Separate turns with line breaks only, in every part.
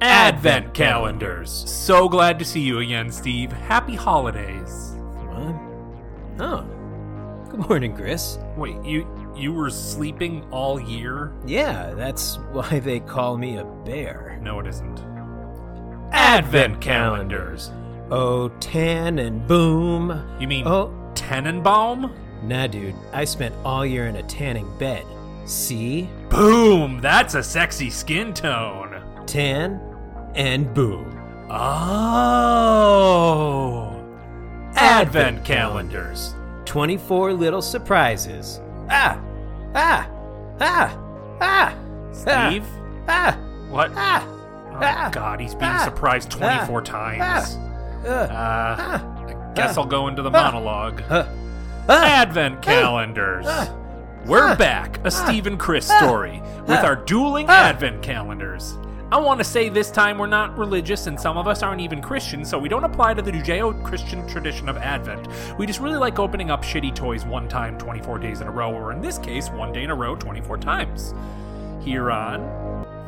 Advent calendars. So glad to see you again, Steve. Happy holidays.
What? Oh. Good morning, Chris.
Wait, you you were sleeping all year?
Yeah, that's why they call me a bear.
No, it isn't. Advent calendars.
Oh, tan and boom.
You mean
Oh,
Tenenbaum?
nah, dude. I spent all year in a tanning bed. See?
Boom! That's a sexy skin tone.
Tan and boom.
Oh. Advent calendars.
24 little surprises. Ah! Ah! Ah! Ah!
Steve?
Ah!
What?
Ah!
Oh, God, he's being
Ah.
surprised 24 times.
Uh,
Uh,
ah!
guess I'll go into the monologue.
Uh, ah!
Advent calendars.
Ah.
We're
Ah.
back, a Steve and Chris story, with
Ah.
our dueling
Ah.
Advent calendars. I want to say this time we're not religious and some of us aren't even Christian, so we don't apply to the Judeo Christian tradition of Advent. We just really like opening up shitty toys one time 24 days in a row, or in this case, one day in a row 24 times. Here on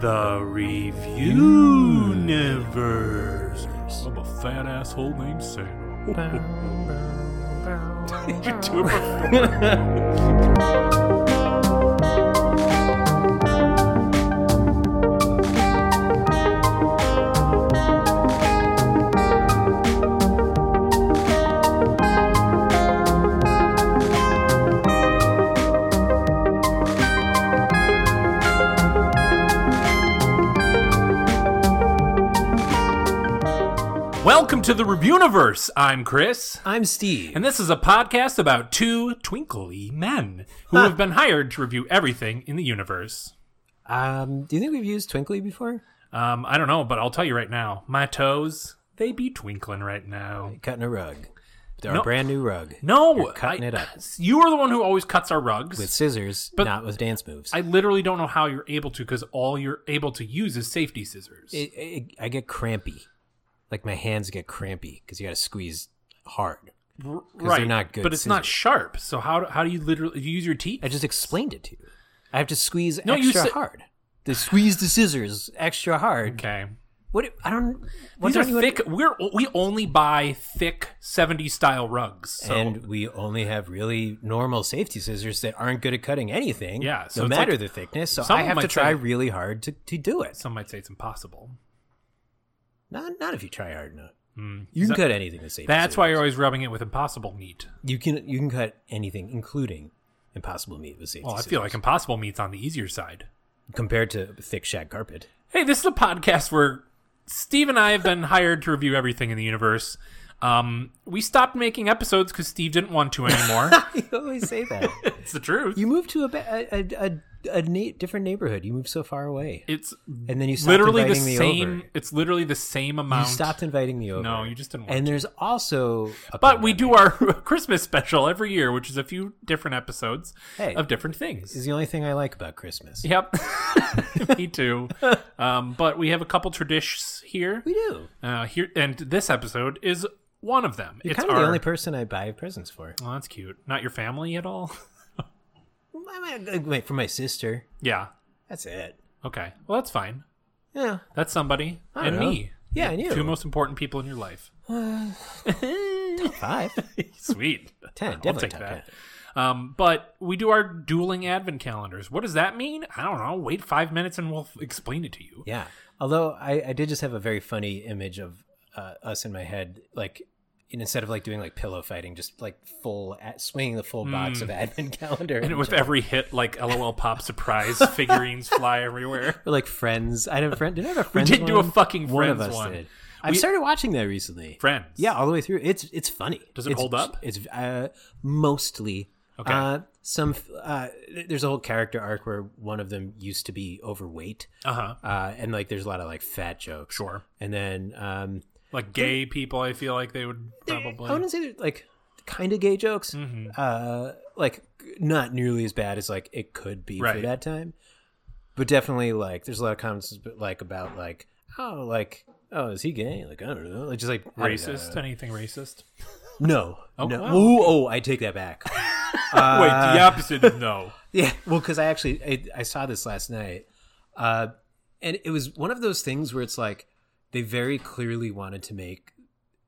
The Review Universe. I'm a fat asshole named Sam. you do it before. Welcome to the Reviewniverse. I'm Chris,
I'm Steve.
and this is a podcast about two twinkly men who have been hired to review everything in the universe.
Um, do you think we've used Twinkly before?
Um, I don't know, but I'll tell you right now, my toes they be twinkling right now.
Cutting a rug. Our
No.
brand new rug.
No,
cutting
I-
it up.
You are the one who always cuts our rugs.
With scissors,
But-
not with dance moves.
I literally don't know how you're able to, because all you're able to use is safety scissors.
It, it, I get crampy. Like my hands get crampy because you got to squeeze hard.
R-
they're not good
but it's not
scissors.
sharp. So how do, how do you literally you use your teeth?
I just explained it to you. I have to squeeze
No, you
extra
said-
hard. They squeeze the scissors extra hard.
Okay.
What? I don't. What
These are
don't you-
thick. We're we only buy thick 70s style rugs. So
And we only have really normal safety scissors that aren't good at cutting anything.
Yeah, so
no
it's
matter
like-
the thickness. So
Some
I have
might
to try
say-
really hard to, to do it.
some might say it's impossible.
Not not if you try hard enough.
Mm.
You can
So-
cut anything with safety.
That's
scissors.
why you're always rubbing it with impossible meat.
You can you can cut anything, including impossible meat with safety.
Well, Oh, I
scissors.
feel like impossible meat's on the easier side.
compared to thick shag carpet.
Hey, this is a podcast where Steve and I have been hired to review everything in the universe. Um, we stopped making episodes because Steve didn't want to anymore.
you always say that.
it's the truth.
you moved to a ba- a, a, a, a na- different neighborhood. You moved so far away,
it's
and then you stopped
literally the
inviting me
same.
over.
It's literally the same
You
amount.
stopped inviting me over.
No, you just didn't. Want
And there's also, a
But we do our Christmas special every year, which is a few different episodes
Hey.
of different things.
is the only thing I like about Christmas.
Yep, me too. Um, but we have a couple traditions here.
We do.
Uh, here and this episode is one of them.
You're
it's
kind of
our.
the only person I buy presents for.
well, that's cute. Not your family at all.
I might- Wait for my sister.
yeah.
That's it.
Okay. Well, that's fine.
Yeah.
That's somebody
I
and
don't know.
me.
Yeah, and you.
Two most important people in your life.
Five.
Sweet.
Ten.
I'll
definitely
take
top
that.
ten.
Um, but we do our dueling advent calendars. What does that mean? I don't know. Wait five minutes and we'll f- explain it to you.
Yeah. Although I, I did just have a very funny image of uh, us in my head, like and instead of like doing like pillow fighting, just like full at, swinging the full box of advent calendar,
Hmm. And with every hit, like LOL Pop surprise figurines fly everywhere.
Or, like friends. I had a friend. Did I have a friend?
did do a fucking
one of
Friends
us
one.
did. I
We-
started watching that recently.
Friends.
Yeah, all the way through. It's it's funny.
Does it
It's-
hold up?
It's uh, mostly.
Okay.
Uh, some uh, there's a whole character arc where one of them used to be overweight,
Uh huh.
uh, and like there's a lot of like fat jokes.
Sure.
And then um,
Like gay people, I feel like they would probably. Mm. Mm-hmm.
I wouldn't say they're like kind of gay jokes. Uh, like not nearly as bad as like it could be for
Right.
that time, but definitely like there's a lot of comments but, like about like oh like oh is he gay like I don't know like just like I don't
racist?
know.
Anything racist?
No,
Oh,
no.
wow.
Ooh, oh, I take that back. Uh,
Wait, the opposite of no.
yeah, well, because I actually I, I saw this last night. Uh, and it was one of those things where it's like they very clearly wanted to make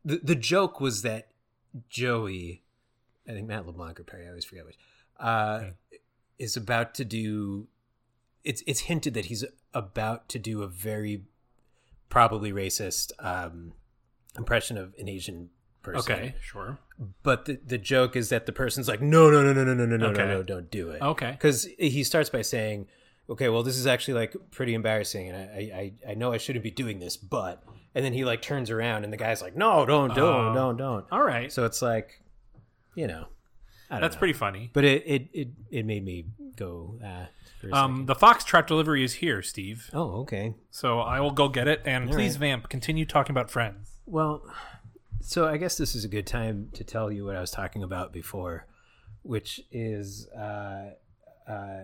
the, the joke was that Joey, I think Matt LeBlanc or Perry, I always forget which, uh, is about to do. It's it's hinted that he's about to do a very probably racist um, impression of an Asian person.
Okay, sure.
But the, the joke is that the person's like, no, no, no, no, no, no, no, no,
Okay. Oh,
no, no, don't do it.
Okay.
Because he starts by saying, okay, well, this is actually like pretty embarrassing, and I, I, I know I shouldn't be doing this, but. And then he like turns around, and the guy's like, no, don't, don't,
Oh.
don't, don't.
All right.
So it's like, you know, I don't
That's
know.
pretty funny.
But it, it, it, it made me go, uh, for a
Um, the foxtrot delivery is here, Steve.
second. oh, okay.
So I will go get it. And please, Vamp, continue talking about Friends.
Well, so I guess this is a good time to tell you what I was talking about before, which is, uh, uh,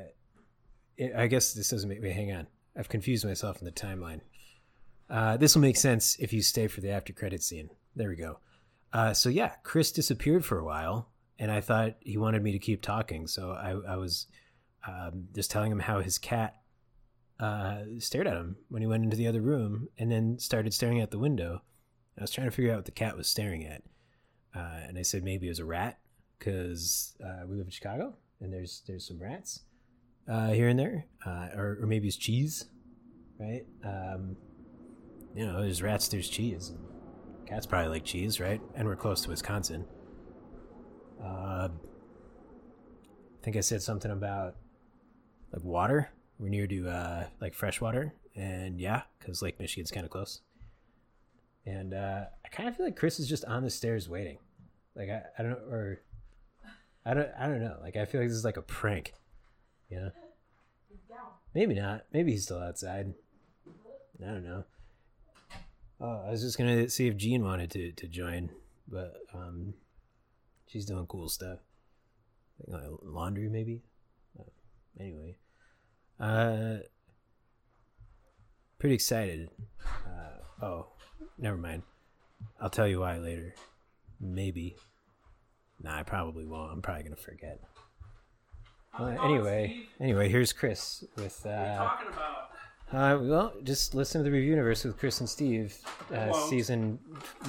it, I guess this doesn't make me hang on. I've confused myself in the timeline. Uh, this will make sense if you stay for the after credit scene. There we go. Uh, so yeah, Chris disappeared for a while, and I thought he wanted me to keep talking, so I, I was um, just telling him how his cat uh, stared at him when he went into the other room, and then started staring out the window. I was trying to figure out what the cat was staring at, uh, and I said maybe it was a rat because uh, we live in Chicago and there's there's some rats uh, here and there, uh, or, or maybe it's cheese, right? Um, you know, there's rats, there's cheese. Cats probably like cheese, right? And we're close to Wisconsin. Uh, I think I said something about like water. We're near to uh, like fresh water, and yeah, because Lake Michigan's kind of close and uh, I kind of feel like Chris is just on the stairs waiting. Like I, I don't know, or I don't, I don't know. Like I feel like this is like a prank, you know? Maybe not. Maybe he's still outside. I don't know. Oh, I was just gonna see if Jean wanted to to join, but um, she's doing cool stuff, like laundry maybe. Uh, Anyway, uh, pretty excited. Uh, oh, Never mind. I'll tell you why later. Maybe. Nah, I probably won't. I'm probably gonna forget. Uh, anyway, anyway, here's Chris with. Uh,
Talking about
uh, well, just listen to the review universe with Chris and Steve, uh,
Hello.
season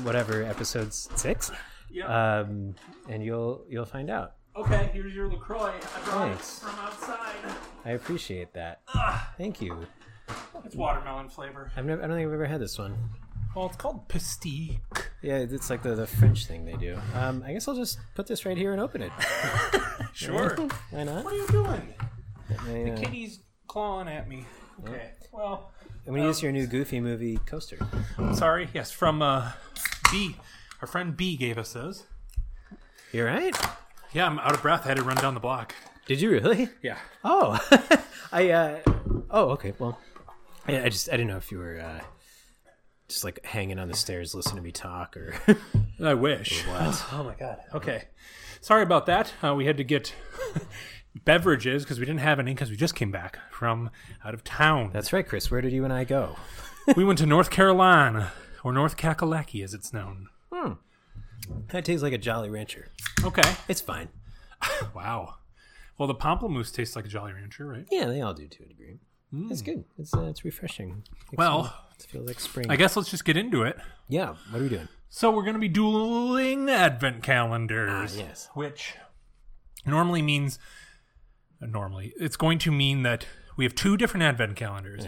whatever, episode six,
Yep.
um, and you'll you'll find out.
okay, here's your Lacroix. I
brought it Thanks.
from outside.
I appreciate that. Thank you.
It's watermelon flavor.
I've never, I don't think I've ever had this one.
Well, it's called pastique.
Yeah, it's like the, the French thing they do. Um, I guess I'll just put this right here and open it.
Sure. what
Why not?
are you doing?
Yeah.
Kitty's clawing at me. Okay. Well,
I'm gonna use your new Goofy movie coaster.
sorry. Yes, from uh, B. Our friend B gave us those.
You're right.
Yeah, I'm out of breath. I had to run down the block.
Did you really?
Yeah.
Oh, I. uh Oh, okay. Well, I, I just I didn't know if you were uh just like hanging on the stairs, listening to me talk, or
I wish.
what? oh my god.
Okay. Sorry about that. Uh, we had to get beverages because we didn't have any because we just came back from out of town.
That's right, Chris. Where did you and I go?
we went to North Carolina, or North Kakalaki as it's known.
That tastes like a Jolly Rancher.
Okay.
It's fine.
Wow. Well, the pamplemousse tastes like a Jolly Rancher, right?
Yeah, they all do to a degree. It's good. It's uh, it's refreshing. It
Hmm. Well,
feels, it feels like spring.
I guess let's just get into it.
yeah. What are we doing?
So we're going to be dueling advent calendars.
Ah, yes.
Which normally means uh, normally it's going to mean that we have two different advent calendars.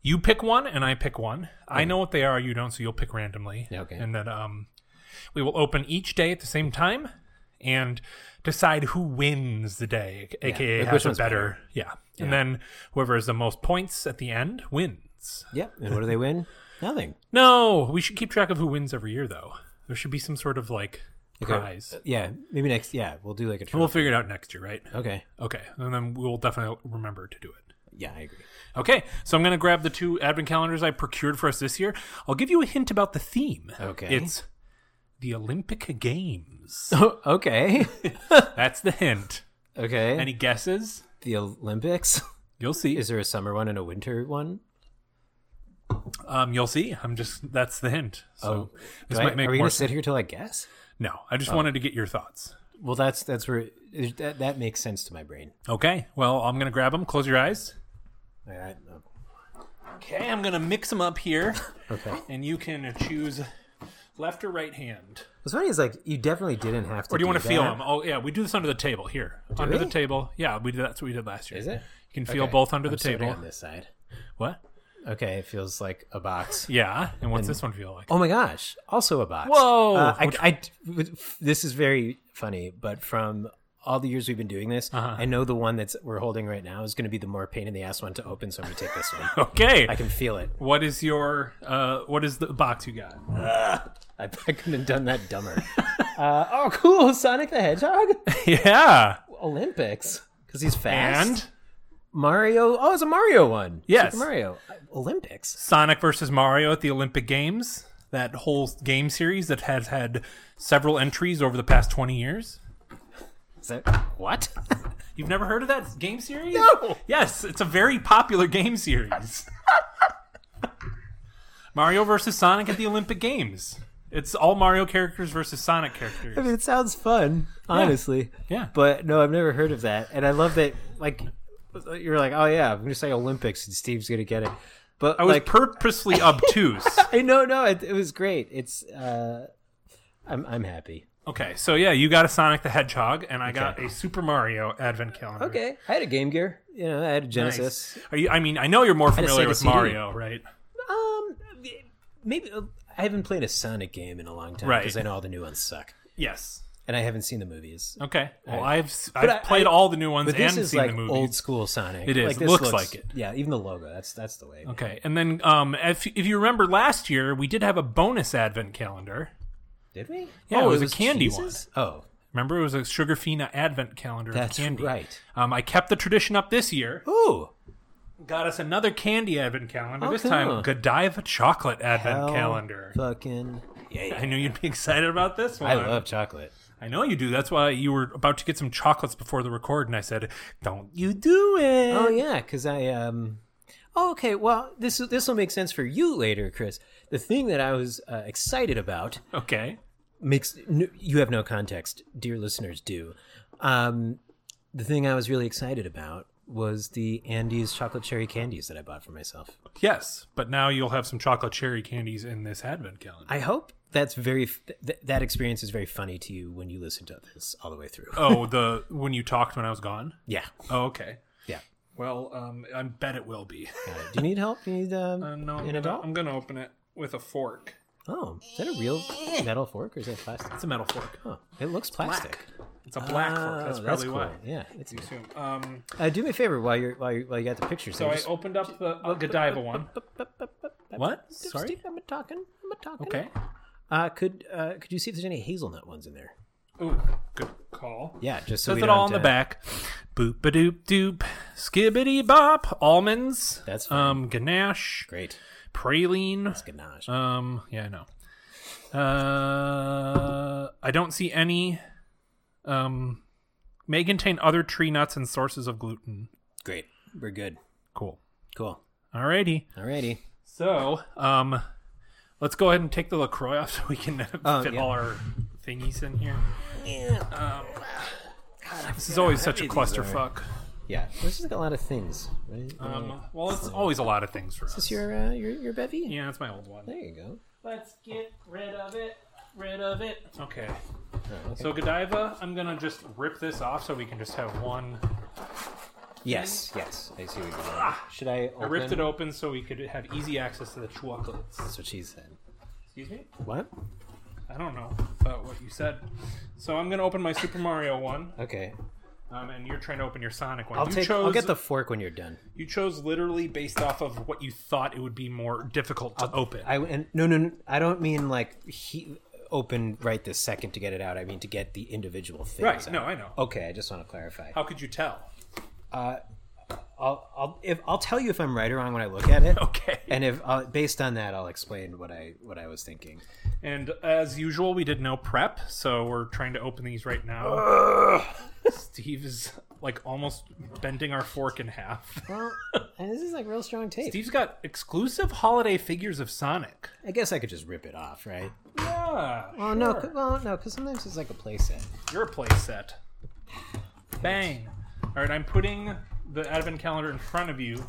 You pick one and I pick one. I know what they are, you don't, so you'll pick randomly.
Yeah, okay.
And then um we will open each day at the same time and decide who wins the day, aka
Like, which
has a
one's
better. Yeah. And then whoever has the most points at the end wins.
Yep. And what do they win? Nothing.
No, we should keep track of who wins every year, though. There should be some sort of like prize.
Yeah. Maybe next. Yeah, we'll do like a. Trophy.
We'll figure it out next year, right?
okay.
Okay, and then we'll definitely remember to do it.
Yeah, I agree.
Okay, so I'm going to grab the two advent calendars I procured for us this year. I'll give you a hint about the theme.
Okay.
It's the Olympic Games.
okay.
That's the hint.
Okay.
Any guesses?
the Olympics?
You'll see.
Is there a summer one and a winter one?
Um, you'll see. I'm just that's the hint. So
Oh,
this
Do I-
might make
are we
more
gonna Oh.
sense.
sit here till I guess?
No, I just wanted to get your thoughts.
Well, that's that's where that that makes sense to my brain. oh,
Okay, well I'm going to grab them. Close your eyes.
All right. no.
Okay, I'm gonna mix them up here,
Okay.
and you can choose left or right hand.
What's funny is like you definitely didn't have to.
Or do you want to feel
that.
them? Oh yeah, we do this under the table here. under the
we?
table, yeah, we did. That's what we did last year.
Is it?
You can feel
Okay.
both under the
I'm starting
table.
on this side.
What?
Okay, it feels like a box.
Yeah. And what's this one feel like?
Oh my gosh! Also a box.
Whoa!
Uh, I,
Which-
I- this is very funny, but from all the years we've been doing this,
Uh-huh.
I know the one that's we're holding right now is going to be the more pain in the ass one to open. So I'm going to take this one.
Okay.
I can feel it.
What is your uh? What is the box you got?
I, I couldn't have done that dumber. uh, oh, cool! Sonic the Hedgehog
yeah.
Olympics because he's fast.
And
Mario. Oh, it's a Mario one.
Yes.
Super Mario I- Uh, Olympics.
Sonic versus Mario at the Olympic Games. That whole game series that has had several entries over the past twenty years.
Is that what?
You've never heard of that game series? Yes, it's a very popular game series. Mario versus Sonic at the Olympic Games. It's all Mario characters versus Sonic
I
characters.
mean, it sounds fun, honestly.
Yeah.
But no, I've never heard of that, and I love that. Like, you're like, oh yeah, I'm gonna say Olympics, and Steve's gonna get it. But
I was
like,
purposely obtuse.
I know, no, it, it was great. It's, uh, I'm, I'm happy.
Okay, so yeah, you got a Sonic the Hedgehog, and I got a Super Mario Advent Calendar.
Okay, I had a Game Gear. You know, I had a
Nice.
Genesis.
Are you, I mean, I know you're more
just
familiar
like a
with
CD.
Mario, right?
Um, maybe I haven't played a Sonic game in a long time
Right.
because I know all the new ones suck,
Yes.
and I haven't seen the movies.
Okay. Well,
Right.
I've s- I've
I-
played
I-
all the new ones
But this
and
is
seen
like
the movies.
old school Sonic.
It is.
Like,
It
this
looks like it.
Yeah, even the logo. That's that's the way.
Okay, and then um, if if you remember last year, we did have a bonus Advent Calendar.
Did we? Oh,
Yeah, it was a candy
one. Oh,
Remember, it was a Sugarfina Advent Calendar
that's
of candy.
right.
Um, I kept the tradition up this year.
Ooh,
Got us another candy Advent Calendar.
Oh,
this time,
cool.
Godiva Chocolate Advent
hell
Calendar.
Fucking yeah.
I knew you'd be excited about this one.
I love chocolate.
I know you do. That's why you were about to get some chocolates before the record, and I said, "Don't you do it."
Oh yeah, because I um. Oh, okay, well this this will make sense for you later, Chris. The thing that I was uh, excited about
Okay.
makes n you have no context, dear listeners. Do um, the thing I was really excited about was the Andes chocolate cherry candies that I bought for myself.
Yes, but now you'll have some chocolate cherry candies in this advent calendar.
I hope that's very f- th- that experience is very funny to you when you listen to this all the way through.
oh, the when you talked when I was gone.
Yeah,
Oh, okay.
yeah.
Well, um, I bet it will be.
Uh, do you need help? Do you need um,
Uh, no,
an adult?
I'm gonna open it with a fork.
Oh, is that a real metal fork or is that plastic?
It's a metal fork.
Oh, it looks plastic.
It's a black
Oh,
fork. That's probably why.
cool. Yeah, it's
You assume. Um,
Uh, do me a favor while you're while, you while you got the pictures.
so I opened up the uh, Godiva one. What? Sorry.
I'm talking. I'm talking.
Okay.
Uh, could uh, could you see if there's any hazelnut ones in there?
Ooh, good call.
Yeah, just so
Says
we
it
don't
all on the
have to-
back. Boop a doop doop, skibbity bop, almonds.
That's fine.
um ganache,
Great
praline.
ganache.
Um, yeah, I know. Uh, I don't see any. Um, may contain other tree nuts and sources of gluten.
Great, we're good.
Cool.
Cool.
Alrighty.
Alrighty.
So, um, let's go ahead and take the Lacroix off so we can
Oh,
fit
yeah.
all our thingies in here. Um, this is always such a clusterfuck.
Yeah, this is like a lot of things. Right?
Um, well, it's always a lot of things for us.
is this your uh, your your bevy?
Yeah, that's my old one.
There you go.
Let's get rid of it. Rid of it. Okay.
Oh, okay.
So Godiva, I'm gonna just rip this off so we can just have one.
yes, yes. I see what you're doing. Should I? Open?
Ah! I ripped it open so we could have easy access to the chocolates.
That's what she said.
Excuse me?
What?
I don't know about what you said. So I'm gonna open my Super Mario one,
Okay.
um, and you're trying to open your Sonic one.
I'll
you
take.
chose.
I'll get the fork when you're done.
You chose literally based off of what you thought it would be more difficult to open.
I and no, no, no. I don't mean like he open right this second to get it out. I mean to get the individual things.
right?
Out.
No, I know.
Okay, I just want to clarify.
How could you tell?
I'll, I'll, if, I'll tell you if I'm right or wrong when I look at it.
Okay.
And if uh, based on that, I'll explain what I what I was thinking.
And as usual, we did no prep, so we're trying to open these right now. Steve is like almost bending our fork in half.
Well, and this is like real strong tape.
Steve's got exclusive holiday figures of Sonic.
I guess I could just rip it off, right?
Yeah.
Well, Oh, no, 'cause- well, no, because sometimes it's like a playset.
Your playset. Bang. All right, I'm putting the advent calendar in front of you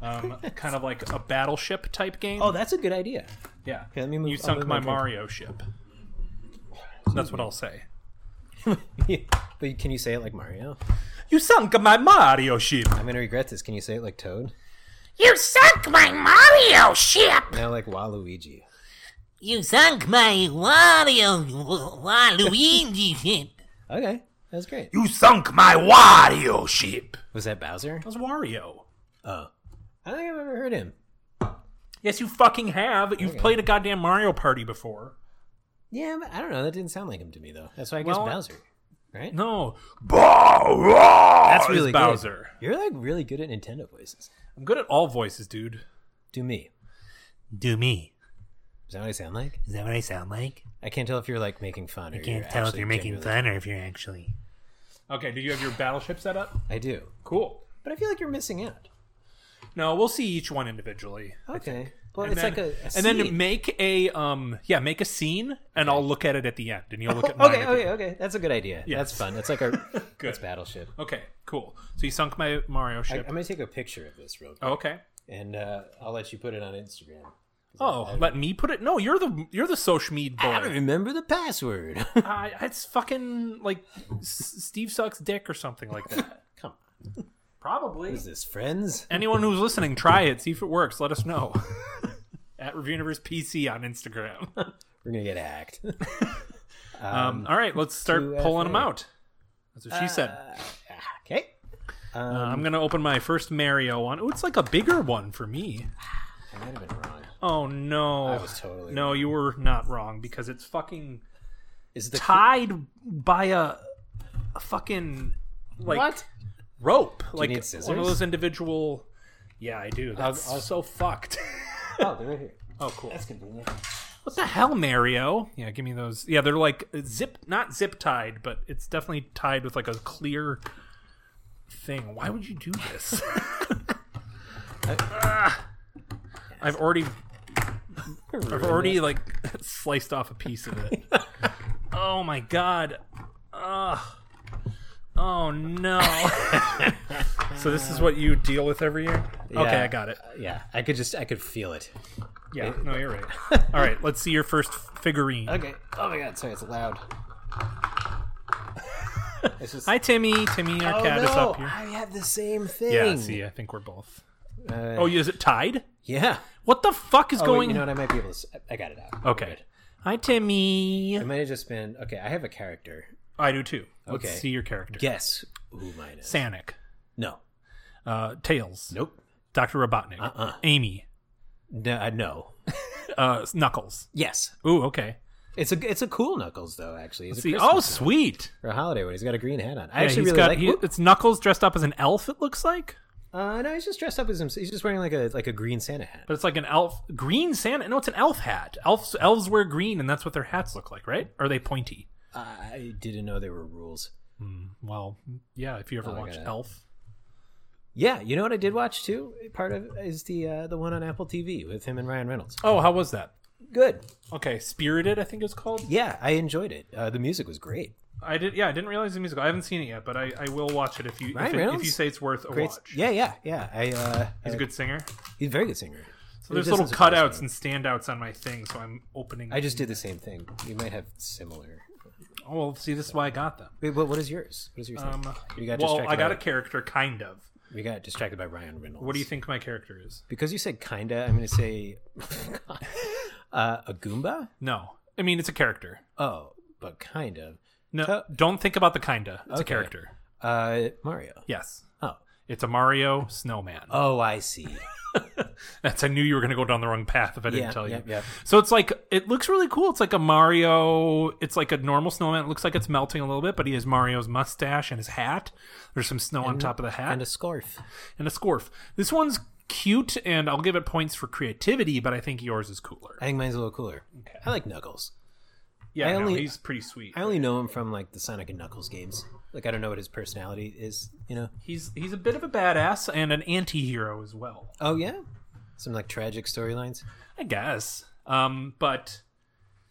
um, kind of like a battleship type game.
Oh, that's a good idea.
yeah.
let me move-
you
I'll
sunk
move
my
my drink.
Mario ship. That's what I'll say.
but can you say it like Mario?
You sunk my Mario ship.
I'm gonna regret this. Can you say it like Toad?
You sunk my Mario ship!
Now like Waluigi.
You sunk my Wario Waluigi ship!
Okay, that's great.
You sunk my Wario ship.
Was that Bowser?
That was Wario.
Oh, I don't think I've ever heard him.
Yes, you fucking have. You've played a goddamn Mario Party before.
Yeah, but I don't know. That didn't sound like him to me though. That's why I guess
Well-
Bowser. Right?
No. That's
really good.
Bowser.
You're like really good at Nintendo voices.
I'm good at all voices, dude.
Do me.
Do me.
Is that what I sound like?
Is that what I sound like?
I can't tell if you're like making fun. Or
I can't tell if
actually
you're making
genuinely-
fun or if you're actually.
Okay, do you have your battleship set up?
I do,
Cool.
but I feel like you're missing out.
No, we'll see each one individually.
Okay. Well, Oh, it's
then,
like a, a
and then
seed.
make a um yeah make a scene and I'll look at it at the end and you'll look at mine.
okay,
at the
okay,
end.
okay. That's a good idea.
Yeah.
That's fun. That's like our
Good.
that's battleship.
Okay, cool. So you sunk my Mario
I,
ship.
I'm gonna take a picture of this real quick,
Oh, okay.
and uh, I'll let you put it on Instagram.
Oh, let me put it. No, you're the you're the social media boy.
remember the password.
Uh, it's fucking like S- Steve sucks dick or something like that.
Come on,
Probably.
is this friends?
Anyone who's listening, try it. See if it works. Let us know. At Review Universe PC on Instagram.
We're gonna get hacked.
Um, all right, let's start
2FA.
pulling them out. That's what she said.
okay.
Uh, I'm gonna open my first Mario one. Oh, it's like a bigger one for me.
I might have been wrong.
Oh no! I
was totally
no. You were not wrong because it's fucking
Is the
tied by a, a fucking like
what?
rope, like
need
one of
scissors?
those individual. Yeah, I do. That's
I'll-
so fucked.
Oh, they're right here.
oh, cool.
That's convenient.
What the hell, Mario? Yeah, give me those. Yeah, they're like zip, not zip tied, but it's definitely tied with like a clear thing. Why would you do this? Ah. I've already, I've already like sliced off a piece of it. oh my god. Ugh. Oh no. so this is what you deal with every year? Okay,
Yeah.
I got it.
Yeah, I could just I could feel it.
Yeah, no, you're right. All right, let's see your first figurine.
Okay. Oh my god, sorry, it's loud. it's just
Hi, Timmy. Timmy, our
Oh,
cat is
no,
up here.
I have the same thing.
Yeah, see, I think we're both.
Uh,
Oh, is it tied?
yeah.
What the fuck is
Oh, wait,
going?
you know what? I might be able to. s- I got it out.
okay. Hi, Timmy.
It might have just been okay. I have a character.
I do too. Let's
Okay.
see your character.
Guess who mine is?
Sanic.
No.
Uh, Tails.
Nope.
Dr. Robotnik.
Uh-uh.
Amy.
No. I no.
Uh, Knuckles.
Yes.
Ooh, okay.
It's a it's a cool Knuckles though. Actually, it's a
See,
Christmas
oh, sweet.
or a holiday one. He's got a green hat on. I
Yeah,
actually
he's
really
got-
like.
he-
whoop.
it's Knuckles dressed up as an elf. It looks like,
uh, no, he's just dressed up as himself. He's just wearing like a like a green Santa hat.
but it's like an elf green Santa. No, it's an elf hat. Elves elves wear green, and that's what their hats look like, right? Or Are they pointy?
I didn't know there were rules.
Well, yeah. If you ever
Oh, I
watched
gotta-
Elf,
Yeah, you know what I did watch too. Part of is the uh, the one on Apple TV with him and Ryan Reynolds.
oh, how was that?
Good.
Okay, Spirited, I think it's called.
Yeah, I enjoyed it. Uh, the music was great.
I did, yeah, I didn't realize the musical. I haven't seen it yet, but I, I will watch it if you if,
Ryan
it- if
Reynolds?
you say it's worth a
Great.
watch.
Yeah, yeah, yeah. I uh,
he's
I-
a good singer.
He's a very good singer.
So there's
just
little
listen to
cutouts and standouts on my thing, so I'm opening.
I just did the same thing. You might have similar.
oh, well, see, this is why I got them.
Wait, what, what is yours? What is yours?
Um,
you got
well,
distracted
I got
by-
a character, kind of.
We got distracted by Ryan Reynolds.
What do you think my character is?
Because you said kinda, I'm going to say uh, a Goomba.
No, I mean it's a character.
Oh, but kind of
No,
So-
don't think about the kinda. It's a
Okay.
character.
uh, Mario.
Yes,
Oh,
it's a Mario snowman.
oh, I see.
That's I knew you were going to go down the wrong path if I didn't
Yeah,
tell you.
yeah, yeah.
So it's like it looks really cool. It's like a Mario. It's like a normal snowman. It looks like it's melting a little bit, but he has Mario's mustache and his hat. There's some snow on top of the hat
and a scarf.
and a scarf. This one's cute, and I'll give it points for creativity, but I think yours is cooler.
I think mine's a little cooler. I like Knuckles.
yeah,
I
no,
only-
he's pretty sweet.
I only know him from like the Sonic and Knuckles games. Like I don't know what his personality is. You know?
he's he's a bit of a badass and an anti-hero as well,
Oh yeah, some like tragic storylines.
I guess. Um, but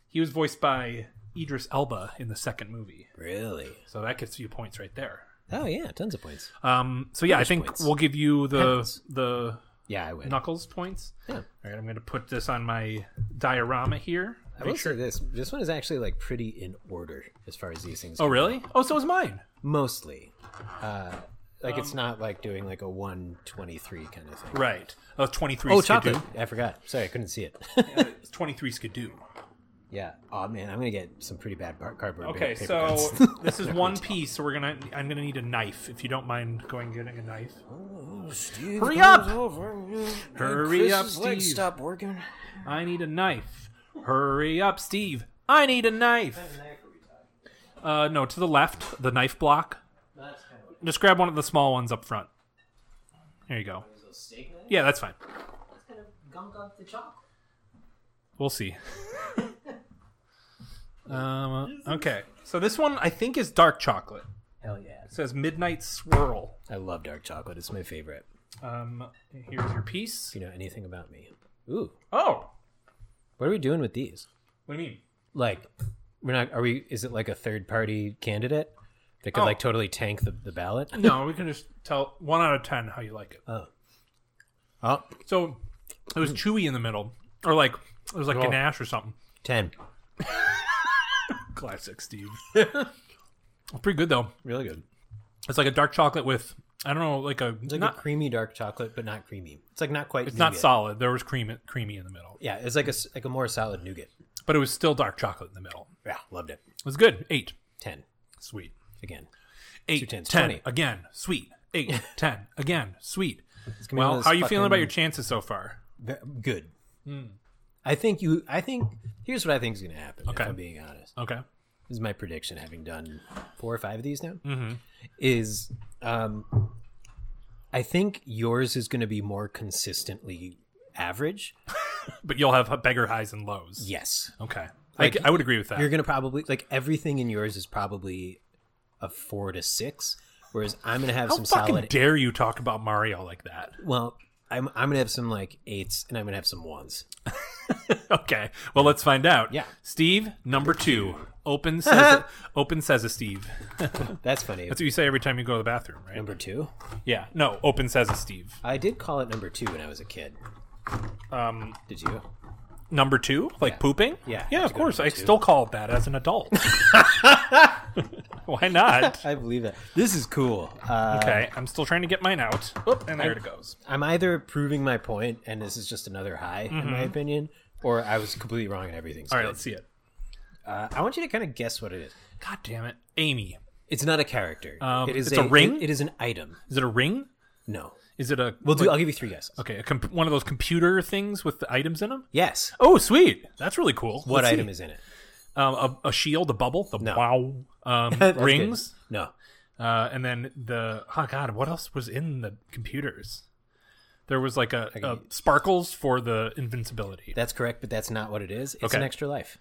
he was voiced by Idris Elba in the second movie,
Really?
so that gets you points right there. Uh,
Oh yeah, tons of points.
Um, so yeah, I think
points.
we'll give you the
Heavens.
the
Yeah, I win.
knuckles points.
Yeah.
All right, I'm going to put this on my diorama here.
I
Make
will say this: this one is actually like pretty in order as far as these things.
Oh, really? Oh, so is mine.
mostly. Uh, like it's not like doing like a one twenty three kind of thing.
Um, Right. Oh, 23
Oh,
Skidoo.
chocolate! I forgot. Sorry, I couldn't see it.
23 Skidoo.
yeah. Oh man, I'm gonna get some pretty bad bar- cardboard.
Okay,
paper
so
cuts.
this is one piece, so we're gonna. I'm gonna need a knife. If you don't mind going getting a knife. Hurry up! Hurry up, Steve.
working.
I need a knife. Hurry up, Steve. I need a knife. Uh, no, to the left, the knife block. Just grab one of the small ones up front. There you go. Yeah, that's fine. We'll see. um, okay, so this one I think is dark chocolate.
Hell yeah!
It says Midnight Swirl.
I love dark chocolate. It's my favorite.
Um, here's your piece.
If you know anything about me, ooh,
Oh,
what are we doing with these?
what do you mean?
Like, we're not. Are we? Is it like a third party candidate that could
Oh.
like totally tank the, the ballot?
No, we can just tell one out of ten how you like it.
Oh. Oh,
So it was chewy in the middle, or like it was like
Oh.
ganache or something.
10.
Classic Steve. Pretty good though.
Really good.
It's like a dark chocolate with I don't know, like a
It's like
not.
a creamy dark chocolate, but not creamy. It's like not quite.
it's not
nougat.
solid. There was cream creamy in the middle,
Yeah, it's like a s- like a more solid nougat.
but it was still dark chocolate in the middle.
Yeah, loved it.
It was good. Eight,
Ten
sweet.
again.
Eight,
Two tens,
10,
20.
again, sweet. Eight, ten, again, sweet.
It's gonna be one
Well,
of
how are
those
you feeling about your
fucking-
chances so far?
Ve- good? Hmm. I think you. I think here's what I think is going to happen.
Okay.
if I'm being honest.
Okay.
This is my prediction. Having done four or five of these now,
Mm-hmm.
is um, I think yours is going to be more consistently average.
But you'll have bigger highs and lows.
Yes,
Okay.
Like,
I, I would agree with that.
you're gonna probably like everything in yours is probably a four to six, whereas I'm gonna have
How
some
fucking
solid.
dare you talk about Mario like that?
well, I'm I'm gonna have some like eights, and I'm gonna have some ones.
okay. Well, let's find out.
Yeah.
Steve, number two. Open says open says a Steve.
That's funny.
That's what you say every time you go to the bathroom, right?
number two.
Yeah. No, open says a Steve.
I did call it number two when I was a kid.
Um,
Did you?
number two, like pooping.
Yeah,
Yeah, of
that's a good
course. I
number two.
still call it that as an adult. Why not?
I believe it. This is cool. Uh, Oh,
Okay, I'm still trying to get mine out. Oop, and there it goes.
I'm either proving my point, and this is just another high, in my opinion, or I was completely wrong and everything's
Mm-hmm. All right,
good.
let's see it.
Uh, I want you to kind of guess what it is.
God damn it, Amy.
It's not a character.
Um,
it is
it's a ring?
it- it is an item.
Is it a ring?
No.
Is it a?
We'll do. I'll give you three guesses.
Okay, a comp- one of those computer things with the items in them.
Yes.
Oh, sweet. That's really cool.
What item is in it?
um, a, a shield, a bubble, the
No.
wow um,
That's good.
rings,
No.
uh, and then the oh god, what else was in the computers? There was like a, a sparkles for the invincibility.
That's correct, but that's not what it is. It's
Okay.
an extra life.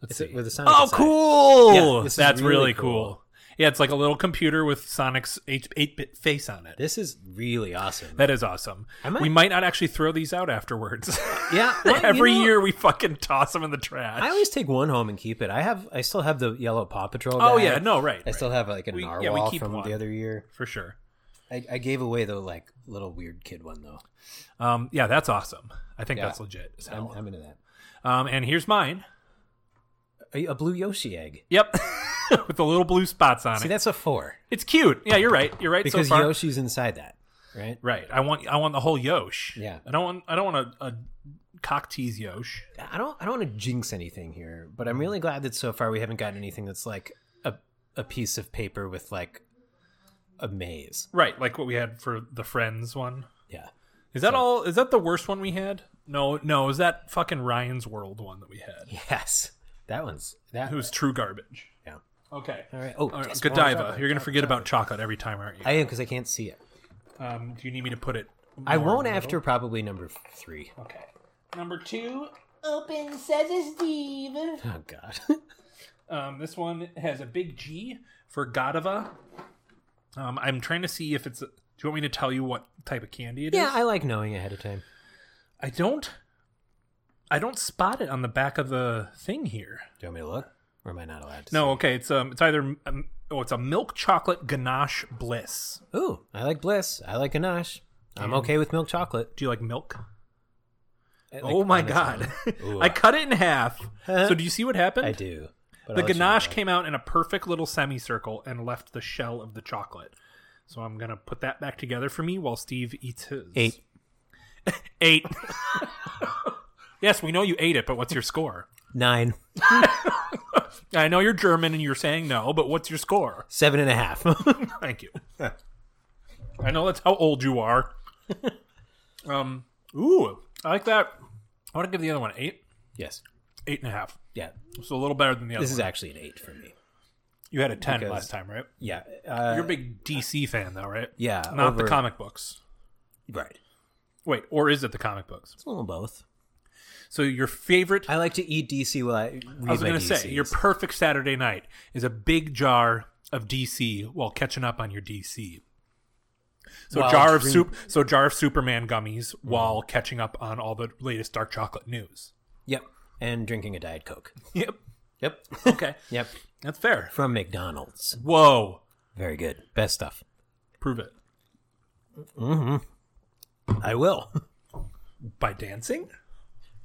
Let's
It's a-
see.
with a Sonic
oh,
inside.
cool!
Yeah, this is
That's really,
really
cool.
cool.
Yeah, it's like a little computer with Sonic's eight eight bit face on it.
This is really awesome.
That is awesome.
I might-
We might not actually throw these out afterwards.
yeah. well, you
Every
know,
year we fucking toss them in the trash.
I always take one home and keep it. I have. I still have the yellow Paw Patrol.
oh
guy.
yeah, no, right,
I
right,
still have like a
We- yeah, we
narwhal
keep
from
one.
the other year.
for sure.
I, I gave away the like little weird kid one though.
Um, yeah, that's awesome. I think
Yeah.
that's legit. as
I'm,
hell.
I'm into that.
Um, and here's mine.
A, a blue Yoshi egg.
Yep. With the little blue spots on
See,
it.
that's a four
It's cute. Yeah, you're right. You're right
because
so far.
Yoshi's inside that, right?
right. I want I want the whole Yosh.
Yeah.
I don't want I don't want a, a cock tease Yosh.
I don't. I don't want to jinx anything here, but I'm really glad that so far we haven't gotten anything that's like a a piece of paper with like a maze.
Right, like what we had for the Friends one.
Yeah.
Is that all is that the worst one we had? No, no, is that fucking Ryan's World one that we had?
Yes. That one's that.
It was true garbage.
yeah.
Okay.
All right. Oh,
All right,
yes, more
Godiva.
chocolate.
You're gonna forget about chocolate every time, aren't you?
I am because I can't see it.
Um, do you need me to put it?
I won't after probably number f- three.
Okay. Number two,
Open says it's Steve.
Oh God.
Um, this one has a big G for Godiva. Um, I'm trying to see if it's. do you want me to tell you what type of candy it is?
yeah, I like knowing ahead of time.
I don't. I don't spot it on the back of the thing here.
Do you want me to look, or am I not allowed to?
No, okay. It's um. It's either. Um, oh, it's a milk chocolate ganache bliss.
See? Ooh, I like bliss. I like ganache. I'm okay with milk chocolate.
Do you like milk?
Like,
oh my
on its
god.
own. Ooh,
I cut it in half.
Huh?
so do you see what happened?
I do. but
The
I'll let you
ganache
know.
came out in a perfect little semicircle and left the shell of the chocolate. So I'm gonna put that back together for me while Steve eats his.
Eight.
Eight. yes, we know you ate it, but what's your score?
nine,
I know you're German and you're saying no, but what's your score?
seven and a half.
Thank you. I know that's how old you are. um. Ooh, I like that. I want to give the other one eight,
yes.
eight and a half.
Yeah.
So a little better than the other.
This is
one.
actually an eight for me.
you had a ten
because-
last time, right?
Yeah. Uh,
You're a big DC fan, though, right?
yeah.
Not the
over-
comic books.
Right.
Wait, or is it the comic books?
It's a little both.
So your favorite? I,
I like to eat DC while I read
was
my
going to say
DCs.
your perfect Saturday night is a big jar of DC while catching up on your DC. So
While
jar of
drink-
soup. So jar of Superman
Mm.
gummies while catching up on all the latest dark chocolate news.
Yep. And drinking a Diet Coke.
Yep.
Yep.
Okay.
yep.
That's fair.
From McDonald's.
Whoa.
Very good. Best stuff.
Prove it
I will.
by dancing.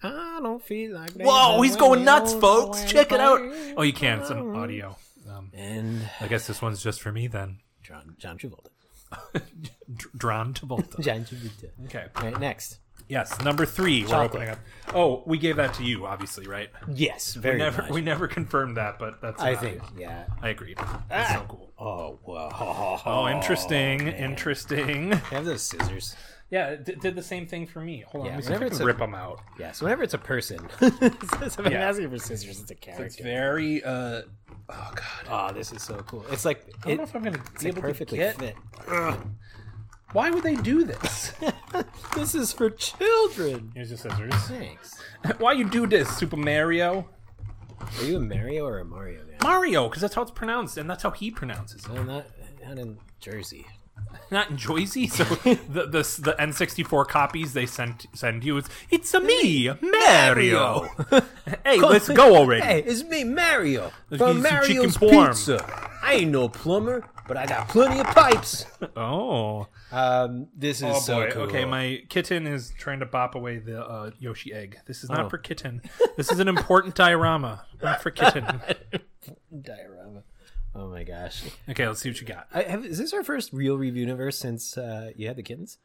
I don't feel like.
Whoa, he's going nuts, folks. Check it out. Oh, you can. It's
Mm.
an audio. Um,
And
I guess this one's just for me then.
John, John Travolta.
Dr- Drawn to Volta.
John Travolta.
Okay.
All right, next.
Yes, number three. We're
Chocolate.
opening up. Oh, we gave that to you, obviously, right?
Yes, very
never,
much.
we never confirmed that, but that's.
I
an
think.
obvious.
Yeah.
I agree. That's so cool.
Oh wow.
Oh, interesting, interesting.
I have those scissors.
Yeah, it d- did the same thing for me. Hold on,
Yeah,
let me see if I
whenever
can
it's a-
rip them out.
Yeah. So whenever it's a person, somebody
Yeah.
asking for scissors, it's a
It's
character.
very. Uh, oh God,
Oh, this is so cool. It's like
I don't
it
know if I'm gonna
it's
be
like
able
perfectly
to get.
fit.
Why would they do this?
This is for children.
Here's the scissors.
Thanks.
Why you do this, Super Mario?
Are you a Mario or a Mario man?
Mario, because that's how it's pronounced, and that's how he pronounces it.
No, not not in Jersey.
Not in Jersey, so the, the the N64 copies they sent send you. It's, it's a me, Mario. hey, let's go already.
Hey, it's me, Mario.
get
From
you some chicken
Mario's
parm.
Pizza. I ain't no plumber, but I got plenty of pipes.
Oh,
Um, this is
oh
so
boy.
cool.
Okay, my kitten is trying to bop away the uh, Yoshi egg. This is not
Oh.
for kitten. This is an important diorama, not for kitten.
diorama. Oh my gosh.
Okay, let's see what you got.
I have, is this our first real review universe since uh, you had the kittens?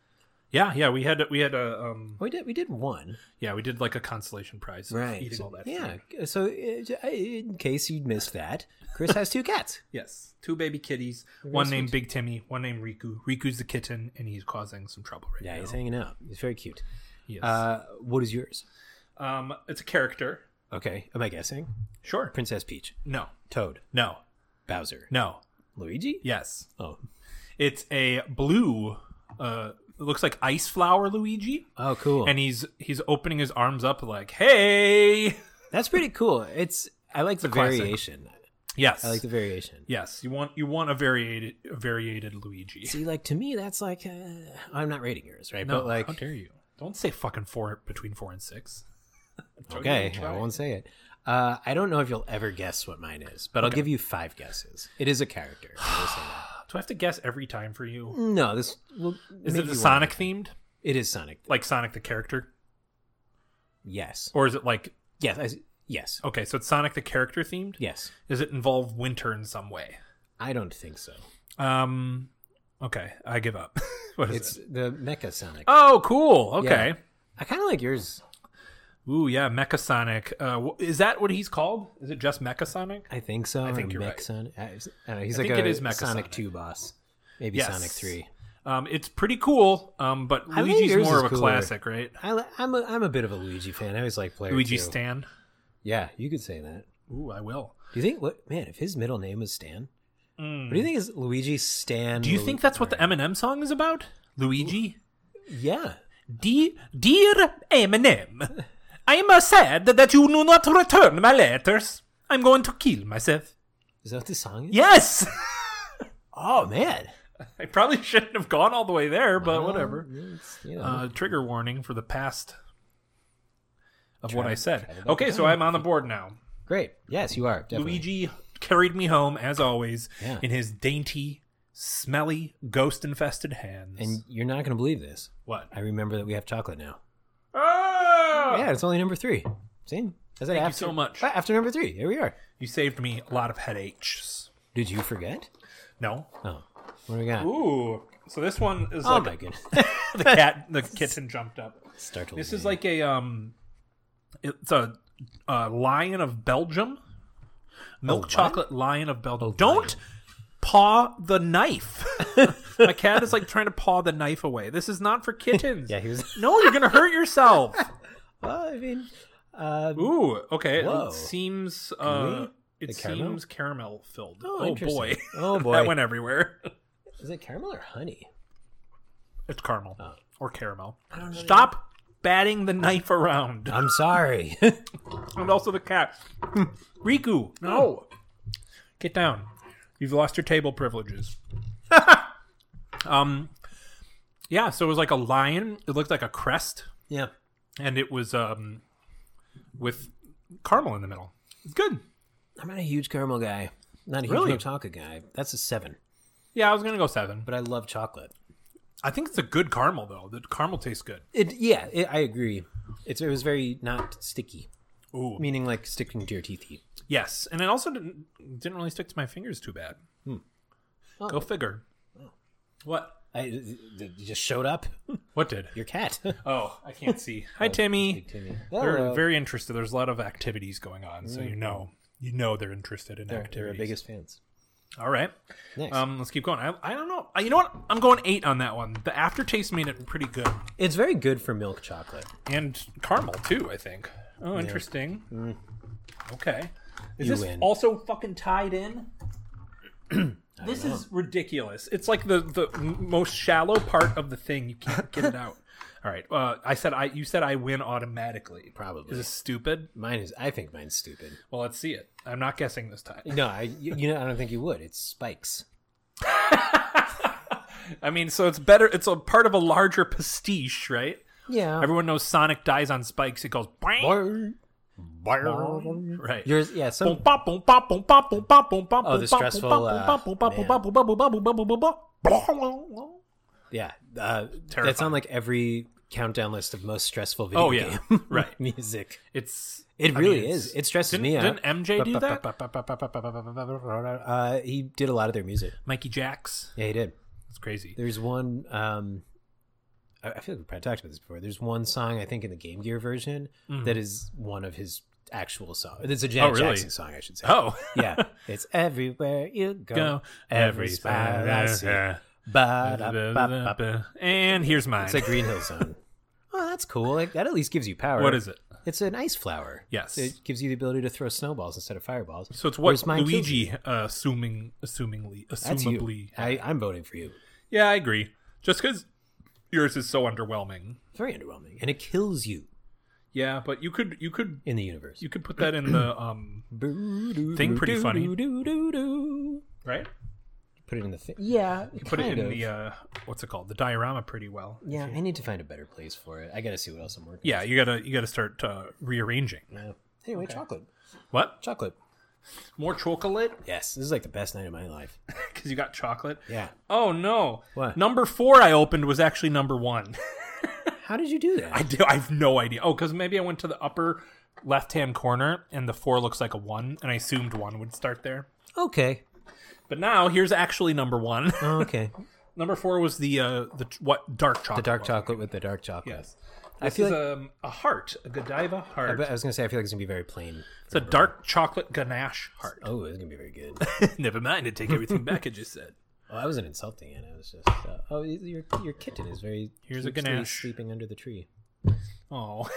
Yeah, yeah, we had we had a um,
We did we did one
yeah, we did like a consolation prize. of eating
So-
all that.
yeah.
food.
So uh, in case you missed that, Chris has two cats.
Yes, two baby kitties. One named Big Timmy. One named Riku. Riku's the kitten, and he's causing some trouble right
Yeah,
now.
he's hanging out. He's very cute.
Yes.
Uh, what is yours?
um, it's a character.
Okay, am I guessing?
Sure.
Princess Peach,
No.
Toad,
No.
Bowser,
No.
Luigi.
Yes.
Oh,
It's a blue. Uh, it looks like ice flower Luigi,
oh, cool.
and he's he's opening his arms up like, "Hey!"
That's pretty cool. It's I like the
classic.
variation.
Yes.
I like the variation.
yes. You want you want a variated a variated Luigi.
See, like to me, that's like uh, I'm not rating yours, right?
no,
but like,
how dare you? Don't say fucking four between four and six.
Okay,
Oh, Try.
I won't say it. Uh, I don't know if you'll ever guess what mine is, but I'll give you five guesses. It is a character. I will say that.
Do I have to guess every time for you?
No, this will
Is
make
it
you
the Sonic themed?
wonder. It is Sonic.
Like Sonic the character?
Yes.
Or is it like
Yes. I s yes.
okay, so it's Sonic the character themed?
Yes.
Does it involve winter in some way?
I don't think so.
Um. Okay, I give up. what is
It's
it?
the Mecha Sonic.
Oh, cool. Okay.
I kind of like yours.
Ooh, yeah, Mechasonic. Uh, wh- is that what he's called? Is it just Mechasonic?
I think so. I
think you're
Mech
right.
Sonic. I, uh, I don't know. He's
I
like
think
a
it is Mecha
Sonic
Sonic.
Two boss. Maybe
Yes.
Sonic Three.
Um, it's pretty cool. Um, but
I think
Luigi's
yours
more
is
of a
cooler.
classic, right?
I, li- I'm a, I'm a bit of a Luigi fan. I always like player
Luigi
two.
Stan.
Yeah, you could say that.
Ooh, I will.
Do you think what man? If his middle name was Stan, what do you think is Luigi Stan?
Hmm. Do you
Lu-
think that's what the Eminem song is about? Luigi.
Yeah,
De- dear Eminem, I am uh, sad that you do not return my letters. I'm going to kill myself.
is that what the song? Is?
Yes.
Oh man,
I probably shouldn't have gone all the way there, but whatever.
Well, it's, you know,
uh, trigger warning for the past of what
Try-
I
try
said.
to back
Okay,
it
so I'm on the board now.
great. Yes, you are definitely.
Luigi carried me home as always
Yeah.
in his dainty smelly, ghost infested hands.
And you're not going to believe this.
what?
I remember that we have chocolate now.
Oh!
Yeah, it's only number three. See? I said
Thank you
after,
so much.
Ah, After number three, here we are.
You saved me a lot of headaches.
Did you forget?
No.
Oh, what do we got?
Ooh. So this one is
oh
like
my goodness!
the cat, the kitten jumped up.
Startled.
This is
me.
like a um, it's a, uh lion of Belgium, milk
Oh, what? Oh,
chocolate lion of Belgium. Don't paw the knife. My cat is like trying to paw the knife away. This is not for kittens.
yeah. He was.
No, you're gonna hurt yourself.
Well, I mean, uh,
Ooh. Okay.
Whoa.
It seems. Uh,
we?
it
The caramel?
seems caramel filled.
Oh,
Oh,
interesting.
boy.
Oh, boy.
that went everywhere.
is it caramel or honey?
It's caramel or caramel. Stop batting the knife around.
I'm sorry.
And also the cat. Hmm. Riku, no. Oh. Get down. You've lost your table privileges. um yeah, so it was like a lion. It looked like a crest
yeah.
and it was um with caramel in the middle. It's good.
I'm not a huge caramel guy. Not a huge
Really?
milk chocolate guy. That's a seven.
Yeah, I was going to go 7, but
But I love chocolate.
I think it's a good caramel though. The caramel tastes good.
It. Yeah. It, I agree. It's. It was very not sticky.
Ooh.
Meaning like sticking to your teeth.
Yes, and it also didn't didn't really stick to my fingers too bad. Hmm. Go figure. Oh. What?
I it just showed up.
What did?
Your cat.
Oh, I can't see. Hi, Timmy. They're
Hello.
very interested. There's a lot of activities going on, so you know, you know they're interested in
Mm. They're, they're our
activities.
biggest fans.
All right,
Next.
um, let's keep going. I, I don't know. Uh, You know what? I'm going eight on that one. The aftertaste made it pretty good,
it's very good for milk chocolate.
and caramel too. I think. Oh, interesting. Okay, is
You
this
win.
also fucking tied in? this is ridiculous. It's like the the m- most shallow part of the thing. You can't get it out. All right. Uh, I said I. You said I win automatically.
Probably.
Is this stupid?
Mine is. I think mine's stupid.
Well, let's see it. I'm not guessing this time.
No, I, you, you know, I don't think you would. It's spikes.
I mean, so it's better. It's a part of a larger pastiche, right?
Yeah.
Everyone knows Sonic dies on spikes. It goes boing, right.
Yours, yeah. Some
Boom, bop, boom, bop, boom, bop, boom, bop, boom, bop,
Oh, the
boom, bop, boom,
stressful,
bop, boom,
uh,
bop, boom, bop, boom,
man.
bop, boom, bop, boom, bop, boom, bop, boom, boom, bop, boom.
Yeah, uh, that's on like every countdown list of most stressful video
Oh, yeah.
game
Right.
music.
It's
It
I
really
mean,
is.
it's-
It stresses
Didn't,
me out.
didn't MJ do that?
Uh, he did a lot of their music.
Mikey Jacks.
Yeah, he did.
It's crazy.
There's one. Um, I, I feel like we probably talked about this before. There's one song I think in the Game Gear version that is one of his actual songs. It's a Janet
Mm-hmm. Oh, really?
Jackson song, I should say.
Oh,
yeah, it's everywhere you go,
go
every smile I see. Ba-da-ba-ba-ba.
And here's mine.
It's a Green Hill song. Oh, that's cool. Like, that at least gives you power.
What is it?
It's an ice flower.
Yes.
It gives you the ability to throw snowballs instead of fireballs.
So it's
Whereas
what
mine kills you.
Luigi, uh, assuming, assumingly,
That's you.
assumably.
I, I'm voting for you.
Yeah, I agree. Just because yours is so underwhelming.
Very underwhelming, and it kills you
Yeah, but you could, you could,
in the universe.
you could put that in the um, Thing pretty funny. right?
Put it in the thing. Yeah,
You put it in
of.
the uh, what's it called? The diorama pretty well.
yeah, I need to find a better place for it. I got to see what else I'm working.
Yeah, you gotta, you gotta start uh, rearranging.
on. Anyway, chocolate,
What?
chocolate.
More chocolate?
Yes, this is like the best night of my life.
Because you got chocolate.
Yeah.
Oh no!
What?
Number four I opened was actually number one.
How did you do that?
I do. I have no idea. Oh, because maybe I went to the upper left-hand corner, and the four looks like a one, and I assumed one would start there.
okay.
But now here's actually number one.
Okay.
number four was the uh, the what dark chocolate.
The dark
one.
chocolate with the dark chocolate.
Yes,
I
this
feel
is
like.
um, a heart, a Godiva
I
heart.
bet- I was gonna say I feel like it's gonna be very plain.
It's a dark chocolate ganache heart.
Oh, it's gonna be very good.
Never mind. I take everything back. I just said.
Oh, I wasn't insulting it. I was just. Uh, oh, y- your your kitten is very.
Here's a
sleepily
ganache.
sleeping under the tree.
Oh,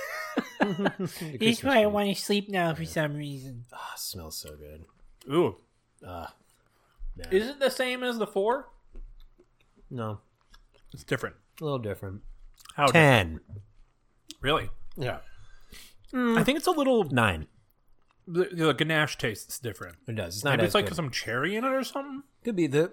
The
That's
Christmas
why I
tree.
want to sleep now for some reason.
Ah, smells so good.
ooh.
Ah, man.
Is it the same as the four?
no,
It's different.
a little different.
How different?
Ten. Hmm.
Really?
Yeah.
I think it's a little.
Nine.
The, the ganache tastes different.
It does. It's not
Maybe
as
it's like
good.
some cherry in it or something.
Could be the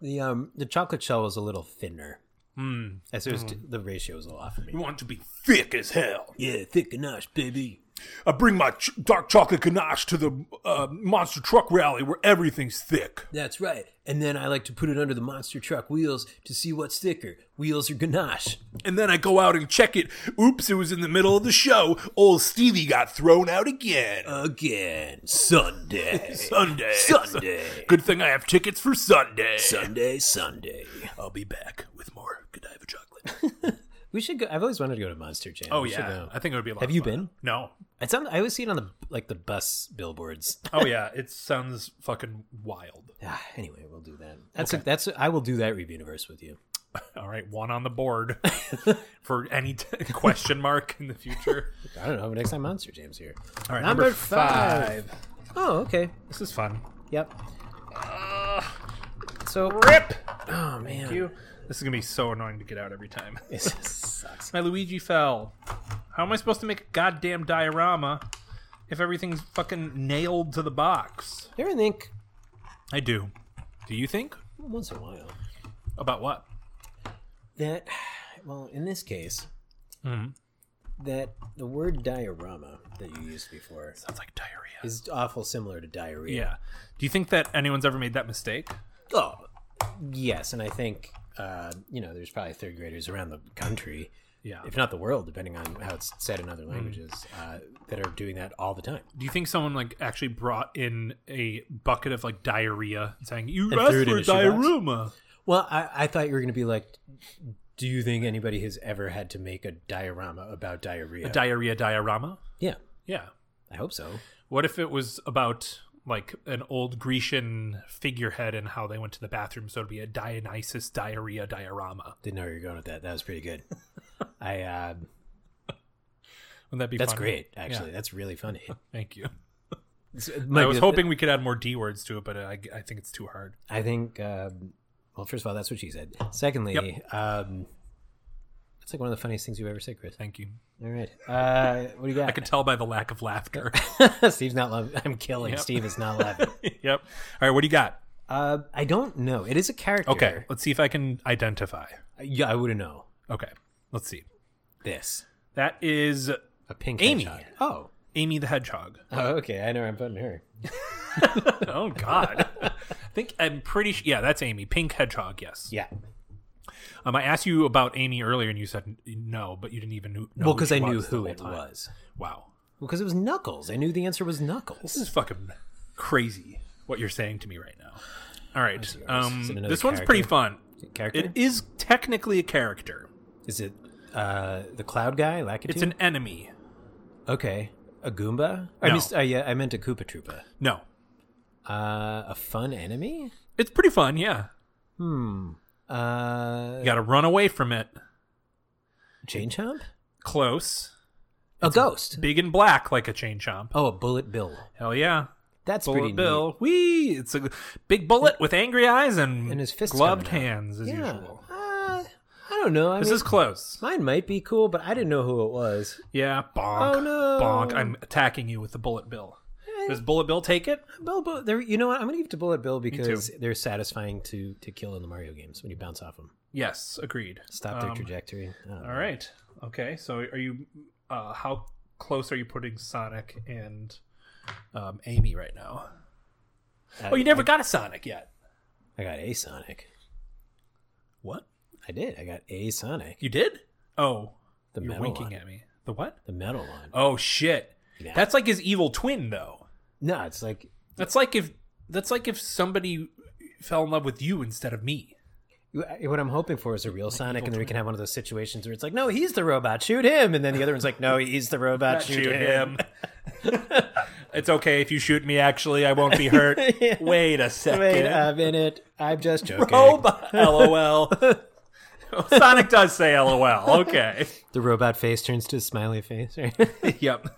the um the chocolate shell was a little thinner.
Hmm.
Mm. As it was, the ratio was a little off for me.
You want it to be thick as hell.
Yeah, thick ganache, baby.
I bring my ch- dark chocolate ganache to the uh, monster truck rally where everything's thick.
That's right. And then I like to put it under the monster truck wheels to see what's thicker, wheels or ganache.
And then I go out and check it. Oops, it was in the middle of the show. Old Stevie got thrown out again.
Uh,
Again, Sunday.
Sunday.
Sunday.
Good thing I have tickets for Sunday.
Sunday, Sunday.
I'll be back with more Godiva chocolate.
We should go. I've always wanted to go to Monster Jam.
Oh
We should
yeah,
go.
I think it would be. A lot
Have
of
you
fun.
been?
No.
It's on, I always see it on the like the bus billboards.
Oh yeah, it sounds fucking wild.
Ah, anyway, we'll do that. That's a, that's. A, I will do that Reeb Universe with you.
All right, one on the board for any t- question mark in the future.
I don't know. But next time Monster Jam's here.
All right,
Number
five.
Oh, okay.
This is fun.
Yep. so
Rip.
oh man,
You. This is gonna be so annoying to get out every time.
this sucks.
My Luigi fell. How am I supposed to make a goddamn diorama if everything's fucking nailed to the box?
There, I think
I do. Do you think
once in a while
about what?
that, well, in this case,
Mm-hmm.
that the word diorama that you used before
Sounds like diarrhea.
is awful similar to diarrhea.
Yeah. Do you think that anyone's ever made that mistake?
Oh, yes, and I think uh, you know there's probably third graders around the country,
Yeah.
if not the world, depending on how it's said in other languages, uh, that are doing that all the time.
Do you think someone like actually brought in a bucket of like diarrhea and saying you
And
asked
threw it
for
in a shoebox?
diarrhea?
Well, I, I thought you were going to be like, do you think anybody has ever had to make a diorama about diarrhea?
Diarrhea diorama?
yeah,
Yeah.
I hope so.
What if it was about like an old Grecian figurehead and how they went to the bathroom? So it'd be a Dionysus diarrhea diorama.
Didn't know where you were going with that. That was pretty good. I uh,
Wouldn't that be?
that's
funny?
great.
Yeah,
Actually, that's really funny.
thank you.
It's- it might
I
be
was
the-
hoping we could add more D words to it, but I, I think it's too hard.
I think. Um, well, first of all, that's what she said. Secondly, um, that's like one of the funniest things you've ever said, Chris.
Thank you.
All right. Uh, what do you got?
I could tell by the lack of laughter.
Steve's not laughing. I'm killing.
Yep.
Steve is not laughing.
yep. All right. What do you got?
uh, I don't know. It is a character.
Okay. Let's see if I can identify.
Yeah, I wouldn't know
Okay. Let's see.
this.
That is
A pink
Amy.
hedgehog. Oh.
Amy the Hedgehog.
oh. Okay. I know where I'm putting her.
oh God. I think I'm pretty sure. Yeah, that's Amy. Pink Hedgehog. Yes.
Yeah.
Um, I asked you about Amy earlier, and you said n- no, but you didn't even knew- know.
Well,
who
because
she
I knew
was the
who
whole
it
time.
was.
Wow,
Well, because it was Knuckles. I knew the answer was Knuckles.
this is fucking crazy. What you're saying to me right now. All right, um,
Is it another
this one's pretty
character?
fun.
Character.
It is technically a character.
Is it uh, the Cloud Guy? Lakitu.
It's an enemy.
okay. A Goomba. I
No.
mean, uh, yeah, I meant a Koopa Troopa.
No,
Uh, a fun enemy. Hmm.
it's pretty fun. Yeah,
Uh,
you got to run away from it.
Chain Chomp.
Close,
A ghost.
big and black like a chain chomp.
Oh, a Bullet Bill.
Hell yeah.
That's pretty
Bullet
neat.
Bill, wee! It's a big bullet with angry eyes and,
And his fists
gloved
coming out.
hands, as
Yeah.
usual.
Uh, I don't know. I
This
mean,
is close.
mine might be cool, but I didn't know who it was.
Yeah, bonk.
Oh, no. Eh.
Bonk. I'm attacking you with the bullet bill. Does Bullet Bill take it?
Bill, Bill there, you know what? I'm gonna give it to Bullet Bill because they're satisfying to to kill in the Mario games when you bounce off them,
Yes, agreed.
stop their
Um,
trajectory. I don't know.
All right. Okay. So are you? Uh, how close are you putting Sonic and um, Amy right now?
I,
Oh, you never got a Sonic yet.
Uh, I got a Sonic.
What?
I did. I got a Sonic.
You did? Oh,
The
you're
metal
winking
one.
at me. The what?
The metal one.
Oh shit!
Yeah.
That's like his evil twin, though.
No, it's like
That's like if that's like if somebody fell in love with you instead of me.
what I'm hoping for is a real Sonic, and then we can have one of those situations where it's like, no, he's the robot, shoot him, and then the other one's like, no, he's the robot, shoot, him.
it's okay if you shoot me. Actually, I won't be hurt.
Yeah.
Wait a second.
Wait uh, a minute, I'm just joking.
Robot. LOL. Sonic does say LOL. Okay.
The robot face turns to a smiley face. Right?
yep.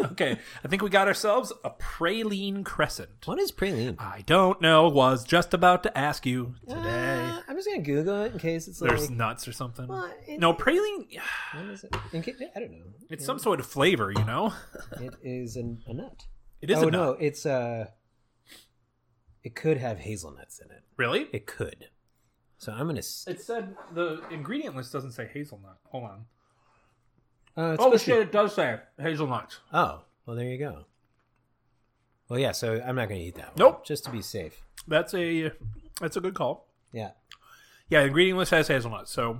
Okay. I think we got ourselves a praline crescent.
what is praline?
I don't know. Was just about to ask you today.
Uh, I'm just gonna Google it in case it's
There's
like.
nuts or something.
Well, it-
no praline.
what is it? In case, I don't know.
It's some sort of flavor, you know.
It is an, a nut.
It is
oh
a nut.
no, it's Uh, it could have hazelnuts in it.
Really?
It could. So I'm gonna. s- uh,
It said the ingredient list doesn't say hazelnut. Hold on.
Uh, it's
Oh
supposed to-
shit! It does say hazelnuts.
Oh, well, there you go. Well, yeah. So I'm not going to eat that. One,
Nope.
Just to be safe.
That's a that's a good call.
Yeah.
Yeah, the ingredient list has hazelnuts, so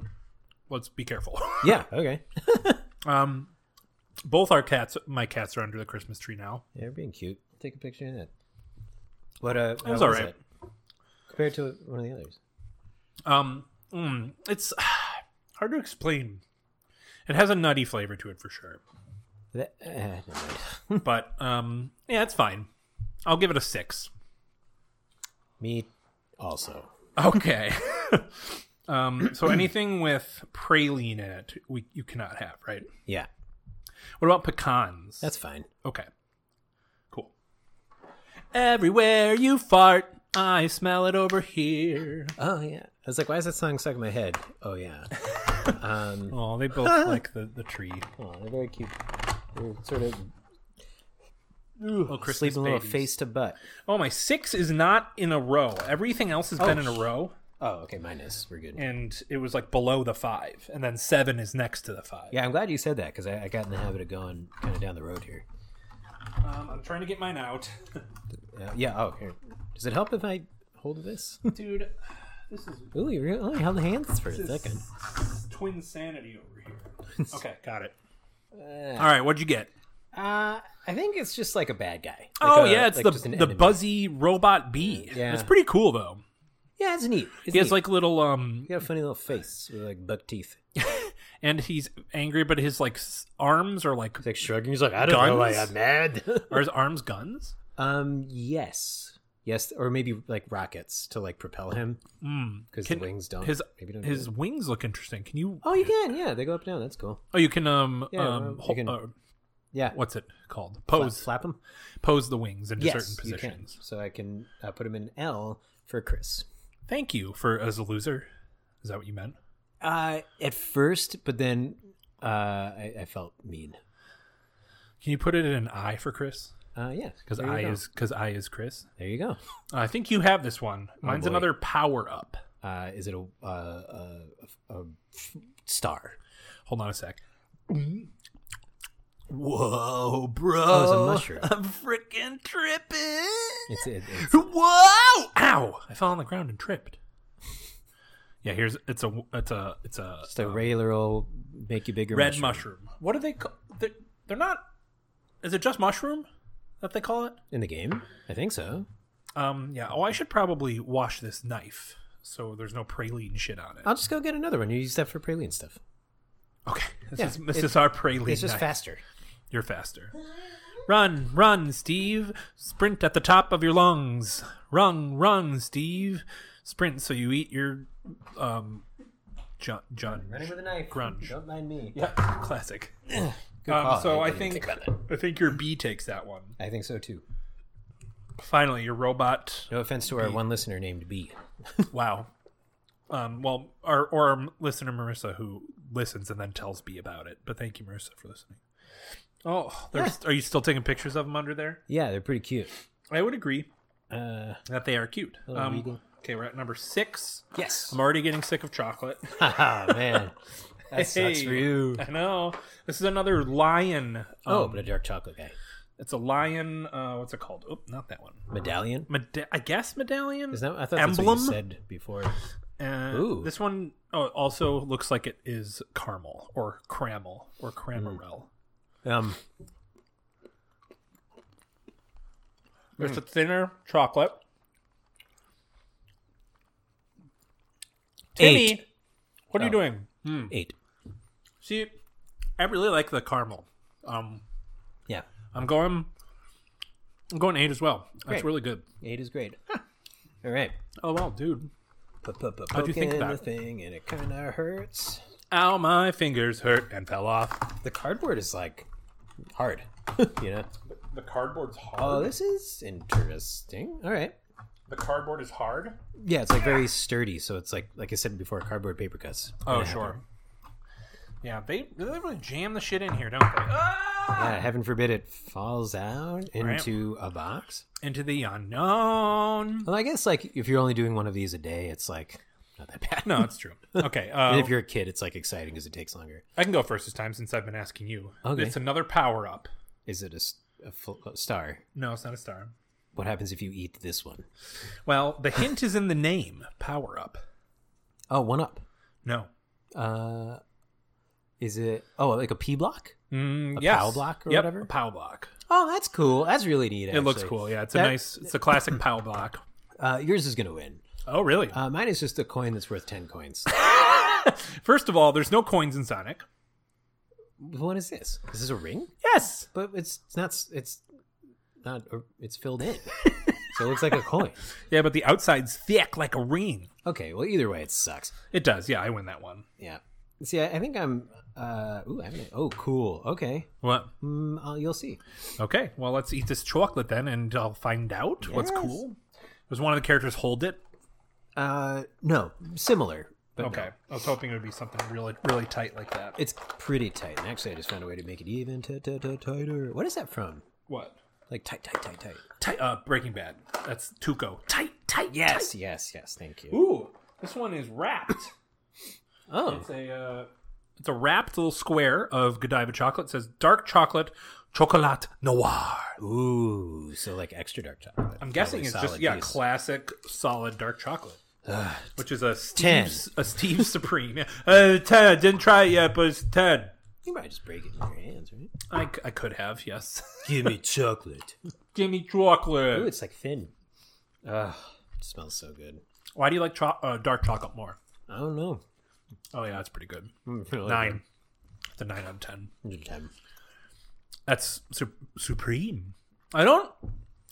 let's be careful.
Yeah. Okay.
um, both our cats, my cats, are under the Christmas tree now.
They're being cute. Take a picture of that. What? Uh, how
was
was
alright.
it? compared to one of the others.
Um, mm, it's hard to explain. It has a nutty flavor to it for sure,
That, uh, never mind.
but um, yeah, it's fine. I'll give it a six.
Me, also.
Okay. um, so anything with praline in it, we you cannot have, right?
Yeah,
What about pecans?
that's fine.
Okay. Cool. Everywhere you fart, I smell it over here.
Oh yeah. I was like, why is that song stuck in my head? Oh yeah. Um,
Oh, they both like the, the tree.
oh, they're very cute. They're sort of
Little Oh, Christmas
sleeping a little
babies.
face to butt.
Oh, my six is not in a row. Everything else has been in a row,
Oh, okay. Mine is. We're good. Yeah.
and it was like below the five, and then seven is next to the five.
I'm glad you said that because I, I got in the habit of going kind of down the road here.
Um, I'm trying to get mine out,
Uh, yeah. Oh, here. Does it help if I hold this?
dude. This is
Ooh, you really only held the hands for a second.
twin sanity over here. Eh. Okay, got it. All right, what'd you get?
Uh, I think it's just like a bad guy.
oh
Like a-
yeah, it's
like just
the
an
the
enemy.
buzzy robot bee.
Yeah.
it's pretty cool though.
Yeah, it's neat. It's
He has
neat.
like little um,
You got a funny little face with like buck teeth.
and he's angry, but his like s- arms are like
He's like shrugging. He's like, I
don't know why I'm
mad.
are his arms guns?
um, yes, yes, or maybe like rockets to like propel him because the
Mm. Can-
wings don't.
His
maybe don't.
his
do it.
wings look interesting. Can you?
oh, you can. Yeah, they go up and down. That's cool.
Oh, you can um
Yeah, well,
um
you
hol-
can-
uh,
Yeah,
what's it called? Pose
flap him?
pose the wings into
Yes,
certain
you can.
positions.
So I can uh, put him in L for Chris.
Thank you for as a loser. Is that what you meant?
Uh, at first, but then uh, I, I felt mean.
Can you put it in an I for Chris?
Uh, yeah,
Because
there you
I
go.
is because I is Chris.
there. You go.
Uh, I think you have this one. Mine's
Oh, boy.
another power up.
Uh, is it a, uh, a, a star?
Hold on a sec. Whoa, bro!
Oh, it's a mushroom.
I'm freaking tripping.
It's, it, it's
Oh!
Whoa! Ow! I fell on the ground and tripped. Yeah, here's it's a it's a it's a
Just a regular old make you bigger
red mushroom.
mushroom.
What are they called? They're, they're not. Is it just mushroom that they call it?
in the game. I think so.
Um. Yeah. Oh, I should probably wash this knife so there's no praline shit on it.
I'll just go get another one. You use that for praline stuff.
okay. This
yeah,
is this
it-
is our praline.
It's just
knife.
faster.
You're faster. Run, run, Steve. Sprint at the top of your lungs. Run, run, Steve. Sprint so you eat your um. John, John,
a knife.
Grunge.
Don't mind me.
Yeah, classic. Um,
call.
so I
I didn't think
think I think your B takes that one.
I think so too.
Finally, your robot.
No offense to our one listener named B.
Wow. Um, well, our or our listener Marissa who listens and then tells B about it. But thank you, Marissa, for listening. Oh, there's, are you still taking pictures of them under there?
Yeah, they're pretty cute.
I would agree
Uh,
that they are cute. Um,
weedy.
okay, we're at number six.
yes.
I'm already getting sick of chocolate.
Haha, Ah, man. That sucks for
Hey.
you.
I know. This is another lion. Um,
Oh, but a dark chocolate guy.
it's a lion. Uh, what's it called? Oh, not that one.
Medallion?
Meda- I guess medallion.
Is that, I thought that's what
Emblem?
you said before.
Uh,
Ooh.
This one oh, also looks like it is caramel or cramel or cramarel.
Um,
Mm. It's a thinner chocolate. Timmy,
Eight.
what are you
Oh.
doing?
Eight.
See, I really like the caramel. Um,
Yeah.
I'm going. I'm going eight as well. That's
Great.
really good.
Eight is great. All right.
Oh wow, dude!
How'd
you think of
The
that?
thing and it kind of hurts.
Ow, my fingers hurt and fell off.
The cardboard is like hard, you know.
The cardboard's hard.
Oh, this is interesting. All right.
the cardboard is hard.
Yeah, it's like very sturdy, so it's like like I said before, cardboard paper cuts.
Oh
Yeah.
sure. Yeah, they they really jam the shit in here, don't they? Ah!
Yeah, heaven forbid it falls out into a box.
Into the unknown.
Well, I guess like if you're only doing one of these a day, it's like not that bad.
No, it's true. Okay.
And
Uh,
if you're a kid, it's like exciting because it takes longer.
I can go first this time since I've been asking you.
Okay.
It's another power up.
Is it a, s- a fl- a star?
No, it's not a star.
What happens if you eat this one?
Well, the hint is in the name power up.
Oh, one up.
No.
Uh, is it? Oh, like a P block?
Mm,
A
yes.
POW block or
Yep,
whatever?
A pow block.
Oh, that's cool. That's really neat.
It looks
actually.
cool. Yeah, it's a
That-
nice. It's a classic pow block.
Uh, yours is gonna win.
Oh, really?
Uh, mine is just a coin that's worth ten coins.
First of all, there's no coins in Sonic.
what is this? Is this a ring?
Yes.
But it's it's not. s- It's not. a- It's filled in, so it looks like a coin.
Yeah, but the outside's thick like a ring.
Okay. Well, either way, it sucks.
It does. Yeah, I win that one.
Yeah. See, I, I think I'm. Uh, ooh, I haven't. Oh, cool. Okay.
What?
Mm, I'll, you'll see.
Okay. Well, let's eat this chocolate then, and I'll find out what's cool. Was one of the characters hold it?
Uh, no, similar. But
Okay.
no.
I was hoping it would be something really, really tight like that.
It's pretty tight. And actually, I just found a way to make it even t- t- t- tighter. What is that from?
What?
Like tight, tight, tight, tight.
Tight. Uh, Breaking Bad. That's Tuco. Tight, tight,
Yes, yes, yes. Thank you.
Ooh, this one is wrapped.
Oh,
It's a uh, it's a wrapped little square of Godiva chocolate. It says dark chocolate, chocolat noir.
ooh. So like extra dark chocolate.
I'm guessing
Probably
it's just
solid
yeah,
piece.
classic solid dark chocolate. which is a
ten.
Steve's, a Steve Supreme. Yeah. Uh, ten. Didn't try it yet, but it's ten.
You might just break it in your hands, right?
I, c- I could have yes.
Give me chocolate.
Give me chocolate.
Ooh, it's like thin. Ugh, it smells so good.
Why do you like cho- uh, dark chocolate more?
I don't know.
Oh yeah, that's pretty good.
Mm, I like
Nine. It's a nine out of ten.
it. Ten.
That's su- supreme. I don't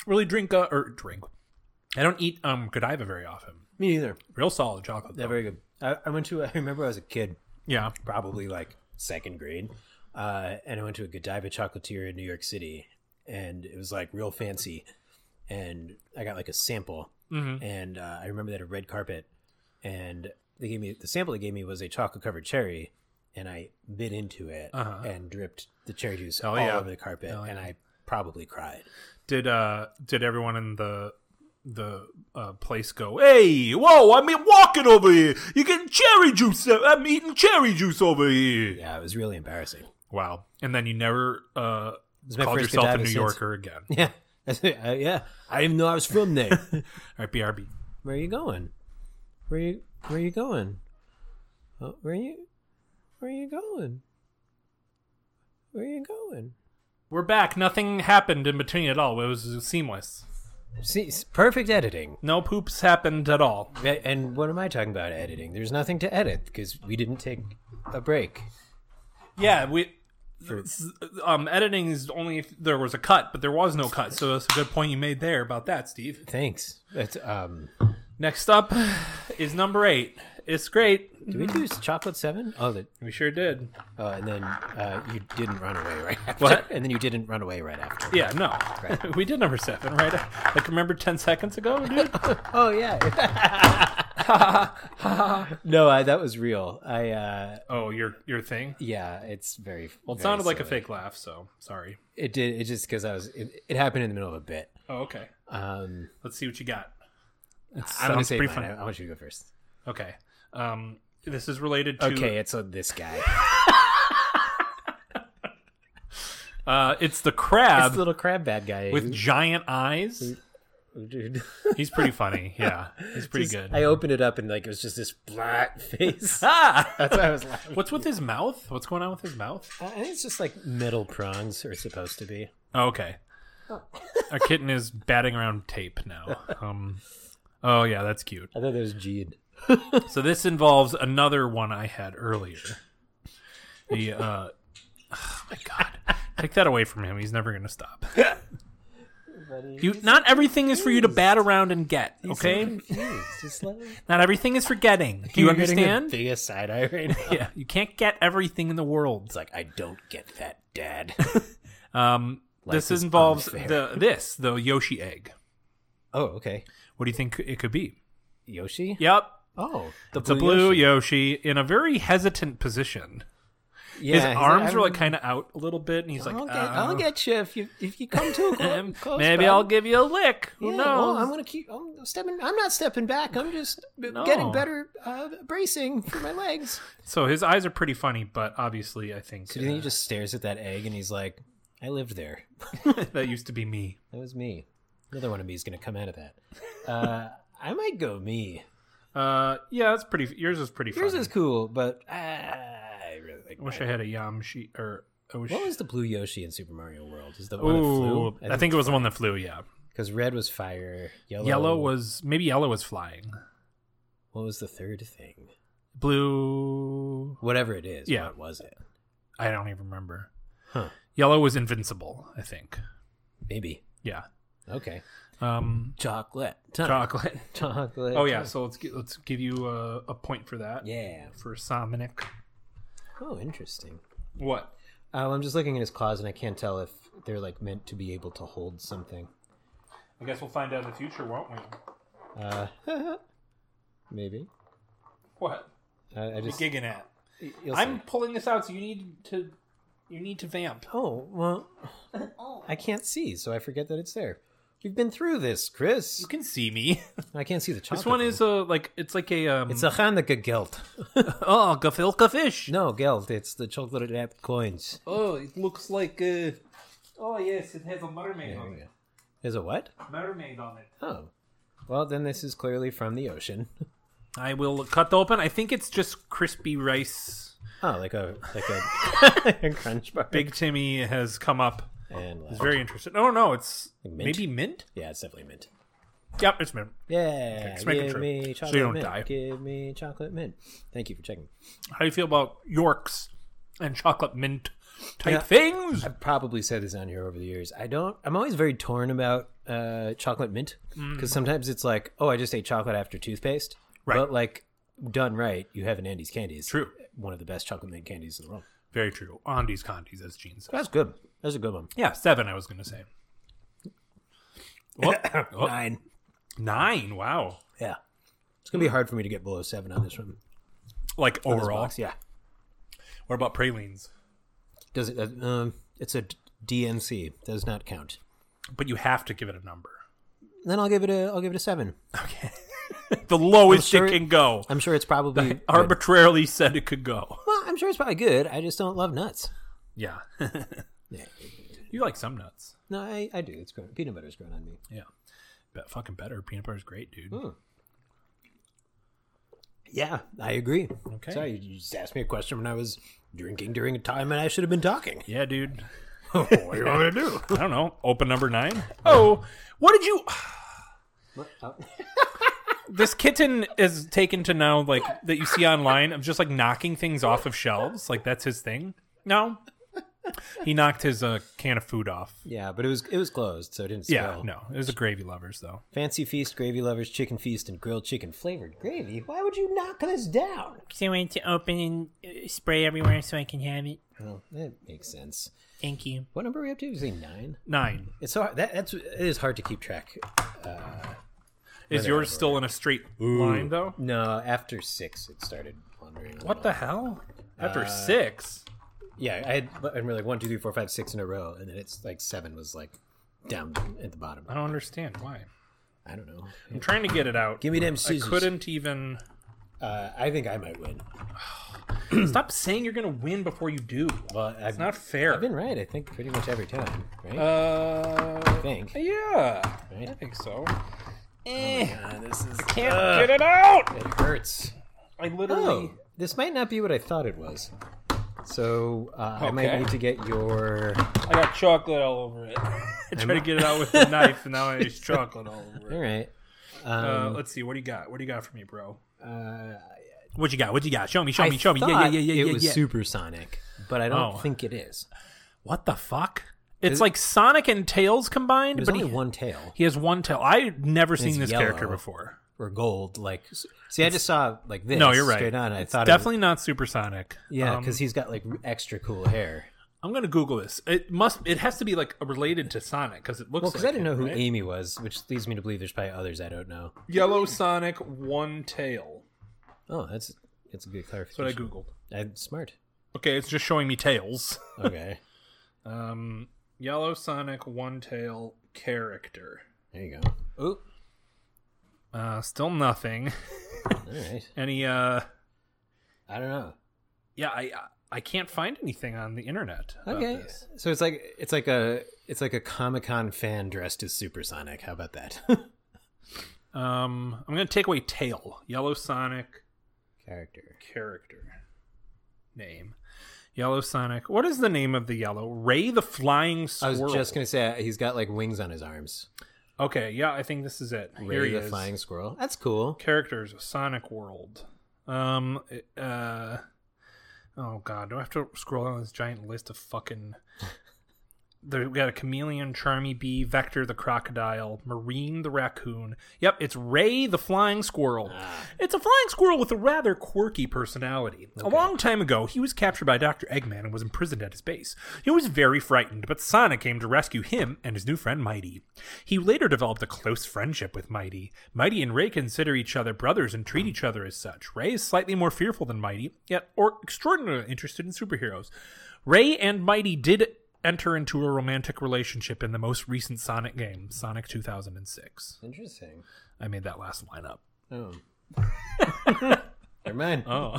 really drink uh, or drink. I don't eat um Godiva very often.
Me neither.
Real solid chocolate.
Yeah,
Though.
very good. I, I went to. I remember I was a kid,
Yeah.
probably like second grade, uh, and I went to a Godiva chocolatier in New York City, and it was like real fancy, and I got like a sample,
Mm-hmm.
and uh, I remember they had a red carpet, and they gave me the sample they gave me was a chocolate covered cherry, and I bit into it and dripped the cherry juice all
Uh-huh. yeah.
over the carpet, and I probably cried.
Did uh did everyone in the the uh, place go? Hey, whoa! I'm walking over here. You're getting cherry juice. uh, I'm eating cherry juice over here.
Yeah, it was really embarrassing.
Wow. And then you never uh
was my
called
first
yourself a
Godiva
New
since.
Yorker again. All
Yeah, I, yeah, I didn't know I was from there.
right, BRB.
Where are you going? Where you where you going? Oh, where you where you going? Where you going?
We're back. Nothing happened in between at all. It was seamless.
See, it's perfect editing.
No poops happened at all.
A- And what am I talking about editing? There's nothing to edit because we didn't take a break.
Yeah, we. s- Um, editing is only if there was a cut, but there was no cut, so that's a good point you made there about that, Steve.
Thanks. That's um.
Next up is number eight. It's great.
Did we do chocolate seven? Oh, the,
We sure did.
uh, and then uh, you didn't run away right after.
What?
And then you didn't run away right after.
Yeah, no, we did number seven, right? Like remember ten seconds ago, dude.
Oh yeah. no, I, that was real. I uh,
oh, your your thing.
yeah, it's uh, very.
Well, it sounded like a fake laugh, so sorry.
It did. It just because I was. It, it happened in the middle of a bit.
Oh, okay.
Um,
Let's see what you got.
it
I'm gonna
sounds
say
pretty
mine.
funny. I, I want you to go first.
Okay. Um, this is related to.
Okay, it's on this guy.
Uh, it's the
It's
crab
the little crab bad guy.
with giant eyes.
Who- dude.
He's pretty funny. Yeah, he's pretty
Just-
good.
I opened it up and like it was just this flat face.
ah!
That's why I was laughing.
What's with his mouth? What's going on with his mouth?
I think it's just like metal prongs are supposed to be.
Oh, okay. Our kitten is batting around tape now. Um, oh yeah, that's cute.
I thought that was G'd.
So this involves another one I had earlier. The uh, oh my god, take that away from him. He's never gonna stop. You not everything is for you to bat around and get. Okay,
Jeez, just like
not everything is for getting. Do you
You're getting the
understand?
Biggest side eye right now.
Yeah, you can't get everything in the world.
It's like I don't get that, Dad.
Um, this
is
involves
unfair.
the this the Yoshi egg.
oh, okay.
What do you think it could be?
Yoshi.
Yep,
Oh, the
it's a blue Yoshi.
Yoshi.
in a very hesitant position.
Yeah,
His
he's like,
arms
I'm-
were like kind of out a little bit, and he's like,
I'll get,
"Uh,
I'll get you if you if you come too clo- close.
maybe
bud."
I'll give you a lick. Who
Yeah,
knows?
well, I'm gonna keep. I'm stepping. I'm not stepping back. I'm just b-
No.
getting better uh, bracing for my legs.
So his eyes are pretty funny, but obviously, I think,
So do you think
uh,
he just stares at that egg and he's like, "I lived there.
that used to be me.
That was me. Another one of me is gonna come out of that." Uh, I might go me.
Uh, yeah, that's pretty. Yours is pretty.
Yours
funny.
is cool, but uh, I really like.
I wish I
mine.
had a Yam sheet or. I wish.
What was the blue Yoshi in Super Mario World? Is the one that
Ooh,
flew?
I think, it was the one that flew. Yeah,
because red was fire, yellow,
yellow was maybe yellow was flying.
What was the third thing?
Blue,
Whatever it is,
Yeah.
what was it?
I don't even remember.
Huh?
Yellow was invincible. I think.
Maybe.
Yeah.
Okay.
Um,
Chocolate. Time.
chocolate.
Chocolate.
Oh yeah.
time.
So let's gi- let's give you a, a point for that.
Yeah.
For Somnic.
Oh, interesting.
What?
Uh, I'm just looking at his claws, and I can't tell if they're like meant to be able to hold something.
I guess we'll find out in the future, won't we?
Uh, maybe.
What?
I, I
You
just.
gigging at?
you'll
I'm
see.
pulling this out, so you need to you need to vamp.
Oh well. I can't see, so I forget that it's there. We've been through this, Chris.
You can see me.
I can't see the chocolate.
This one is
thing.
a like it's like a um,
It's a Hanukkah geld.
oh gefilte fish.
No, geld. It's the chocolate wrapped coins.
Oh, it looks like uh oh yes, it has a mermaid on it.
Is it what?
Mermaid on it.
Oh. Well, then this is clearly from the ocean.
I will cut open. I think it's just crispy rice.
Oh, like a like a, a crunch bar.
Big Timmy has come up.
and like,
It's very interesting. Oh no, it's
Mint?
maybe mint.
yeah, it's definitely mint.
Yep, it's mint.
Yeah,
just making
give
sure. So
me
you
chocolate
don't
mint.
die.
Give me chocolate mint. Thank you for checking.
How do you feel about Yorks and chocolate mint type
Yeah.
things?
I've probably said this on here over the years. I don't. I'm always very torn about uh, chocolate mint because sometimes it's like, oh, I just ate chocolate after
Mm.
toothpaste.
Right.
But like done right, you have an Andes candy. It's
True.
One of the best chocolate mint candies in the world.
Very true. Andes condes, as Gene says.
That's good. That's a good one.
Yeah, seven. I was going to say Whoop. Oh,
Nine.
nine. Wow.
Yeah. It's gonna be hard for me to get below seven on this one.
Like
on this
overall.
box, yeah.
What about pralines?
Does it? Uh, um, it's a d- DNC. Does not count.
But you have to give it a number.
Then I'll give it a. I'll give it a seven.
The lowest
sure
it
it-
can go.
I'm sure it's probably. good.
arbitrarily said it could go.
Well, I'm sure it's probably good. I just don't love nuts.
Yeah. you like some nuts.
No, I, I do. It's grown, peanut butter's grown on me.
Yeah. But fucking better. Peanut butter's great, dude.
Hmm. Yeah, I agree.
Okay.
Sorry, you just asked me a question when I was drinking during a time when I should have been talking.
Yeah, dude.
what do you want me to do?
I don't know. Open number nine. Oh, what did you? Oh. This kitten is taken to now like that you see online of just like knocking things off of shelves. Like that's his thing. No, he knocked his uh, can of food off.
Yeah, but it was it was closed, so it didn't
Yeah,
spill.
no, it was a gravy lovers though.
Fancy feast, gravy lovers, chicken feast, and grilled chicken flavored gravy. Why would you knock this down?
So I want to open and uh, spray everywhere so I can have it.
Well, that makes sense.
Thank you.
What number are we up to? You say nine?
Nine.
It's so hard. That, that's it is hard to keep track.
Is yours still in a straight line though?
No, after six it started wandering.
What the hell?
Uh,
After six.
Yeah, I had and we're like one, two, three, four, five, six in a row, and then it's like seven was like down at the bottom.
I don't understand why.
I don't know.
I'm trying to get it out.
Give me them
I
scissors.
couldn't even.
Uh, I think I might win.
Stop saying you're gonna win before you do.
Well, I've,
It's not fair.
I've been right. I think pretty much every time, right?
uh,
I think.
yeah,
Right?
I think so.
Eh. Oh
Uh, this is
Can't get it out.
it hurts.
I literally.
Oh, this might not be what I thought it was. So uh, I might
Okay.
need to get your.
I got chocolate all over it. I tried to get it out with the knife, and now it's chocolate all over
All
it.
right.
Uh,
Um,
let's see. What do you got? What do you got for me, bro?
uh,
What you got? What you got? Show me. Show
I
me. Show me. Yeah, yeah,
thought
yeah, yeah,
It
yeah,
was
yeah.
supersonic, but I don't
Oh.
think it is.
What the fuck? It's like Sonic and Tails combined,
There's
but
only
he,
one tail
he has one tail. I've never seen
it's
this character
yellow.
before.
or gold. Like, see, I just saw like this.
No, you're right.
Straight on. I
it's
thought it was-
definitely not supersonic.
yeah,
Um,
because he's got like extra cool hair.
I'm gonna Google this. It must. It has to be like related to Sonic because it looks.
Well, because
like
I didn't
it,
know who
right?
Amy was, which leads me to believe there's probably others I don't know.
Yellow Sonic One Tail.
Oh, that's that's a good
That's what I
clarification.
googled.
I am smart.
Okay, it's just showing me tails.
Okay.
Um, Yellow Sonic One Tail character.
There you go.
Ooh. Uh, still nothing.
All right.
Any? Uh,
I don't know.
yeah, I I- I can't find anything on the internet. about
Okay.
this.
So it's like it's like a it's like a Comic Con fan dressed as Supersonic. How about that?
Um, I'm gonna take away tail. Yellow Sonic
Character.
character name. Yellow Sonic. What is the name of the yellow? Ray the Flying
I
Squirrel.
was just gonna say uh, he's got like wings on his arms.
Okay, yeah, I think this is it. Here
Ray
he
the
is.
flying squirrel. That's cool.
characters of Sonic World. Um, uh, oh god, do I have to scroll down this giant list of fucking? They've got a chameleon, Charmy Bee, Vector the crocodile, Marine the raccoon. Yep, it's Ray the flying squirrel. It's a flying squirrel with a rather quirky personality. A long time ago, he was captured by Dr. Eggman and was imprisoned at his base. He was very frightened, but Sonic came to rescue him and his new friend Mighty. He later developed a close friendship with Mighty. Mighty and Ray consider each other brothers and treat each other as such. Ray is slightly more fearful than Mighty, yet or extraordinarily interested in superheroes. Ray and Mighty did enter into a romantic relationship in the most recent Sonic game, Sonic 2006.
Interesting.
I made that last line up.
Oh. Never mind.
Oh,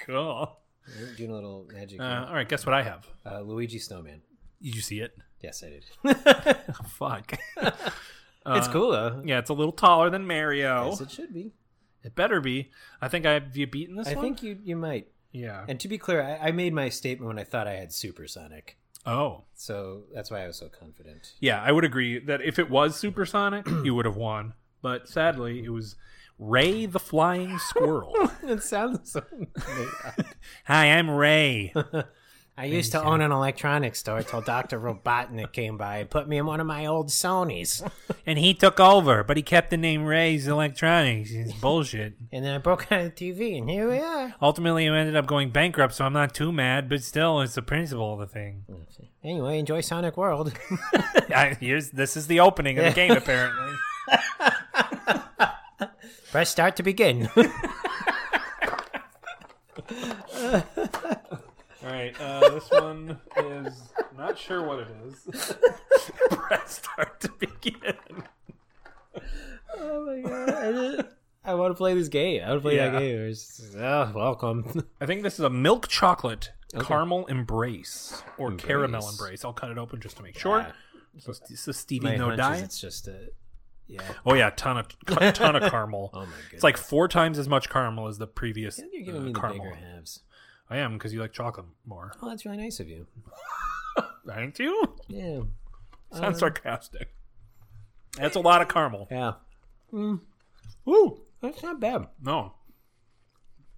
cool.
You're Doing a little magic.
Uh, all right, guess what I have.
Uh, Luigi Snowman.
Did you see it?
Yes, I did.
Oh,
Fuck.
it's cool though. Oh.
yeah, it's a little taller than Mario.
Yes, it should be.
It better be. I think I've you beaten this
I
one.
think you you might.
yeah.
And to be clear, I, I made my statement when I thought I had Supersonic,
oh,
so that's why I was so confident.
yeah. I would agree that if it was Supersonic, you would have won. But sadly, it was Ray the Flying Squirrel.
it sounds so.
Hi, I'm Ray.
I used to own an electronics store till Dr. Robotnik came by and put me in one of my old Sonys.
And he took over, but he kept the name Ray's Electronics. It's bullshit.
And then I broke out of the TV, and here we are.
Ultimately, he ended up going bankrupt, so I'm not too mad, but still, it's the principle of the thing.
Anyway, enjoy Sonic World.
I, here's, this is the opening of the game, apparently.
Press start to begin.
All right, uh, this one is not sure what it is. Press start to begin.
oh my god. I, just- I want to play this game. I want to play
Yeah.
that game. It's just- oh, welcome.
I think this is a milk chocolate caramel embrace or caramel embrace. I'll cut it open just to make sure. So, so Stevie
My
no
hunch is
diet.
It's just uh, a. Yeah.
Oh yeah, ton of cu- ton of caramel.
Oh my god.
it's like four times as much caramel as the previous
You're giving
uh,
me the
caramel.
bigger halves.
I am because you like chocolate more.
Oh, that's really nice of you.
Aren't you?
Yeah.
Sounds sarcastic. That's a lot of caramel.
Yeah.
Woo!
That's not bad.
No,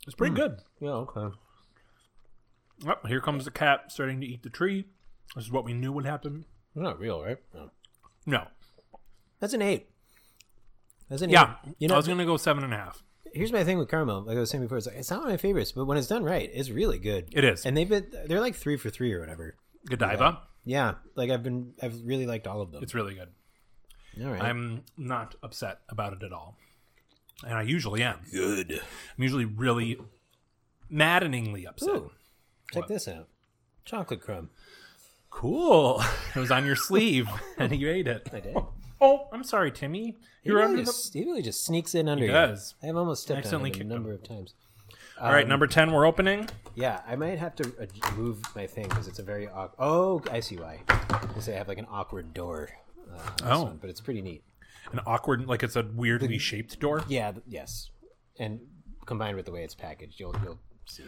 it's
Hmm.
pretty good.
Yeah, okay.
Oh, here comes the cat starting to eat the tree. This is what we knew would happen.
Not real, right? No.
No,
That's an eight. That's an
yeah,
eight. You know,
I was gonna go seven and a half.
here's my thing with caramel. Like I was saying before, it's like it's not one of my favorites, but when it's done right, it's really good.
It is.
and they've been they're like three for three or whatever.
Godiva,
Yeah, like I've been I've really liked all of them.
it's really good.
all right.
I'm not upset about it at all, and I usually am.
Good.
I'm usually really maddeningly upset.
Ooh, check this out. Chocolate crumb.
Cool. It was on your sleeve, and you ate it.
I did.
Oh, I'm sorry, Timmy.
He
You're
really,
under the.
just, he really just sneaks in under. He
does.
You. I have almost stepped
Accidentally
on him
kicked
a number of times.
All right,
Um,
number ten. We're opening.
Yeah, I might have to uh, move my thing because it's a very awkward. Oh, I see why. I say I have like an awkward door. Uh, on this
Oh.
one, but it's pretty neat.
An awkward, like it's a weirdly shaped door.
Yeah. Th- yes. And combined with the way it's packaged, you'll you'll see.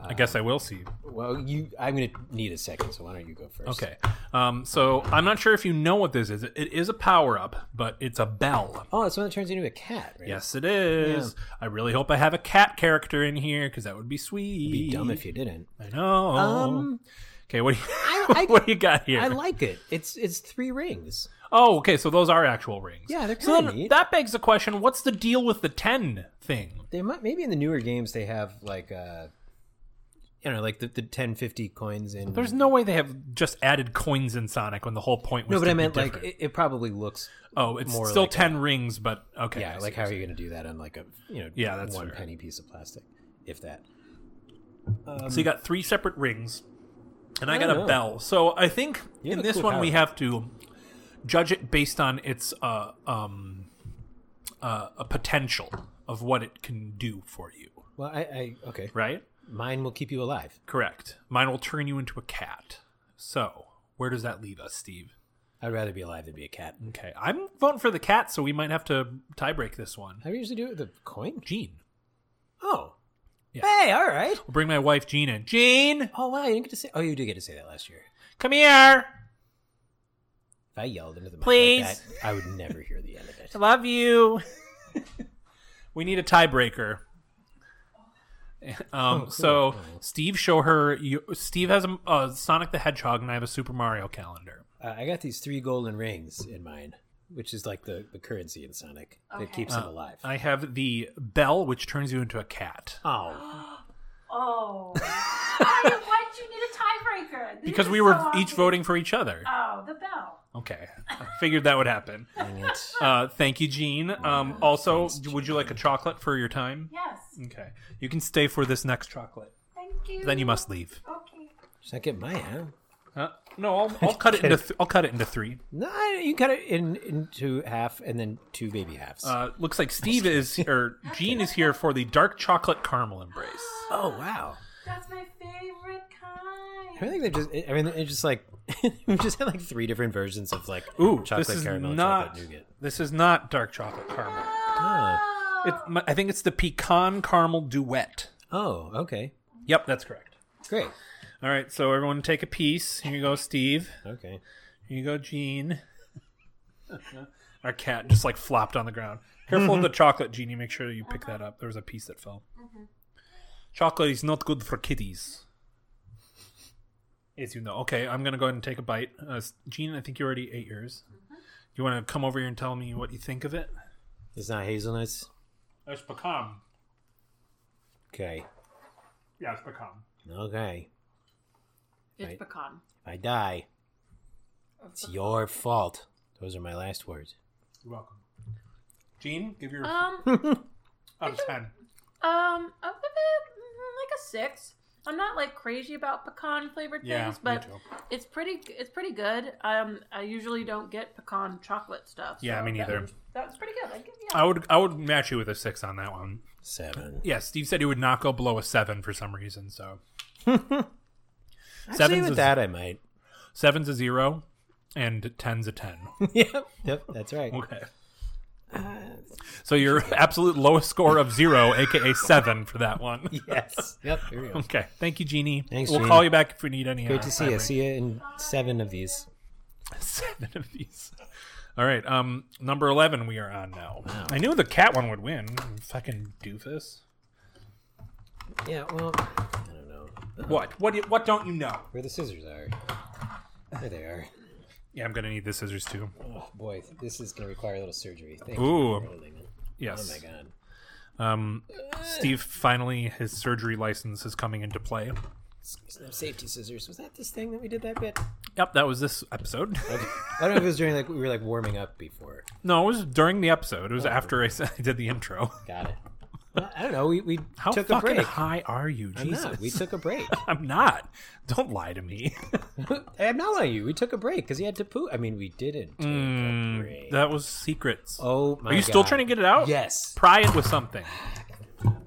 I guess I will see.
Well, you. I'm gonna need a second, so why don't you go first?
Okay. Um, so I'm not sure if you know what this is. It, it is a power up, but it's a bell.
Oh, it's one that turns you into a cat. Right?
Yes, it is. I really hope I have a cat character in here because that would be sweet.
Be dumb if you didn't.
I know.
Um,
okay, what do you
I-
what do you got here?
I like it. It's it's three rings.
oh, okay, so those are actual rings.
Yeah, they're
So
kind of
then
neat.
that begs the question: What's the deal with the ten thing?
They might maybe in the newer games they have like uh, you know, like the the ten fifty coins in.
There's no way they have just added coins in Sonic when the whole point was
no, but
to
I
be
meant like
different.
it, it probably looks.
oh, it's
more
still
like a-
ten rings, but okay, I
Yeah,
see
like
what
how
you're
are you going to do that on like a you know
Yeah, that's
one
fair.
penny piece of plastic, if that.
so you got three separate rings, and I,
I
got
don't
a
know.
bell. So I think
You have
in
a
this
cool
one we
power.
Oh, have to judge it based on its uh, um, uh, a potential of what it can do for you.
Well, I, I okay.
Right?
Mine will keep you alive.
Correct. Mine will turn you into a cat. So where does that leave us, Steve?
I'd rather be alive than be a cat.
Okay, I'm voting for the cat, so we might have to tie break this one.
How do you usually do it with a coin?
Jean,
Oh.
Yeah.
Hey, all right.
we'll bring my wife Jean in. Jean,
Oh wow, you didn't get to say. Oh, you did get to say that last year.
come here.
If I yelled into the mic
Please.
like that, I would never hear the end of it.
Love you. we need a tiebreaker. Um, so Steve, show her. You, Steve has a uh, Sonic the Hedgehog, and I have a Super Mario calendar.
Uh, I got these three golden rings in mine, which is like the, the currency in Sonic that keeps him alive.
Uh, I have the bell, which turns you into a cat.
oh,
Oh. Why, why did you need a tiebreaker? This
Because
is
we
so
were each
obvious.
voting for each other.
Oh, the bell.
Okay, I figured that would happen.
dang it.
Uh, thank you, Gene. Um, also, would you like a chocolate for your time?
Yes.
Okay, you can stay for this next chocolate.
Thank you.
Then you must leave.
Okay.
Should I get mine? Huh?
Uh, no, I'll, I'll cut it into th- I'll cut it into three.
No, I- you cut it in into half and then two baby halves.
Uh, looks like Steve is or Gene is here for the dark chocolate caramel embrace.
oh wow!
That's my favorite kind.
I think they just. I mean, it just like we just had like three different versions of like
Ooh,
chocolate
this is
caramel,
not
chocolate nougat.
this is not dark chocolate caramel.
Oh.
It, my, I think it's the pecan caramel duet.
oh, okay,
Yep, that's correct.
great.
All right, so everyone take a piece. Here you go, Steve.
Okay,
Here you go, Gene. Our cat just like flopped on the ground. Careful of the chocolate, Genie. Make sure you pick that up. There was a piece that fell. Chocolate is not good for kitties. As you know. Okay, I'm going to go ahead and take a bite. Uh, s- Gene, I think you already ate yours. You want to come over here and tell me what you think of it?
it's not hazelnuts.
Uh, It's pecan.
Okay,
Yeah, it's pecan.
okay.
It's
Right.
pecan.
If I die, it's your fault. Those are my last words.
You're welcome. Gene, give your
Um,
out of 10.
um, I'll give it mm, like a six. I'm not like crazy about pecan flavored
Yeah,
things,
me
but
too.
it's pretty. It's pretty good. Um, I usually don't get pecan chocolate stuff.
Yeah,
so
me
that
neither.
was- That's pretty good. I give yeah.
I would I would match you with a 6 on that one.
Seven.
Yeah, Steve said he would not go below a seven for some reason. So
Actually,
Seven's
with
is-
that, I might.
seven's a zero, and ten's a ten.
yep, yep, that's right.
Okay. So your absolute lowest score of zero, aka seven, for that one.
Yes. Yep. Here we go.
Okay. Thank you, Jeannie.
Thanks,
we'll
Jeannie.
call you back if we need any.
Great
uh,
to see you.
tiebreak.
See you in seven of these.
Seven of these. All right. Um, number eleven we are on now. I knew the cat one would win. Fucking doofus.
Yeah. Well, I don't know
What? What? do you- What don't you know?
where the scissors are. There they are.
Yeah, I'm gonna need the scissors too.
Oh boy, this is gonna require a little surgery. Thank
Ooh.
you. for holding it. Oh
Yes.
my god.
Um, Steve finally his surgery license is coming into play.
Snap safety scissors. Was that this thing that we did that bit?
Yep, that was this episode.
I don't know if it was during like we were like warming up before.
no, it was during the episode. It
Oh.
was after I, s- I did the intro.
Got it. Well, I don't know. We we
How
took a
fucking
break.
high are you,
I'm
Jesus?
not. We took a break.
I'm not. Don't lie to me.
I'm not lying to you. We took a break because he had to poo. I mean, we didn't. Take a break.
that was secrets.
Oh my!
are you still
God.
trying to get it out?
Yes.
Pry it with something.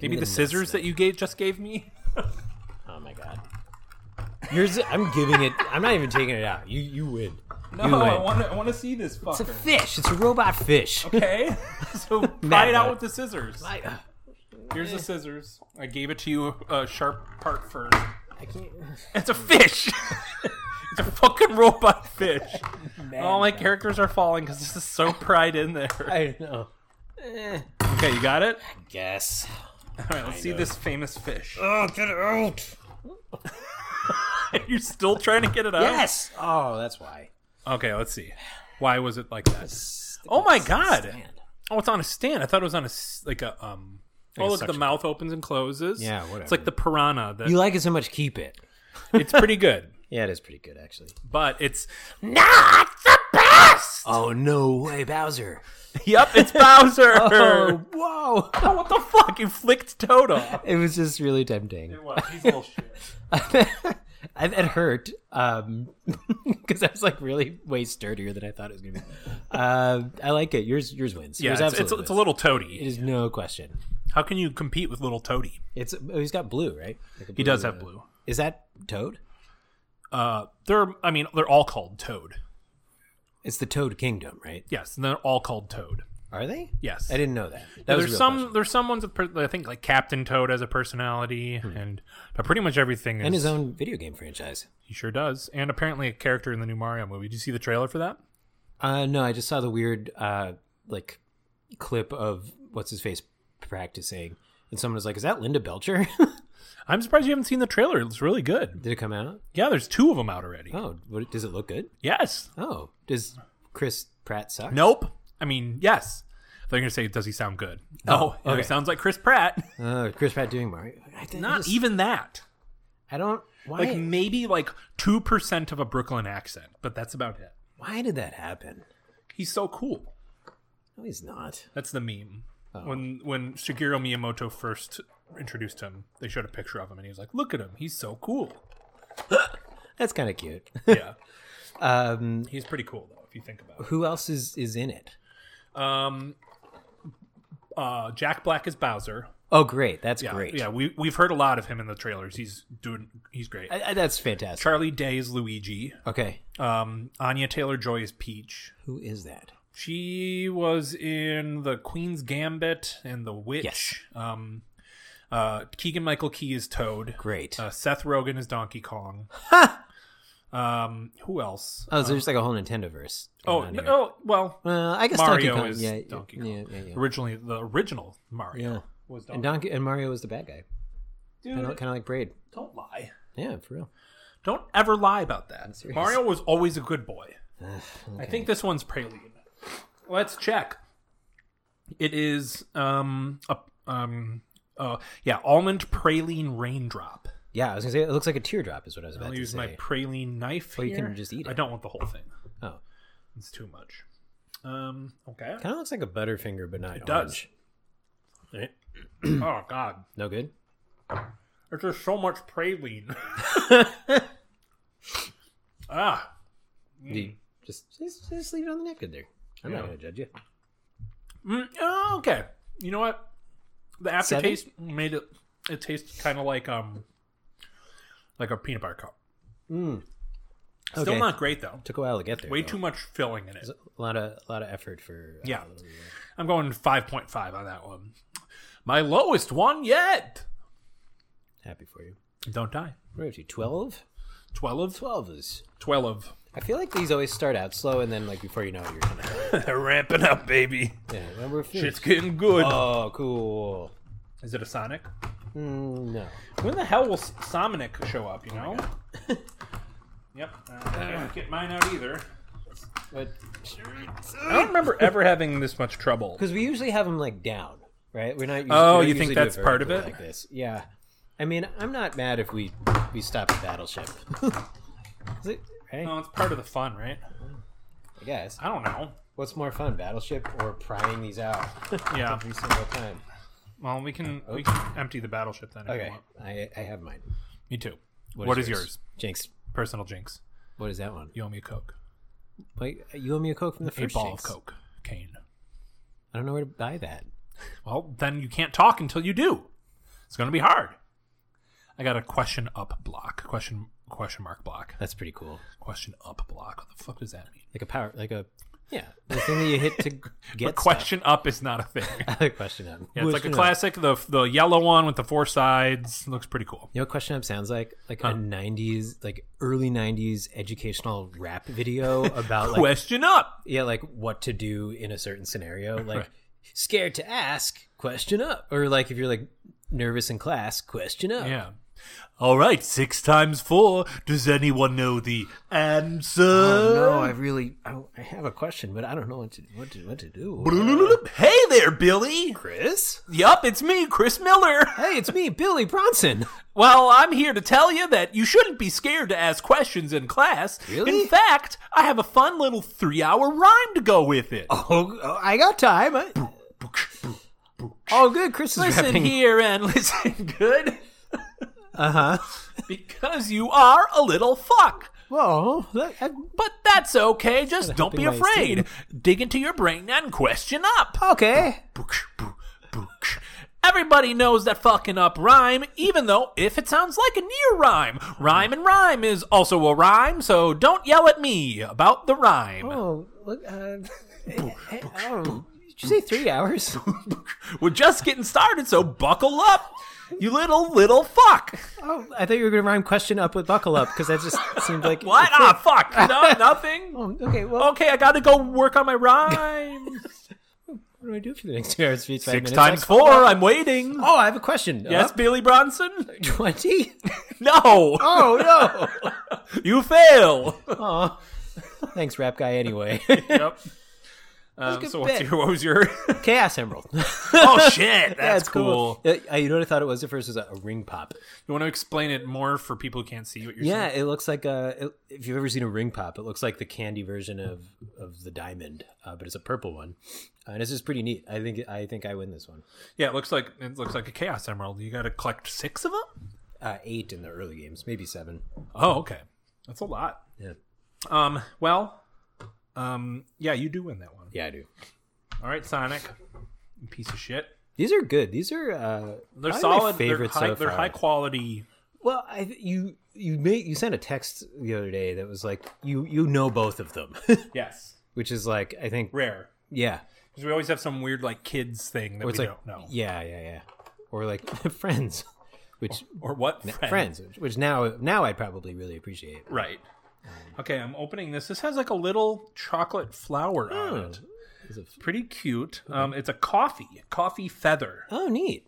Maybe the
the nuts
scissors that you gave just gave me.
Oh my god. Yours. I'm giving it. I'm not even taking it out. You you win.
No,
you win.
I want to. I want to see this
it's a
fucker.
fish. It's a robot fish.
Okay, so pry it out with the scissors.
I, uh,
Here's the scissors. I gave it to you, uh, sharp part first.
I can't.
It's a fish. it's a fucking robot fish. All my characters are falling because this is so pried in there.
I know.
Okay, you got it.
Guess.
All right, let's see this famous fish.
Oh, get it out.
You're still trying to get it out.
Yes. Oh, that's why.
Okay, let's see. Why was it like that? Oh my god! Oh, it's on a stand. I thought it was on a s- like a um. Oh,
a
look, the
suction.
mouth opens and closes.
Yeah,
It's
whatever.
like the piranha. That
You like it so much, keep it.
it's pretty good,
Yeah, it is pretty good actually.
but it's not the best. lost!
Oh no way, Bowser!
Yep, it's Bowser.
Oh whoa!
Oh, what the fuck? You flicked Toto.
It was just really tempting.
He's a little shit.
I, that hurt because I was like really way sturdier than I thought it was gonna be. Uh, I like it. Yours, yours wins.
Yeah,
yours
it's, it's,
absolutely
it's a
wins.
little toady.
It is no question.
How can you compete with little toady?
It's oh, he's got blue, right? Like a
He does have
uh,
blue.
Is that Toad?
Uh, they're, I mean, they're all called Toad.
It's the Toad Kingdom, right?
Yes, and they're all called Toad.
Are they?
Yes.
I didn't know that. That
Yeah,
was a
there's
real
some
question.
there's some ones with per- I think like Captain Toad has a personality and but pretty much everything is
Hmm. and his own video game franchise.
he sure does and apparently a character in the new Mario movie. Did you see the trailer for that?
Uh, no, I just saw the weird uh, like clip of what's his face practicing, and someone was like, "Is that Linda Belcher?"
I'm surprised you haven't seen the trailer. It looks really good.
Did it come out?
Yeah, there's two of them out already.
Oh, what, does it look good?
Yes.
Oh, does Chris Pratt suck?
Nope. I mean, yes. They're gonna say, does he sound good? No.
Oh,
It
okay.
sounds like Chris Pratt.
Uh, Chris Pratt doing Mario? I think
Not
just-
even that.
I don't. Why?
Like maybe like two percent of a Brooklyn accent, but that's about it.
why did that happen?
He's so cool.
No, he's not.
That's the meme.
Oh.
When when Shigeru Miyamoto first introduced him, they showed a picture of him, and he was like, "Look at him, he's so cool."
That's kind of cute.
Yeah,
um,
he's pretty cool though, if you think about
who else is is in it?
it. Um, uh, Jack Black is Bowser.
Oh, great. That's
Yeah,
great.
yeah. We we've heard a lot of him in the trailers. He's doing he's great.
I, I- that's fantastic.
Charlie Day is Luigi.
okay,
Um, Anya Taylor Joy is Peach.
who is that?
She was in the Queen's Gambit and the Witch.
Yes.
Um, uh, Keegan Michael Key is Toad.
Great.
Uh, Seth Rogen is Donkey Kong. um, who else?
oh, so there's like a whole Nintendo verse.
Oh,
on
no,
here.
oh, well,
Well, I guess
Mario
Donkey Kong.
is
yeah,
Donkey
yeah,
Kong.
Yeah, yeah, yeah.
Originally, the original Mario
Yeah.
was Donkey.
And Donkey and Mario was the bad guy.
Dude,
Kind of, kind of like Braid.
don't lie.
Yeah, for real.
Don't ever lie about that.
serious.
Mario was always a good boy. I think this one's Prelude. Let's check. It is um a, um uh yeah almond praline raindrop.
Yeah, I was gonna say it looks like a teardrop is what I was about
I'll
to
use
say.
my praline knife.
Well, you can
here.
just eat
I
it.
don't want the whole thing.
oh,
It's too much. Um. Okay.
kind of looks like a Butterfinger, but not. It
does. oh God.
No good.
There's just so much praline. ah,
You Just, just just leave it on the napkin there. I'm not
Yeah.
gonna judge you.
Mm, oh, okay. You know what? The aftertaste made it. It tastes kind of like um, like a peanut butter cup. Still
Okay.
not great though.
Took a while to get there.
Way
though.
too much filling in it.
A lot of a lot of effort for. uh,
Yeah, I'm going 5.5 on that one. My lowest one yet.
happy for you.
Don't die.
What are you? Twelve.
12.
Twelve is.
12.
I feel like these always start out slow, and then like before you know it, you're kind of.
They're ramping up, baby. Uh,
Yeah, well, we're
It's
finished.
getting good.
Oh, cool.
Is it a Sonic?
Mm, no.
When the hell will S- Somnic show up, you know? yep. Uh, I don't get mine out either.
But
I don't remember ever having this much trouble.
Because we usually have them like down, right? We're not. Usually,
Oh,
we don't
you think
usually do
that's part of
vertically
it?
Like this, yeah. I mean, I'm not mad if we we stop at battleship. Is it? Right?
No, it's part of the fun, right?
I guess.
I don't know.
What's more fun, battleship or prying these out
Yeah.
every single time?
Well, we can we can empty the battleship then. If You
Okay,
want.
I, I have mine.
Me too. what is, yours?
Jinx?
Personal jinx.
What is that one?
You owe me a Coke.
Wait, you owe me a coke from the
A
first
ball
Jinx.
of Coke. Cane.
I don't know where to buy that.
Well, then you can't talk until you do. It's going to be hard. I got a question up block. Question question mark block.
That's pretty cool.
Question up block. What the fuck does that mean?
Like a power, like a yeah, the thing that you hit to
But
get
question up is not a thing.
Stuff. question up.
Yeah, it's like a classic. The the yellow one with the four sides looks pretty cool.
You know what Question Up sounds like? Like a 90s, like early 90s educational rap video about like,
question up.
yeah, like what to do in a certain scenario. Like, scared to ask, question up. Or like if you're like nervous in class, question up.
Yeah.
All right, six times four. Does anyone know the answer?
Oh, no, I really I, I have a question, but I don't know what to what to, what to do.
Hey there, Billy.
Chris?
Yup, it's me, Chris Miller.
Hey, it's me, Billy Bronson.
Well, I'm here to tell you that you shouldn't be scared to ask questions in class.
Really?
In fact, I have a fun little three hour rhyme to go with it.
Oh, oh, I got time. I... Oh, good. Chris is
listen
rapping.
here and listen good,
Uh huh.
because you are a little fuck.
Whoa. That, that,
But that's okay, just don't be
helping my
afraid. Dig into your brain and question up.
okay.
Everybody knows that fucking up rhyme, even though if it sounds like a near rhyme. Rhyme and rhyme is also a rhyme, so don't yell at me about the rhyme.
Oh, look. Uh, oh. I don't know. Did you say three hours?
We're just getting started, so buckle up, you little, little fuck.
Oh, I thought you were going to rhyme question up with buckle up because that just seemed like
What? Ah, fuck. No, nothing.
Oh, okay. Well,
Okay, I gotta go work on my rhyme.
what do I do for the next two hours? Three, five
Six
minutes?
times
Like,
four, I'm waiting.
Oh, I have a question.
Yes, Billy Bronson?
twenty.
No,
Oh no.
you fail.
Oh, thanks, rap guy. Anyway,
Yep. Um,
good
so what's
bit.
your, what was your?
chaos emerald.
oh shit, that's
That's
cool.
Yeah, I- you know what I thought it was at first was a, a ring pop.
You want to explain it more for people who can't see what you're
Yeah,
saying?
it looks like a. it- if you've ever seen a ring pop, it looks like the candy version of of the diamond, uh, but it's a purple one, uh, and this is pretty neat. I think I think I win this one.
Yeah, it looks like it looks like a chaos emerald. You got to collect six of them.
Uh, eight in the early games, maybe seven.
Oh, okay, that's a lot.
Yeah.
Um. Well. Um. Yeah, you do win that one.
Yeah, I do.
All right, Sonic. you Piece of shit.
These are good. These are uh,
They're
probably my
solid. They're
favorites
high,
so
they're
far.
high quality.
Well, I, th- you you made you sent a text the other day that was like you you know both of them,
Yes.
which is like I think
Rare.
yeah,
Because we always have some weird like kids thing that
Or it's
we
like
don't know.
yeah yeah yeah, or like friends, which
Or what? Friend.
friends, which, which now now I'd probably really appreciate.
Right.
Um,
Okay, I'm opening this. This has like a little chocolate flower on it.
Hmm. Is it-
Pretty cute. Um, it's a coffee, coffee feather.
Oh, neat.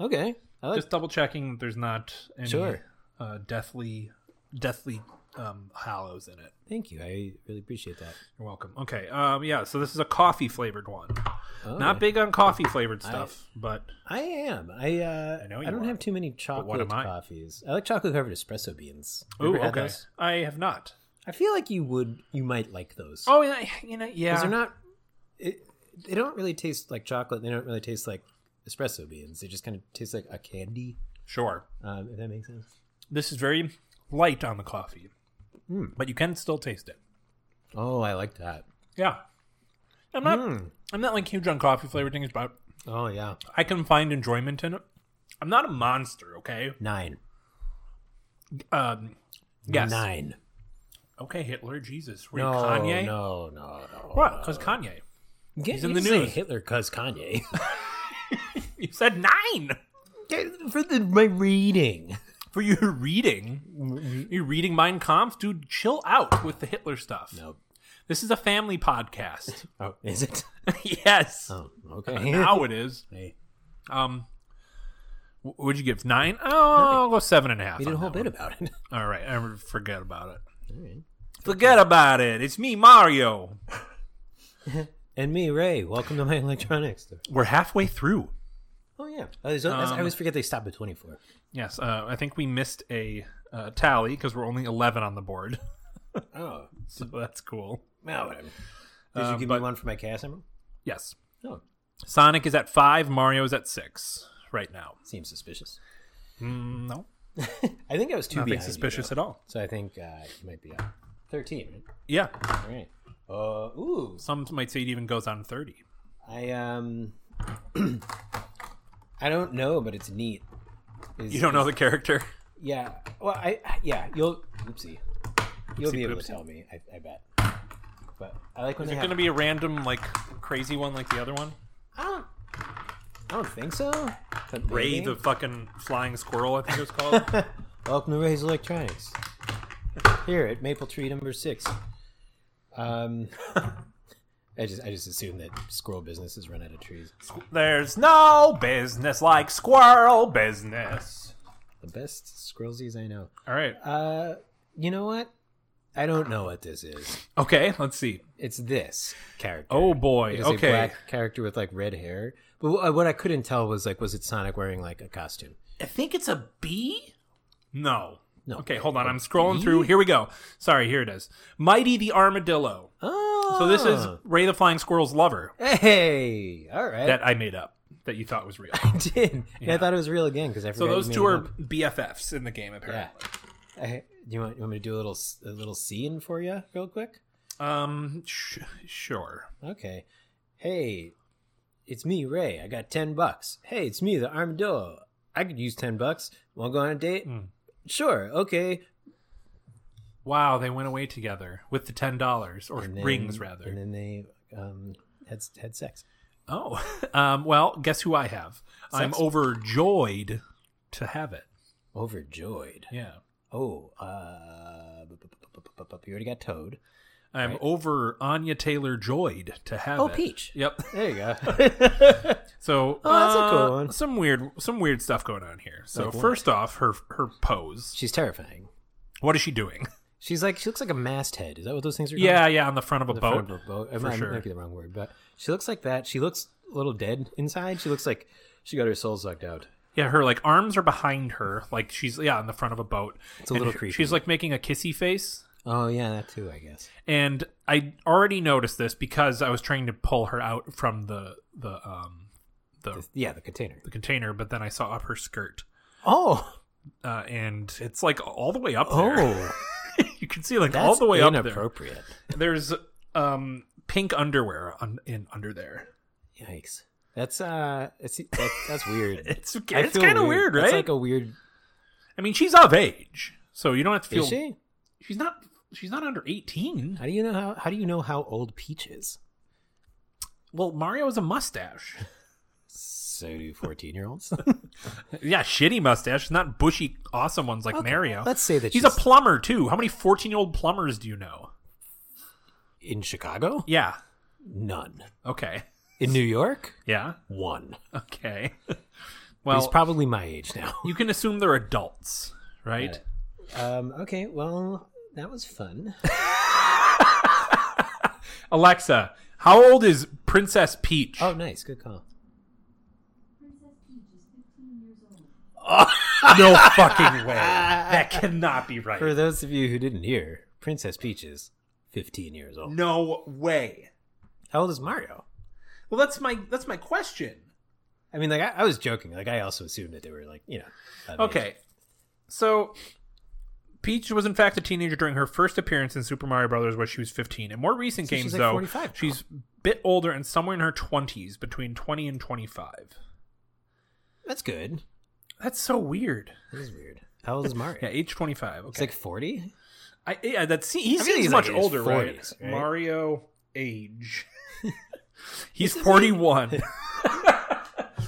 Okay, I like
Just double checking that there's not any
Sure.
uh, deathly, deathly um, hollows in it.
Thank you. I really appreciate that.
You're welcome. Okay. Um, yeah. So this is a coffee flavored one.
Oh.
Not big on coffee flavored stuff, but
I am. I uh, I,
know you
don't
are.
have too many
what
chocolate
am I?
coffees. I like chocolate covered espresso beans. Have you
ooh,
ever had
okay.
those?
I have not.
I feel like you would. You might like those.
Oh, yeah. You know, yeah.
Because they're not. It, they don't really taste like chocolate. They don't really taste like espresso beans. They just kind of taste like a candy.
sure.
Um, if that makes sense.
This is very light on the coffee,
Hmm.
but you can still taste it.
Oh, I like that.
Yeah. I'm not. I'm not like huge on coffee flavored things, but
Oh yeah,
I can find enjoyment in it. I'm not a monster, okay?
nine.
Um, yes.
Nine.
Okay, Hitler, Jesus, were you
No,
Kanye?
no, no, no.
What? Because Kanye.
You can't-
He's in
you
the
can say
news.
Hitler, cause Kanye.
You said nine
For the, my reading.
for your reading. You're reading Mein Kampf, dude. Chill out with the Hitler stuff.
No.
This is a family podcast.
Oh, is it?
yes.
Oh, okay.
Now it is.
Hey,
Um, wh- what'd you give nine? Oh, I'll go seven and a half.
we did
on
a whole
that
bit
one.
about it.
All right, I re- forget about it. Forget about it. It's me, Mario.
And me, Ray. Welcome to my electronics store.
We're halfway through.
Oh yeah. I always,
Um,
I always forget they stop at twenty-four.
Yes, uh, I think we missed a uh, tally because we're only eleven on the board,
Oh,
so that's cool.
well, whatever. Did
Uh,
you give me one for my cast emerald?
Yes,
Oh,
Sonic is at five. Mario is at six right now.
seems suspicious.
Mm, no,
I think I was two
nothing
behind you,
suspicious
though.
at all.
so I think uh, you might be up. Thirteen,
Yeah,
right? All right. Uh, ooh,
some might say it even goes on thirty.
I um, I don't know, but it's neat. Is-
You don't know the character.
Yeah. Well, I yeah. You'll oopsie. You'll be able
oopsie.
to tell me. I, I bet. But I like when
Is
they
it
have.
going to be a random, like crazy one, like the other one?
I don't. I don't think so. but
Ray,
maybe.
the fucking flying squirrel, I think it was called.
Welcome to Ray's Electronics. Here at Maple Tree number six. Um, I just I just assume that squirrel businesses run out of trees.
There's no business like squirrel business.
The best Skrillsies I know.
All right.
Uh, you know what? I don't know what this is.
Okay, let's see.
It's this character.
Oh boy.
It is
Okay.
a black character with like red hair. But wh- what I couldn't tell was like, was it Sonic wearing like a costume?
I think it's a bee? No.
No.
Okay, hold on. I'm scrolling through. Here we go. Sorry, here it is. Mighty the Armadillo.
Oh,
So this is Ray the Flying Squirrel's lover
hey, all right.
that I made up that you thought was real.
I did. And I thought it was real again because I
So
forgot. you
those
made
two
it
are
up.
BFFs in the game
Yeah.
apparently.
I, you want you want me to do a little s- a little scene for you real quick?
Um sh- sure.
Okay. Hey, it's me, Ray. I got ten bucks. Hey, it's me, the armadillo. I could use ten bucks. Want to go on a date?
Hmm.
Sure. Okay.
Wow, they went away together with the $10 or
And then-
rings rather.
And then they um, had had sex.
Oh, um, well, guess who I have? I'm
Sex-
overjoyed to have it.
Overjoyed.
Yeah.
Oh, uh, bu- bu- bu- bu- bu- bu- bu- you already got Toad.
I'm over Anya Taylor joyed to have
Oh,
it.
Peach.
Yep.
There you go.
So
Oh, that's a cool
uh,
one.
Some weird, some weird stuff going on here. So
Like what?
first off, her her pose.
She's terrifying.
What is she doing?
She's like she looks like a masthead. Is that what those things are? called?
Yeah, yeah, on the front of a
the
boat.
front of a boat. I
for
might,
sure.
might be the wrong word, but she looks like that. She looks a little dead inside. She looks like she got her soul sucked out.
Yeah, her like arms are behind her, like she's yeah on the front of a boat.
It's a
And
little
she-
creepy.
She's like making a kissy face.
Oh yeah, that too. I guess.
and I already noticed this because I was trying to pull her out from the the um the,
Yeah, the container.
the container, but then I saw up her skirt,
Oh,
uh, and it's like all the way up there.
oh,
you can see like
that's
all the way up there.
inappropriate.
There's um pink underwear on, in under there.
Yikes. That's uh, it's that, that's weird.
It's
I
it's
feel
kind of weird,
That's
right?
like a weird.
I mean, she's of age, so you don't have to feel.
Is she?
She's not. She's not under eighteen.
How do you know how? How do you know how old Peach is?
Well, Mario has a mustache.
So do fourteen-year-olds.
yeah, shitty mustache. Not bushy, awesome ones like Mario.
Let's say that
He's a
she's
plumber too. How many fourteen-year-old plumbers do you know?
in Chicago.
Yeah.
None
Okay.
in New York.
Yeah.
One.
Okay.
He's
well,
probably my age now.
you can assume they're adults, right?
Um, okay, well, that was fun.
Alexa, how old is Princess Peach?
Oh, nice. Good call.
no fucking way. That cannot be right.
For those of you who didn't hear, Princess Peach is 15 years old.
No way.
How old is Mario?
Well, that's my that's my question.
I mean, like, I, I was joking. Like, I also assumed that they were, like, you know. of age.
Okay. So Peach was in fact a teenager during her first appearance in Super Mario Brothers where she was 15. In more recent
So she's,
games
like,
though,
45 now.
she's a bit older and somewhere in her 20s, between 20 and 25.
That's good.
That's so weird.
That is weird. How old is Mario?
Yeah, age 25. Okay.
It's like 40?
I, yeah, that se- he
I mean,
seems
he's
much
like in his
older, right?
40s, right?
Mario age. he's forty one.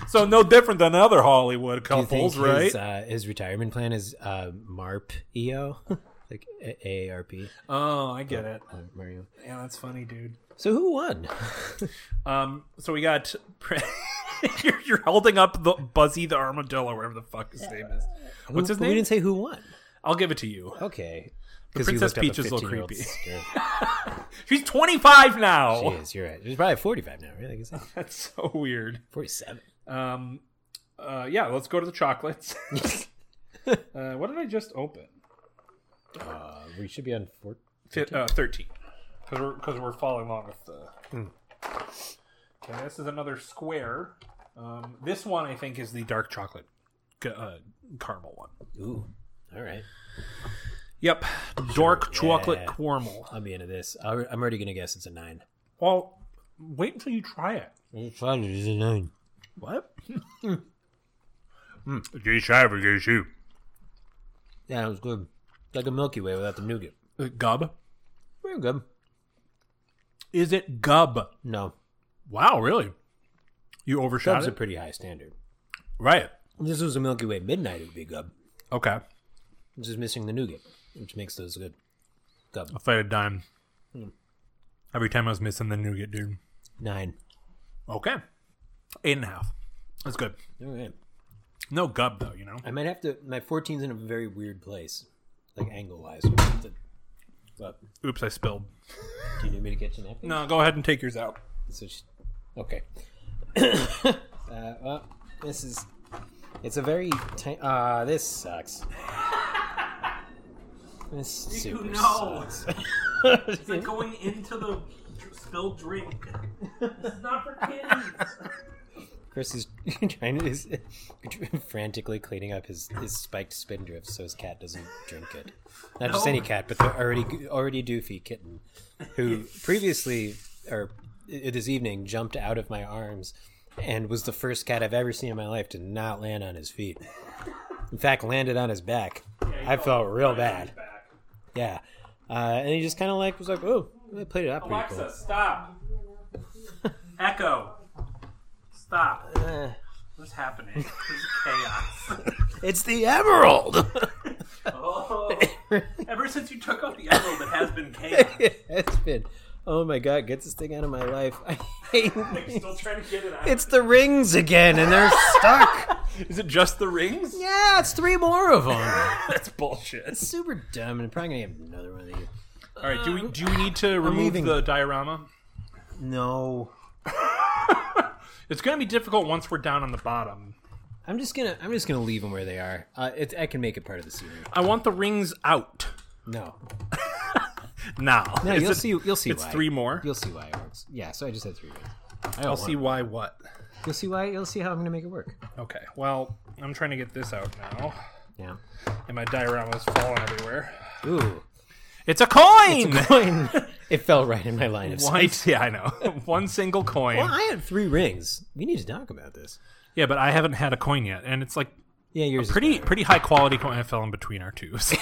so no different than other Hollywood
Do you think
couples, right?
His, uh, his retirement plan is uh, MARP EO? like, A- AARP?
oh, I get it.
Uh, Mario.
Yeah, that's funny, dude.
So, who won?
Um, so we got you're, you're holding up the Buzzy the armadillo, whatever the fuck his name is. What's
Who-
his
We
name?
didn't say who won.
I'll give it to you.
Okay.
The
'Cause we
Princess
looked up a
Peach is a little
15-year-old
creepy.
skirt.
She's twenty five now.
She is. You're right. She's probably 45 now, right? Like I said,
That's so weird.
47.
Um, uh, yeah, let's go to the chocolates. uh, what did I just open?
Uh, we should be on four.
Fi uh, 13. Because we're, 'cause we're following along with the. Okay, this is another square. Um, this one, I think, is the dark chocolate c- uh, caramel one.
Ooh. All right.
Yep. Dark chocolate
yeah.
caramel.
I'll be into this. I'll, I'm already going to guess it's a nine.
Well, wait until you try it.
It's a nine.
What? Hmm.
Yeah, it was good. Like a Milky Way without the nougat.
Uh, Gub?
Very good.
Is it gub?
No.
Wow, really? You overshot
Gub's a
it?
pretty high standard.
right.
If this was a Milky Way midnight, it would be gub.
Okay.
It's just missing the nougat, which makes those good. Gub.
I'll fight a dime.
Hmm.
Every time I was missing the nougat, dude.
Nine.
Okay. Eight and a half. That's good.
All right.
No gub though, you know.
I might have to. My 14's in a very weird place, like angle wise. I might have to- But
Oops, I spilled.
do you need me to get you napkin?
No, go ahead and take yours out.
So she- okay. uh, well, this is. It's a very. ti- Ah, this sucks. This super
know.
sucks.
It's like going into the spilled drink. This is not for kids.
Chris is trying to is frantically cleaning up his, his spiked spindrift so his cat doesn't drink it. Not just any cat, but the already already doofy kitten, who previously or i- this evening jumped out of my arms and was the first cat I've ever seen in my life to not land on his feet. In fact, landed on his back. I felt real bad. Yeah, uh, and he just kind of like was like, "Oh, I played it out pretty cool."
Alexa, stop. Echo, stop.
Eh.
What's happening? This is chaos.
It's the emerald.
Oh. Ever since you took out the emerald, it has been chaos.
it's been oh my god get this thing out of my life i hate
Still trying to get it out.
it's the rings again and they're stuck
Is it just the rings?
yeah it's three more of them
That's bullshit.
it's super dumb and i'm probably gonna get another one of these
All right, do we
Um,
do we need to remove
leaving.
the diorama?
no
It's going to be difficult once we're down on the bottom.
i'm just gonna i'm just gonna leave them where they are uh, it, i can make it part of the scenery
I want the rings out
no
now.
no
Is
you'll
it-
see you'll see
It's
why
three more.
you'll see why it works yeah so i just had three rings I
I'll see why what.
You'll see why. You'll see how I'm gonna make it work.
Okay. Well, I'm trying to get this out now,
Yeah.
and my diorama's falling everywhere.
Ooh.
It's a coin.
Coin. it fell right in my line of
One,
sight.
yeah, I know. One single coin.
Well, I had three rings. We need to talk about this.
Yeah, but I haven't had a coin yet, and it's like
Yeah, yours. Pretty.
pretty pretty high quality coin. I fell in between our twos.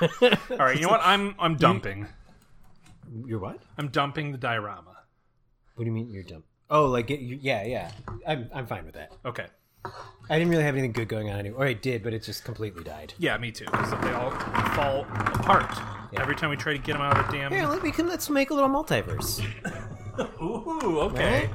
All right, you know what? I'm I'm dumping.
You're what?
I'm dumping the diorama.
What do you mean you're dumb? Oh, like it- you- yeah, yeah. I'm I'm fine with that.
Okay.
I didn't really have anything good going on anymore. Or I did, but it just completely died.
Yeah, me too. So they all fall apart every time we try to get them out of the damn.
Here, let, we can let's make a little multiverse.
Ooh, okay.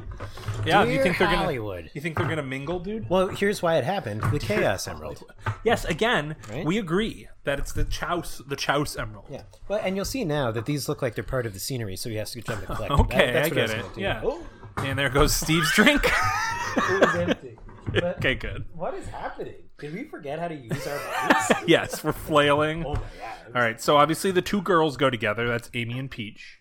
Yeah, do you
Dear
think they're gonna?
Hollywood.
You think they're gonna mingle, dude?
Well, here's why it happened: the Chaos Emerald.
Yes. Again,
Right?
we agree that it's the Chouse, the Chouse Emerald.
Yeah. Well, and you'll see now that these look like they're part of the scenery, so you have to go try to collect. them.
Okay,
That- that's
I
what
get
was
it.
gonna do.
Yeah.
Oh,
And there goes Steve's drink.
it was empty. But
okay, good.
What is happening? Did we forget how to use our bodies?
Yes, we're flailing.
oh my god!
All right, so obviously the two girls go together. That's Amy and Peach.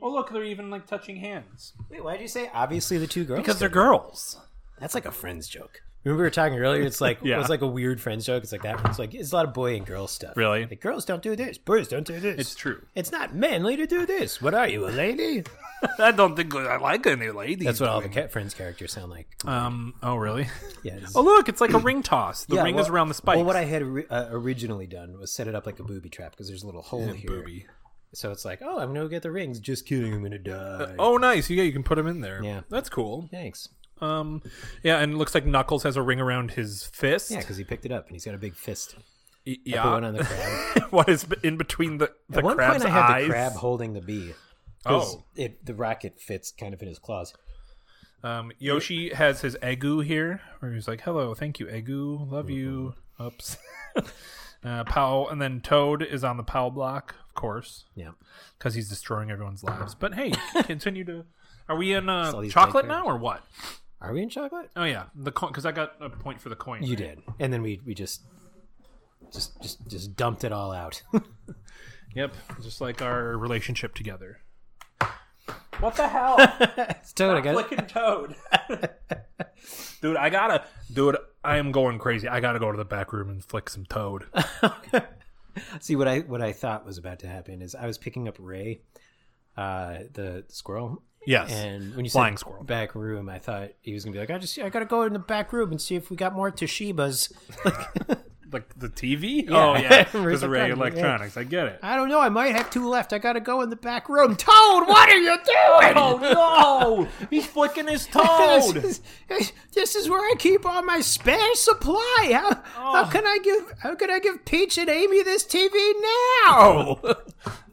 Oh, look, they're even like touching hands
Wait, why did you say obviously the two girls?
because they're girls.
That's like a friend's joke. Remember we were talking earlier? It's like
Yeah.
it was like a weird friend's joke. It's like that. It's like it's a lot of boy and girl stuff.
Really?
Like girls don't do this. Boys don't do this.
It's true.
It's not manly to do this. What are you, a lady?
I don't think I like any ladies.
That's what all the cat friends characters sound like.
Um. Oh, really?
Yeah. it's-
Oh, look, it's like a ring toss. The
yeah,
ring is
well-
around the spikes.
Well, what I had ori- uh, originally done was set it up like a booby trap because there's a little hole here.
Booby.
So it's like, oh, I'm gonna go get the rings. Just kidding, I'm gonna die.
Oh, nice. Yeah, you can put them in there.
Yeah.
that's cool.
thanks.
Um, yeah, and it looks like Knuckles has a ring around his fist.
Yeah, because he picked it up and he's got a big fist.
Y-
I
yeah.
put one on the crab.
what is in between the the
At one
crab's
point, I had
eyes?
the crab holding the bee. 'Cause
Oh.
it, the rocket fits kind of in his claws.
Um, Yoshi has his egu here, where he's like, "Hello, thank you, egu, love you."
Mm-hmm.
Oops. uh, Powell, and then Toad is on the Powell block, of course,
Yeah,
because he's destroying everyone's lives. But hey, continue to. Are we in
all
uh,
these
chocolate
bikers.
now or what?
are we in chocolate?
Oh yeah, the coin because I got a point for the coin.
You
right?
did, and then we we just just just just dumped it all out.
Yep, just like our relationship together.
What the hell?
Toad, I got
Flicking toad.
Dude, I gotta, dude, I am going crazy. I gotta go to the back room and flick some Toad.
see what I what I thought was about to happen is I was picking up Ray, uh, the squirrel,
Yes,
and when you
Flying
said
squirrel.
back room, I thought he was gonna be like, I just I gotta go in the back room and see if we got more Toshibas.
like the TV. Oh yeah, because of Ray
Electronics, yeah.
Electronics. I get it.
I don't know. I might have two left. I gotta go in the back room. Toad, what are you doing?
Oh no! He's flicking his
This
toad.
is, this is where I keep all my spare supply. How, how can I give how can I give Peach and Amy this TV now?
Oh,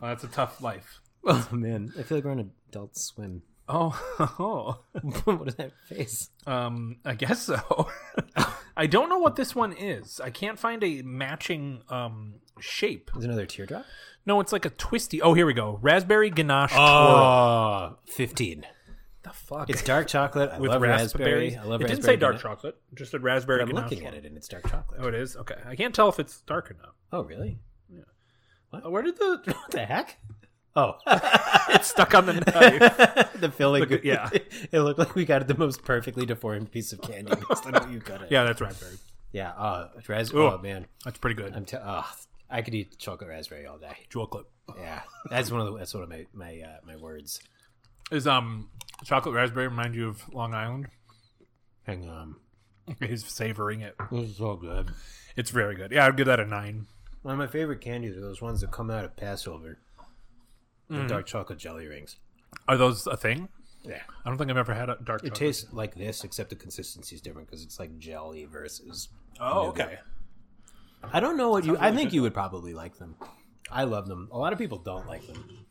that's a tough life.
Oh man, I feel like we're on Adult Swim.
Oh,
what is that face?
um, I guess so. I don't know what this one is. I can't find a matching um, shape.
There's another teardrop.
No, it's like a twisty. Oh, here we go. Raspberry ganache twirl.
Oh, 15.
The fuck.
It's dark chocolate. I
with
love
raspberries.
raspberry. I love
it
raspberry.
didn't say dark
ganache.
chocolate. It Just said raspberry.
But I'm
ganache
looking at
twirl.
it and it's dark chocolate.
Oh, it is. Okay, I can't tell if it's dark or not.
Oh, really?
Uh, Where did the
What the heck? Oh,
it's stuck on the knife?
the filling.
Look at- yeah.
it looked like we got the most perfectly deformed piece of candy based on what you cut it.
yeah, that's raspberry.
yeah. Oh, it's ras-
Ooh.
oh man,
That's pretty good.
I'm. T- oh, I could eat chocolate raspberry all day.
Jewel clip
Yeah, that's one of the. That's one of my my uh, my words.
is um chocolate raspberry remind you of Long Island?
Hang on,
He's savoring it.
this is all good.
It's very good. Yeah, I'd give that a nine.
One of my favorite candies are those ones that come out of Passover. The dark chocolate jelly rings.
Are those a thing?
Yeah,
I don't think I've ever had a dark.
it
chocolate.
tastes like this, except the consistency is different because it's like jelly versus
Oh, okay.
I don't know what you. I think you would probably like them. I love them. A lot of people don't like them.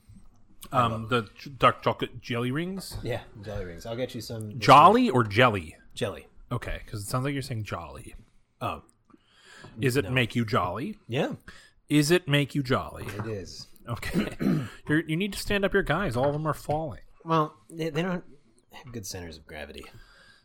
Um, the ch- dark chocolate jelly rings.
Yeah, jelly rings. I'll get you some
Jolly or jelly?
jelly.
Okay, because it sounds like you're saying jolly.
Oh,
Is it make you jolly?
yeah,
Is it make you jolly?
it is.
Okay, you're, you need to stand up your guys. All of them are falling.
Well, they, they don't have good centers of gravity.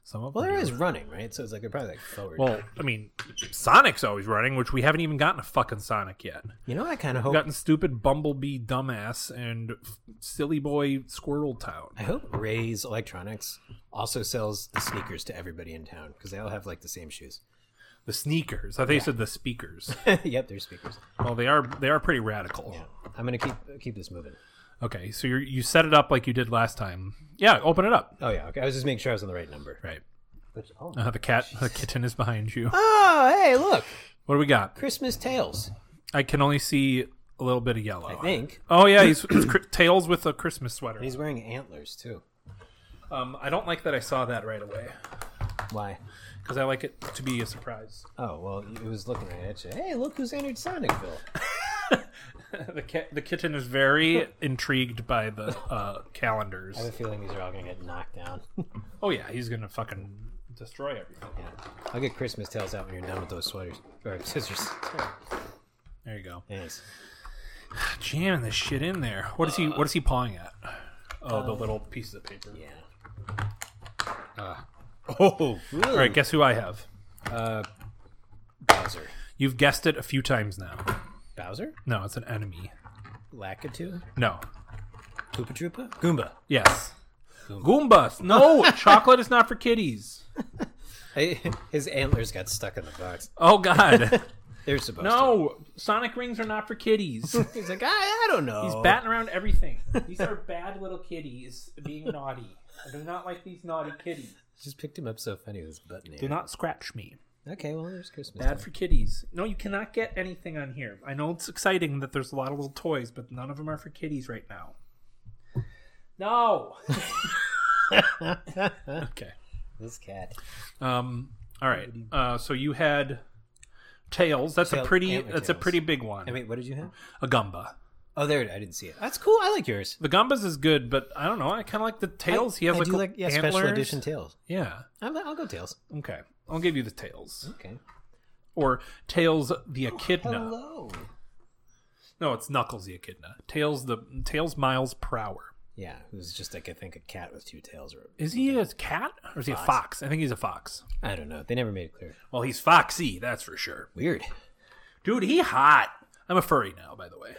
Some of
Well,
them
there
do.
is running, right? So it's like they're probably like forward.
Well, I mean, Sonic's always running, which we haven't even gotten a fucking Sonic yet.
you know, I kind of
We've
hope.
gotten stupid Bumblebee, dumbass, and f- silly boy Squirrel Town.
I hope Ray's Electronics also sells the sneakers to everybody in town because they all have like the same shoes.
The sneakers. I think you said the speakers.
yep, they're speakers.
well, they are they are pretty radical.
Yeah, I'm gonna keep keep this moving.
Okay, so you you set it up like you did last time. Yeah, open it up.
Oh yeah, okay. I was just making sure I was on the right number.
Right.
Which- oh.
Uh, the cat, the kitten is behind you.
oh, hey, look,
What do we got?
Christmas tales.
I can only see a little bit of yellow.
I think
Oh yeah, he's it's cr- tails with a Christmas
And
sweater.
he's wearing antlers too.
Um, I don't like that I saw that right away
Why?
because I like it to be a surprise.
Oh well, it was looking right at you. Hey, look who's entered Sonicville.
The cat, the kitten is very intrigued by the uh, calendars.
I have a feeling these are all gonna get knocked down.
Oh yeah, he's gonna fucking destroy everything.
yeah. I'll get Christmas tales out when you're done with those sweaters or scissors.
There you go.
Thanks.
Jamming this shit in there. What is he? What is he pawing at? Oh, the little pieces of paper.
Uh, Yeah. Uh,
Oh, all right. Guess who I have?
Bowser.
You've guessed it a few times now.
Bowser?
No, it's an enemy.
Lakitu?
No.
Koopa Troopa? Goomba.
Yes. Goombas. No, chocolate is not for kitties.
Hey, his antlers got stuck in the box.
Oh God.
They're supposed
No, Sonic rings are not for kitties.
to. He's like, I, I don't know.
He's batting around everything. These are bad little kitties being naughty. I do not like these naughty kitties.
Just picked him up so funny with his button.
Do
Here.
not scratch me.
Okay, well there's Christmas.
Bad
time.
for kitties. No, you cannot get anything on here. I know it's exciting that there's a lot of little toys, but none of them are for kitties right now. No. okay.
This cat.
Um. All right. Uh. So you had tails. That's
Tail-
a pretty.
antler
That's a
tails.
pretty big one.
I mean, what did you have?
a gumba.
Oh, there. it- I didn't see it. That's cool. I like yours.
The gumbas is good, but I don't know. I kind of like the tails.
I,
he has
I
like
do like yeah, special
antlers.
edition tails.
Yeah.
I'm, I'll go tails.
Okay. I'll give you the tails
Okay.
or tails the echidna.
Hello.
no, it's knuckles the echidna. Tails the tails miles per hour.
Yeah, who's just like I think a cat with two tails. Or,
Is he a cat or is he a fox? I think he's a fox.
I don't know. They never made it clear.
Well, he's foxy, that's for sure.
Weird.
Dude, he hot. I'm a furry now, by the way.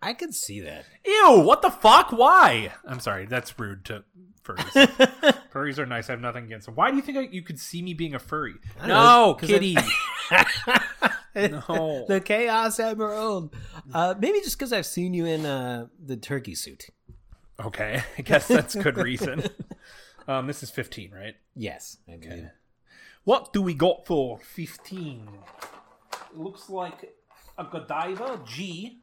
I could see that.
Ew, what the fuck? Why? I'm sorry, that's rude to furries. furries are nice. I have nothing against them. Why do you think I, you could see me being a furry?
I don't know,
No,
'cause I-
kitty. No.
the Chaos Emerald. Uh, maybe just because I've seen you in uh, the turkey suit.
okay, I guess that's good reason. Um, this is 15, right?
Yes. Okay.
What do we got for 15? Looks like a Godiva G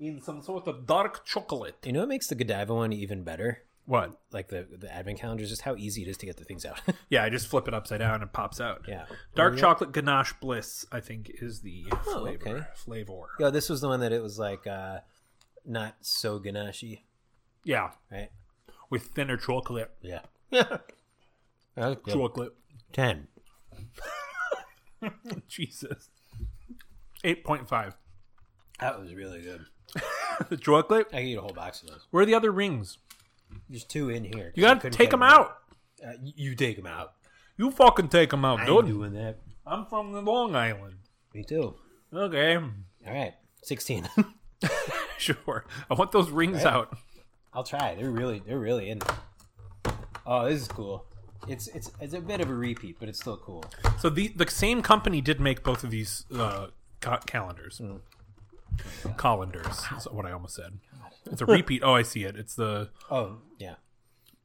in some sort of dark chocolate.
You know what makes the Godiva one even better?
What?
Like the the advent calendar is just how easy it is to get the things out.
Yeah, I just flip it upside down and it pops out.
yeah.
Dark chocolate ganache bliss, I think, is the
Oh,
flavor.
okay.
Flavor.
Yo, this was the one that it was like uh, not so ganache,
Yeah,
right?
with thinner chocolate.
Yeah. That was good.
Chocolate.
Ten.
Jesus. 8.5.
That was really good.
The chocolate?
I can eat a whole box of those.
Where are the other rings?
There's two in here.
You gotta
Couldn't
take them
one.
out.
Uh, y- you take them out.
You fucking take them out,
I'm
dude.
doing that.
I'm from the Long Island.
Me too.
Okay.
All right, sixteen.
Sure. I want those rings out.
I'll try. They're really, they're really in. There. Oh, this is cool. It's it's it's a bit of a repeat, but it's still cool.
So the the same company did make both of these uh, ca- calendars,
Hmm.
colanders. Is what I almost said. It's a repeat. oh, I see it. It's the
Oh yeah,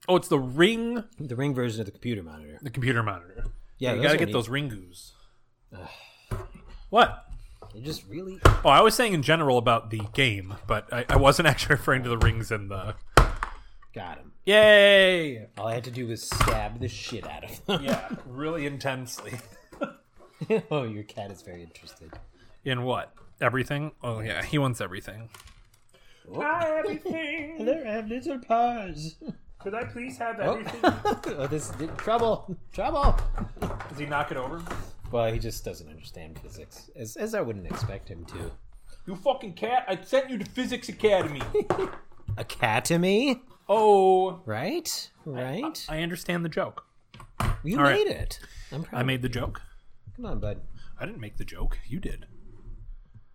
oh, it's the ring,
the ring version of the computer monitor.
the computer monitor.
Yeah,
you
those
gotta
are
get
neat.
those ringus. what?
They're just really.
Oh, I was saying in general about the game, but I, I wasn't actually referring to the rings and the.
Got him.
Yay!
All I had to do was stab the shit out of them.
Yeah, really intensely.
oh, your cat is very interested.
In what? Everything? Oh yeah, he wants everything.
Oh.
Everything.
There have little paws.
Could I please have
Oh,
everything?
oh this trouble, trouble.
Does he knock it over?
Well, he just doesn't understand physics, as, as I wouldn't expect him to.
You fucking cat! I sent you to physics academy.
Academy,
oh,
right? Right.
I understand the joke.
you
all right.
made it. I'm proud.
I made the joke.
Come on, bud.
I didn't make the joke. You did.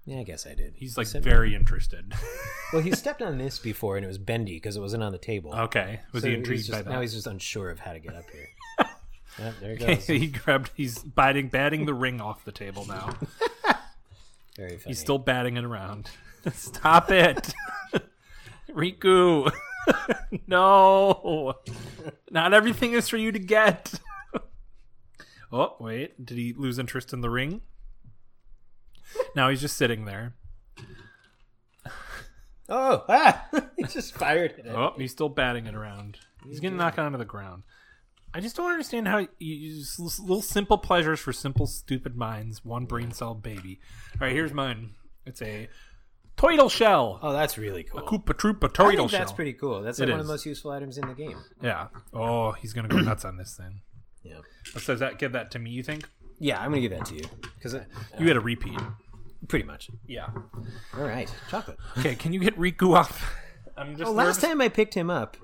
Yeah, I guess I did.
He's like
Except-
very interested.
well. He stepped on this before, and it was bendy because it wasn't on the table.
okay. Was
So
Oh, he
he's
intrigued
just-
by that?
Now he's just unsure of how to get up here. Yep, there he goes.
he grabbed. He's batting, batting the ring off the table now.
Very funny.
He's still batting it around. Stop it, Riku. no, not everything is for you to get. oh wait, did he lose interest in the ring? Now he's just sitting there.
Oh, ah! he just fired it.
Oh, he's still batting it around. He's gonna knock it onto the ground. I just don't understand how you use little simple pleasures for simple stupid minds. One brain cell baby. All right, here's mine. It's a toidal shell.
Oh, that's really cool.
Koopa troopa
I
toidal
think
shell.
that's pretty cool. That's
It
like one of
is.
the most useful items in the game.
Yeah. Oh, he's gonna go nuts on this thing.
Yeah.
So does that give that to me? You think?
Yeah, I'm gonna give that to you because
You had a repeat.
pretty much.
Yeah.
All right, chocolate.
Okay. Can you get Riku Oh, off? I'm just
Well, last
nervous.
time I picked him up,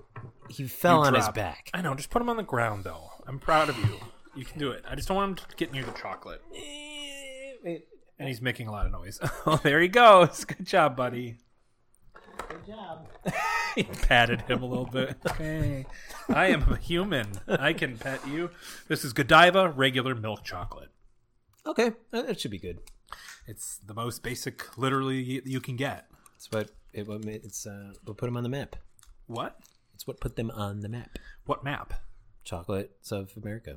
he fell on his
Drop.
back.
I know. Just put him on the ground, though. I'm proud of you. You can do it. I just don't want him to get near the chocolate. And he's making a lot of noise. Oh, there he goes. Good job, buddy.
Good job.
He patted him a little bit. Okay. I am a human. I can pet you. This is Godiva regular milk chocolate.
Okay, that that should be good.
It's the most basic, literally, y- you can get.
It's what it what ma- it's uh, what put him on the map.
What?
It's what put them on the map.
What map?
Chocolates of America.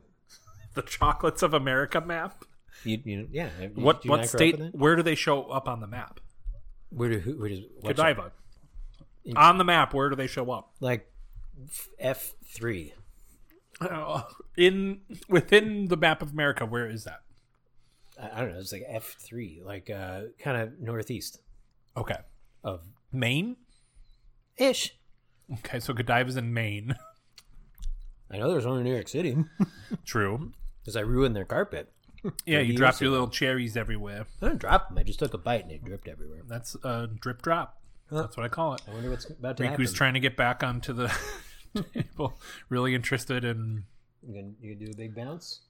The Chocolates of America map?
You, you yeah. you-
What
do you
what
not grow up
state?
with it?
Where do they show up on the map?
Where do who? Where does what
Godiva. On the map, where do they show up?
like F three?
In within the map of America, where is that?
I, I don't know. It's like F three, like uh, kind of northeast
Okay,
of
Maine.
ish.
Okay, so Godiva's in Maine.
I know there's one in New York City
True.
because I ruined their carpet.
Yeah, you
years
dropped your little cherries everywhere.
I didn't drop them. I just took a bite and it dripped everywhere.
That's uh, drip drop. That's what I call it.
I wonder what's about to happen.
Riku's trying to get back onto the table. Really interested in
you, can, you can do a big bounce.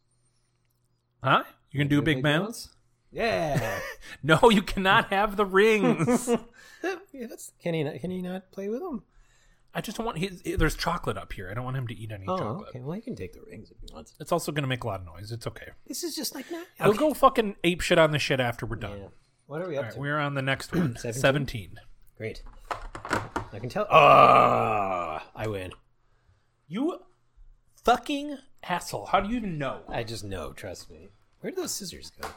huh? You can do a big bounce?
Yeah.
No, you cannot have the rings.
Yeah, that's- can he not, can he not play with them?
I just don't want his. eh, There's chocolate up here. I don't want him to eat any
Oh,
chocolate.
okay. Well, he can take the rings if he wants.
It's also going to make a lot of noise. It's okay.
This is just like not.
i will go fucking ape shit on the shit after we're done.
Yeah. What are we
All
up
right,
to?
we're on the next one. 17?
Seventeen? Great. I can tell. Ah, I win.
You fucking asshole. How do you even know?
I just know. Trust me. Where did those scissors go?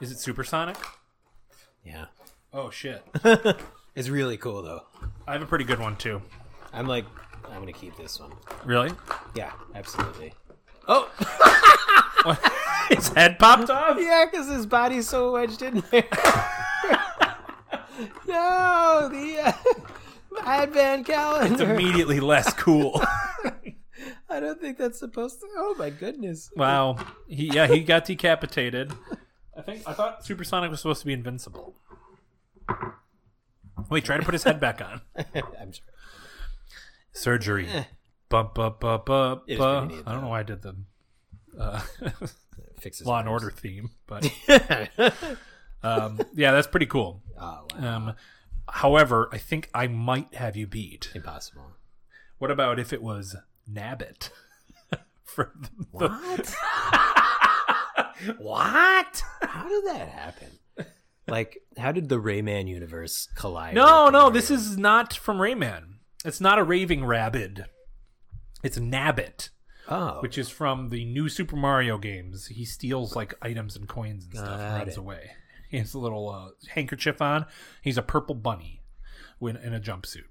Is it supersonic?
Yeah,
Oh shit.
it's really cool though.
I have a pretty good one too.
I'm like, I'm gonna keep this one.
Really?
Yeah, absolutely. Oh,
His head popped off?
Yeah, because his body's so wedged in there. no, the uh, advent calendar.
Immediately less cool.
I don't think that's supposed to. Oh my goodness.
wow. He yeah, he got decapitated. think I thought Supersonic was supposed to be invincible. Wait, try to put his head back on. Eh.
I'm sorry.
Surgery. Bump, bump, bump, bump.
It is
bump.
pretty neat,
I don't know
though.
why I did the uh,
Fixes
Law and
nerves.
Order theme, but um, yeah, that's pretty cool.
oh, wow.
Um, however, I think I might have you beat.
impossible.
What about if it was Nabbit? For the,
What?
what?
How did that happen? Like, how did the Rayman universe collide?
No,
with the
no, this
Mario?
is not from Rayman. It's not a raving rabid. It's Nabbit,
oh,
which is from the new Super Mario games. He steals like items and coins and stuff, and
Got
runs
it.
away. He has a little uh, handkerchief on. He's a purple bunny, when in a jumpsuit.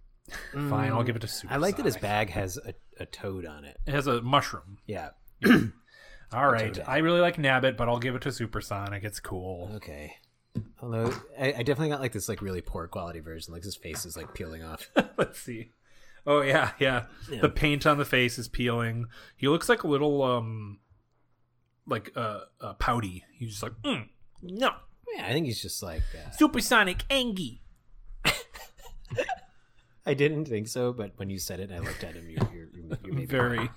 Fine, I'll give it to Super.
Mm. I like that his
Sonic.
bag has a, a toad on it.
It has a mushroom.
Yeah.
All right,
okay.
I really like Nabbit, but I'll give it to Supersonic. It's cool.
Okay. Although I, I definitely got like this like really poor quality version. Like his face is like peeling off.
Let's see. Oh yeah, yeah, The paint on the face is peeling. He looks like a little um, like uh, uh pouty. He's just like mm, no
yeah, I think he's just like. Uh,
Supersonic Angie.
I didn't think so, but when you said it, I looked at him. You, you, you, you made
Very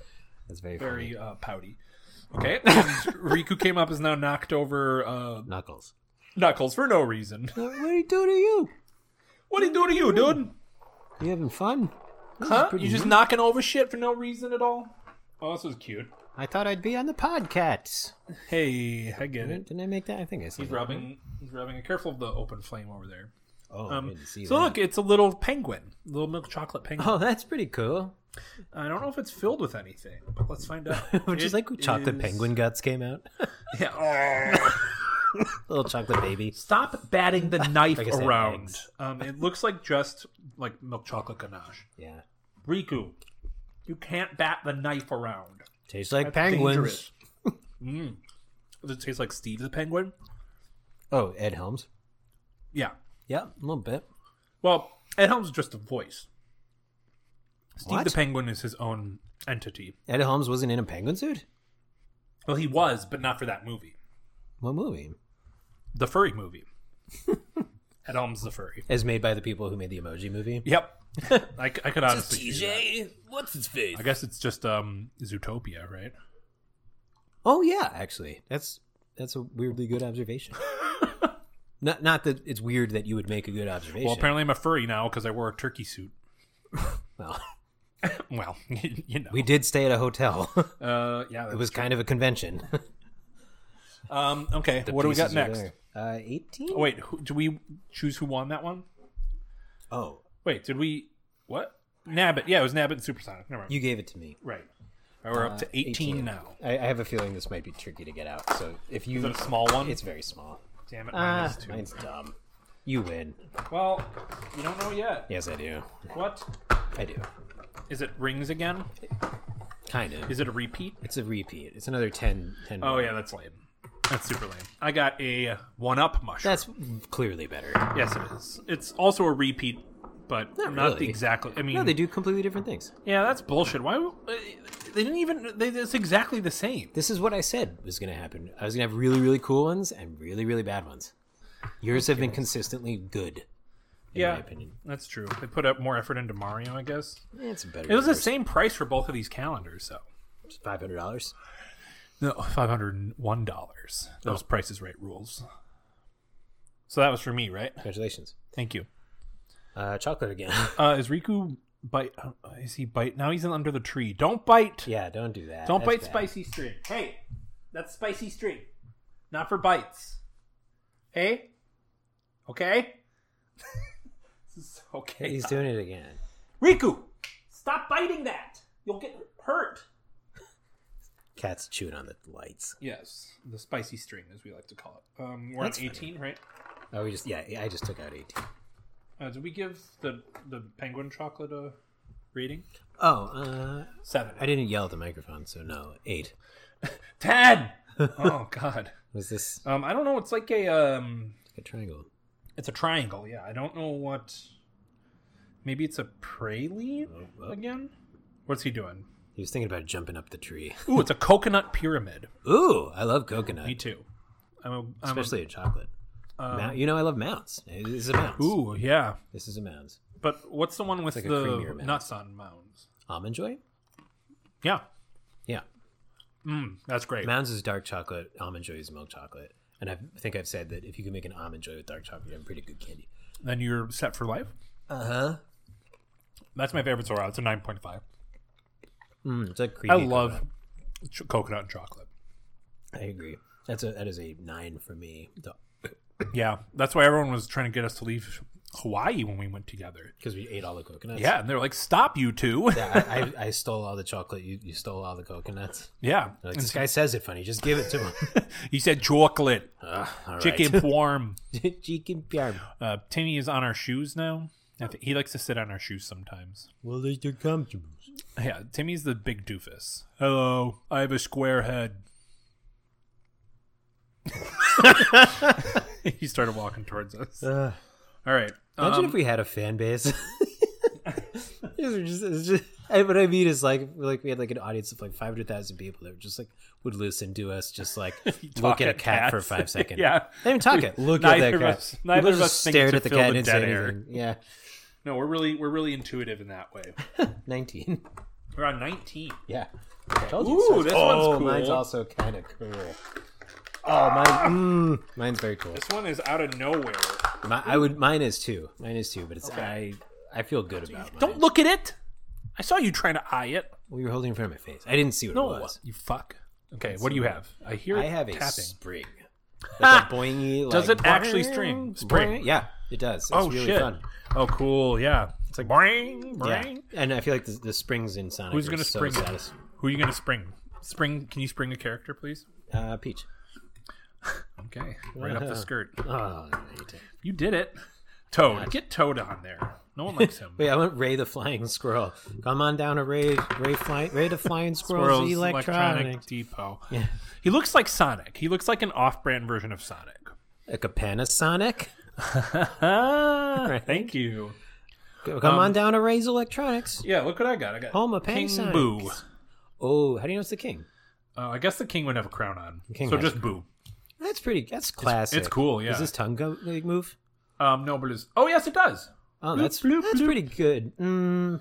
That's very funny.
very uh, pouty. Okay, and Riku came up is now knocked over uh,
Knuckles.
Knuckles for no reason.
What did he do to you?
What do you do to you, dude?
You having fun?
Huh? You just knocking over shit for no reason at all? Oh, this was cute.
I thought I'd be on the podcast.
Hey, I get it.
Didn't I make that? I think I said
He's rubbing. He's rubbing. Careful of the open flame over there.
Oh, I
Um,
didn't see
so
that.
look, it's a little penguin, little milk chocolate penguin.
Oh, that's pretty cool.
I don't know if it's filled with anything, but let's find out.
Which is
It
like when chocolate
is-
penguin guts came out.
Yeah. Oh.
Little chocolate baby.
Stop batting the knife
I said,
around.
eggs.
Um, it looks like just like milk chocolate ganache.
Yeah.
Riku, you can't bat the knife around.
Tastes like
That's
penguins.
dangerous. Mm. Does it taste like Steve the penguin?
Oh, Ed Helms.
Yeah.
Yeah, a little bit.
Well, Ed Helms is just a voice. Steve
What?
the penguin is his own entity.
Ed Helms wasn't in a penguin suit?
Well, he was, but not for that movie.
What movie?
The furry movie. Ed Helms the furry.
As made by the people who made the emoji movie.
Yep. I, c- I could honestly. do that.
TJ, what's his face?
I guess it's just um Zootopia, right?
Oh yeah, actually. That's that's a weirdly good observation. not not that it's weird that you would make a good observation.
Well, apparently I'm a furry now because I wore a turkey suit.
Well,
Well, you know.
we did stay at a hotel.
uh, yeah.
it was kind of a convention.
Um. Okay. what do we got next?
Uh, 18?
Oh, wait. Who, do we choose who won that one?
Oh,
Wait. Did we? What? Nabbit. Yeah, it was Nabbit and Supersonic. Never mind.
you Uh, gave it to me.
right. All right, we're up to 18,
18.
now.
I, I have a feeling this might be tricky to get out. So if you,
Is it a small one?
it's very small.
Damn it.
Ah,
minus two.
mine's dumb. You win.
Well, you don't know yet.
Yes, I do.
What?
I do.
Is it rings again?
Kind of.
Is it a repeat?
It's a repeat. It's another 10. 10
Oh yeah, that's lame. That's super lame. I got a one-up mushroom.
That's clearly better.
yes, it is. It's also a repeat, but not,
Not really.
exactly. I mean,
No, they do completely different things.
yeah, that's bullshit. Why? w- uh, They didn't even. They, it's exactly the same.
This is what I said was going to happen. I was going to have really, really cool ones and really, really bad ones. Yours have been consistently good, in
yeah,
my opinion.
that's true. They put up more effort into Mario, I guess.
Eh, It's a better.
It was the same price for both of these calendars, so.
five hundred dollars.
No, five hundred and one dollars. Those prices right rules. Oh. So that was for me, right?
Congratulations.
Thank you.
Uh, chocolate again.
Uh, is Riku bite? Uh, is he bite? Now he's in under the tree. Don't bite.
yeah, don't do that.
Don't bite
That's bad.
spicy string. Hey, that's spicy string. Not for bites. Hey? Okay? This is so okay.
He's doing it again.
Riku! Stop biting that! You'll get hurt.
Cats chewing on the lights.
Yes, the spicy string, as we like to call it. Um, we're
That's
on 18, right?
Oh, we just yeah. I just took out eighteen.
Uh, did we give the, the penguin chocolate a rating?
Oh, uh,
Seven.
I didn't yell at the microphone, so no, eight.
Ten! oh, God.
Was this
Um, I don't know. It's like a. Um,
a triangle?
It's a triangle, yeah. I don't know what. Maybe it's a praline
Oh,
again? What's he doing?
He was thinking about jumping up the tree.
Ooh, it's a coconut pyramid.
Ooh, I love coconut.
Me too. I'm a, I'm
especially a chocolate. Mount, you know, I love mounds. This is a mounds.
a, ooh, yeah.
This is a mounds.
But what's the one with
like a
the
creamier mound.
nuts on mounds?
Almond joy.
Yeah,
Yeah,
that's great.
mounds is dark chocolate. Almond joy is milk chocolate. And I think I've said that if you can make an almond joy with dark chocolate, you have pretty good candy.
Then you're set for life.
Uh huh.
That's my favorite Sora. It's a nine point five.
Mm, it's like creamy.
I love
coconut.
ch- coconut and chocolate.
I agree. That's a that is a nine for me
Yeah, that's why everyone was trying to get us to leave Hawaii when we went together.
because we ate all the coconuts.
Yeah, and they're like, "Stop, you two. Yeah,
I, I, I stole all the chocolate. You, you stole all the coconuts. Like,
And
this guy says it funny. Just give it to him.
he said chocolate,
Ugh, all
chicken warm.
right. chicken parm.
Uh, Timmy is on our shoes now. I thi- he likes to sit on our shoes sometimes.
Well, these are comfortable.
Yeah, Timmy's the big doofus. Hello, I have a square head. he started walking towards us.
Ugh.
All right. Um,
Imagine if we had a fan base. These are just- it's just- I- what I mean is like like we had like an audience of like five hundred thousand people that would just like would listen to us just like look
talk
at a
at
cat for
cats.
five seconds.
Yeah.
they didn't talk it. Look at
neither
that
of
cat.
us- neither
People
of
just
us think
stared
to
at the
fill
cat
the
and didn't say
dead air.
anything. Yeah,
no, we're really we're really intuitive in that way.
nineteen.
We're on 19.
Yeah. I told
Ooh,
so.
this
oh,
one's cool.
mine's also kind of cool. Oh, mine, mm, mine's very cool.
This one is out of nowhere.
My, I would, mine is too. Mine is too, but it's I. I feel good about mine.
Don't look at it. I saw you trying to eye it.
Well, you were holding it in front of my face. I didn't see what
No,
it was.
you fuck. Okay, what do you have? I hear
I have a
tapping.
spring. Like a boingy. Like,
Does it actually string? Spring.
Yeah, it does. It's
Oh,
really
shit.
fun.
Oh, cool. Yeah. It's like boing,
Yeah.
boing.
And I feel like the, the springs in Sonic.
Who's
are
gonna
so
spring it?
satis-
Who are you gonna spring? Spring? Can you spring a character, please?
Uh, Peach.
Okay, right up the skirt.
Oh, I hate it.
You did it, Toad. Get Toad on there. No one likes him.
Wait, I want Ray the Flying Squirrel. Come on down to Ray, Ray, fly, Ray the Flying Squirrel's,
Squirrel's
electronic.
Depot. He looks like Sonic. He looks like an off-brand version of Sonic.
Like a Panasonic.
Ah, thank you.
Go- Come on down to Ray's Electronics.
Yeah, look what I got. I got
Home of
Um, King
Panasonic.
Boo.
Oh, how do you know it's the king?
Uh, I guess the king would have a crown on.
King
so
has
just Boo.
That's pretty. That's classic.
It's cool. Yeah.
Does his tongue go like, move?
Um, no, but it's. Oh yes, it does.
Oh, that's that's pretty good. Mm.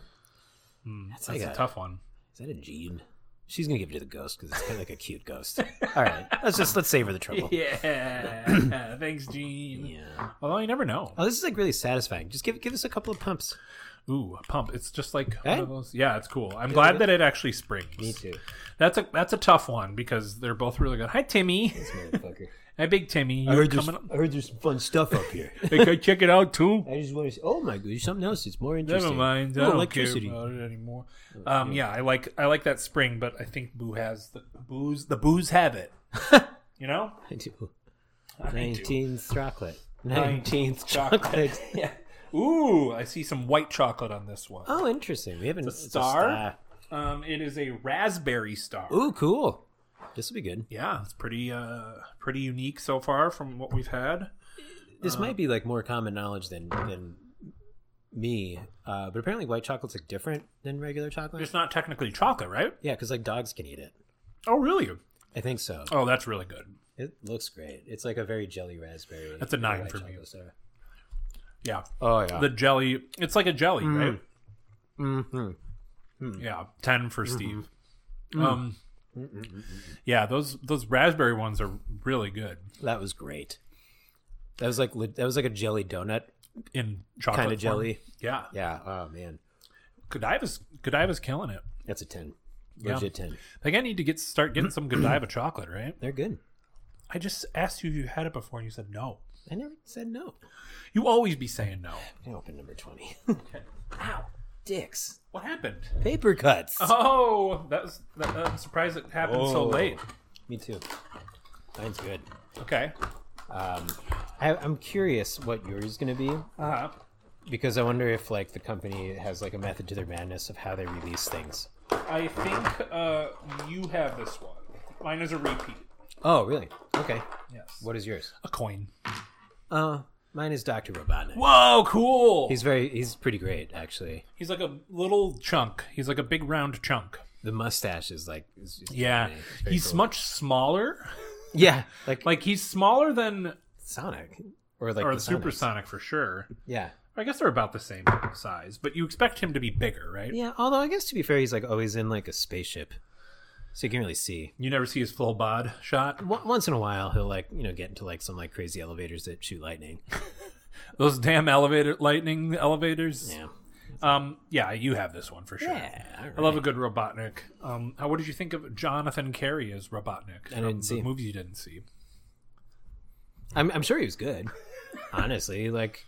That's
Hmm,
like
That's
a-
a tough one.
Is that a gene? She's gonna give it to the ghost because it's kind of like a cute ghost. All right, let's just let's savor the trouble.
Yeah. Thanks, Gene.
Yeah.
Although you never know.
Oh, this is like really satisfying. Just give give us a couple of pumps.
Ooh, a pump. It's just like
Eh?
one of those. Yeah, it's cool. I'm glad that it actually springs.
Me too,
That's a that's a tough one because they're both really good. Hi, Timmy.
motherfucker.
Hi, Big Timmy.
I
You're
heard, there's,
coming up.
I heard there's some fun stuff up here.
Hey, can I check it out too?
I just want to. Oh my goodness, something else. It's more interesting.
Never mind. I
Oh,
don't
electricity. Oh,
care about it anymore. Um, yeah, I like I like that spring, but I think Boo has the booze. The booze have it. you know,
I do. Nineteenth chocolate.
Nineteenth
Nineteenth chocolate.
yeah. Ooh, I see some white chocolate on this one.
Oh, interesting. We haven't. It's
star? Um, it is a raspberry star.
Ooh, cool. This will be good.
Yeah, it's pretty uh pretty unique so far from what we've had.
This might be like more common knowledge than than me, uh, but apparently white chocolate's like different than regular chocolate.
It's not technically chocolate, right?
Yeah, because like dogs can eat it.
Oh, really?
I think so.
Oh, that's really good.
It looks great. It's like a very jelly raspberry.
That's a nine
white
for me.
chocolate syrup.
Yeah.
Oh yeah. Mm.
The jelly, it's like a jelly, right?
hmm
Yeah, 10 for
Mm-hmm.
Steve.
Mm.
Um Yeah, those those raspberry ones are really good
That was great. That was like li- that was like a jelly donut
in chocolate.
kind of
form.
jelly.
Yeah.
Yeah. Oh man,
Godiva's Godiva's killing it.
that's a ten.
Yeah.
Legit ten.
Like I need to get start getting some Godiva chocolate, right?
They're good.
I just asked you if you had it before and you said no.
I never said no.
You always be saying no.
I opened number twenty. okay. Ow, dicks.
What happened?
Paper cuts.
Oh, that was that, I'm surprised it happened so
Whoa.
late.
Me too. Mine's good.
Okay.
Um, I, I'm curious what yours is going to be
Uh-huh.
because I wonder if like the company has like a method to their madness of how they release things.
I think uh, you have this one. Mine is a repeat.
Oh, really? Okay.
Yes.
What is yours?
A coin.
Uh, mine is Doctor Robotnik.
Whoa, cool.
He's very he's pretty great actually.
He's like a little chunk. He's like a big round chunk.
The mustache is like is, is
Yeah.
pretty- very
He's
cool.
much smaller.
Yeah, like,
Like he's smaller than
Sonic or like
or
the
the supersonic for sure.
Sonics. Yeah,
I guess they're about the same size, but you expect him to be bigger, right?
yeah. Although I guess to be fair, he's like always in like a spaceship, so you can really see.
You never see his full bod shot.
Wa- Once in a while, he'll like you know get into like some like crazy elevators that shoot lightning.
Those damn elevator lightning elevators.
Yeah,
Um, yeah, you have this one for sure.
all
I love a good Robotnik. Um, how, what did you think of Jonathan Carey as Robotnik?
I didn't see
the
him.
movies you didn't see.
I'm, I'm sure he was good. Honestly, like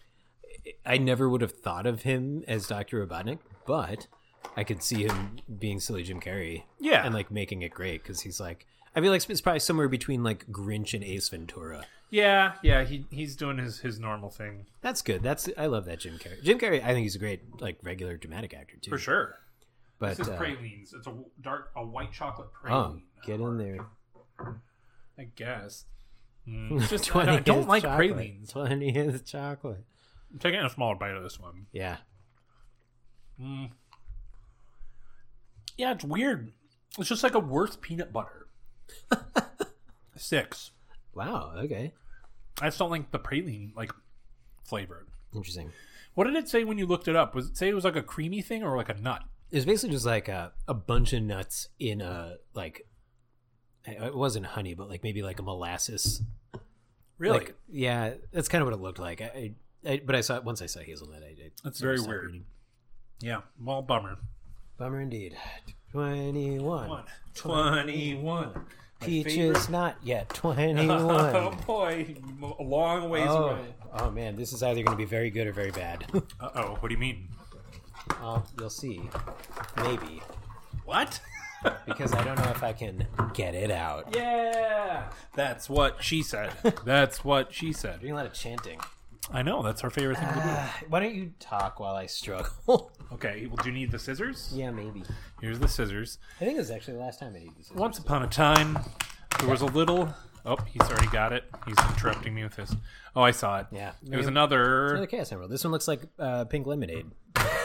I never would have thought of him as Doctor Robotnik, but I could see him being silly Jim Carrey.
Yeah.
and like making it great because he's like I feel like it's probably somewhere between like Grinch and Ace Ventura.
Yeah, yeah, he he's doing his his normal thing
That's good. That's I love that Jim Carrey. Jim Carrey, I think he's a great like regular dramatic actor too.
for sure.
But
This is
uh,
pralines. It's a dark, a white chocolate
oh,
praline.
get in there.
I guess. Mm, it's just, I
20
don't, I don't
is
like
chocolate.
pralines.
Twenty is chocolate.
I'm taking a smaller bite of this one.
Yeah,
Yeah, it's weird. It's just like a worse peanut butter. Six.
Wow. Okay.
I just don't like the praline like flavor.
Interesting.
What did it say when you looked it up? Was it say it was like a creamy thing or like a nut?
It was basically just like a, a bunch of nuts in a like. It wasn't honey, but like maybe like a molasses.
Really?
Like, yeah, that's kind of what it looked like. I, I, I but I saw once I saw hazelnut. I, I
That's very
stopped
weird.
reading.
yeah. Well, bummer.
Bummer indeed. Twenty one
Twenty-one.
peaches not yet. Twenty one.
Oh, boy, a long ways
Oh, oh man, this is either going to be very good or very bad.
Uh oh. What do you mean?
uh, you'll see, maybe
What?
because I don't know if I can get it out.
Yeah. That's what she said. That's what she said.
Doing a lot of chanting.
I know. That's her favorite thing to
Why don't you talk while I struggle?
do. Okay. Well, do you need the scissors?
yeah, maybe.
Here's the scissors.
I think this is actually the last time I did this.
Once upon a time, there was a little. Oh, he's already got it. He's interrupting me with this. Oh, I saw it.
Yeah.
It was another.
Another Chaos Emerald. This one looks like uh, pink lemonade.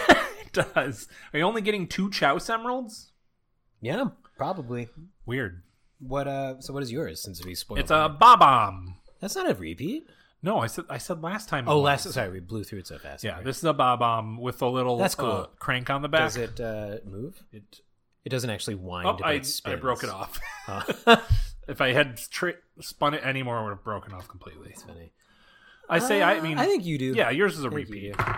It does. Are you only getting two Chouse emeralds?
Yeah, probably.
Weird.
What? uh So what is yours? Since we spoiled,
It's a Bob-omb.
That's not a repeat.
No, I said I said last time. it
Oh,
was.
last. Sorry, we blew through it so fast.
Yeah, this is a Bob-omb with a little
That's cool.
uh, crank on the back.
Does it uh, move? It. It doesn't actually wind.
Oh,
but
I,
it
I
spins.
broke it off.
Huh.
if I had tri- spun it anymore, it would have broken off completely.
That's funny.
I say, I mean,
Uh, I think you do.
yeah, yours is a
I think
repeat.
you do.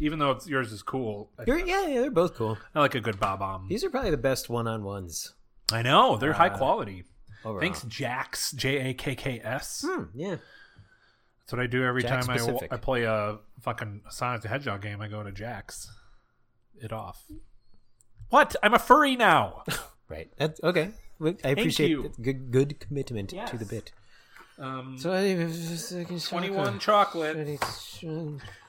Even though it's, yours is cool, I,
You're, yeah, yeah, they're both cool.
I like a good Bob-omb.
These are probably the best one-on-ones.
I know they're
Uh,
high quality.
Overall.
Thanks, Jax J A K K S.
Hmm, yeah.
That's what I do every
Jax
time I wa-
Pacific.
I, play a fucking Sonic the Hedgehog game. I go to Jax. It off. What? I'm a furry now.
Right. That, okay. Well, I appreciate
you.
that good, good commitment to the
Yes.
bit.
Um,
So I twenty-one.
Twenty-one chocolate.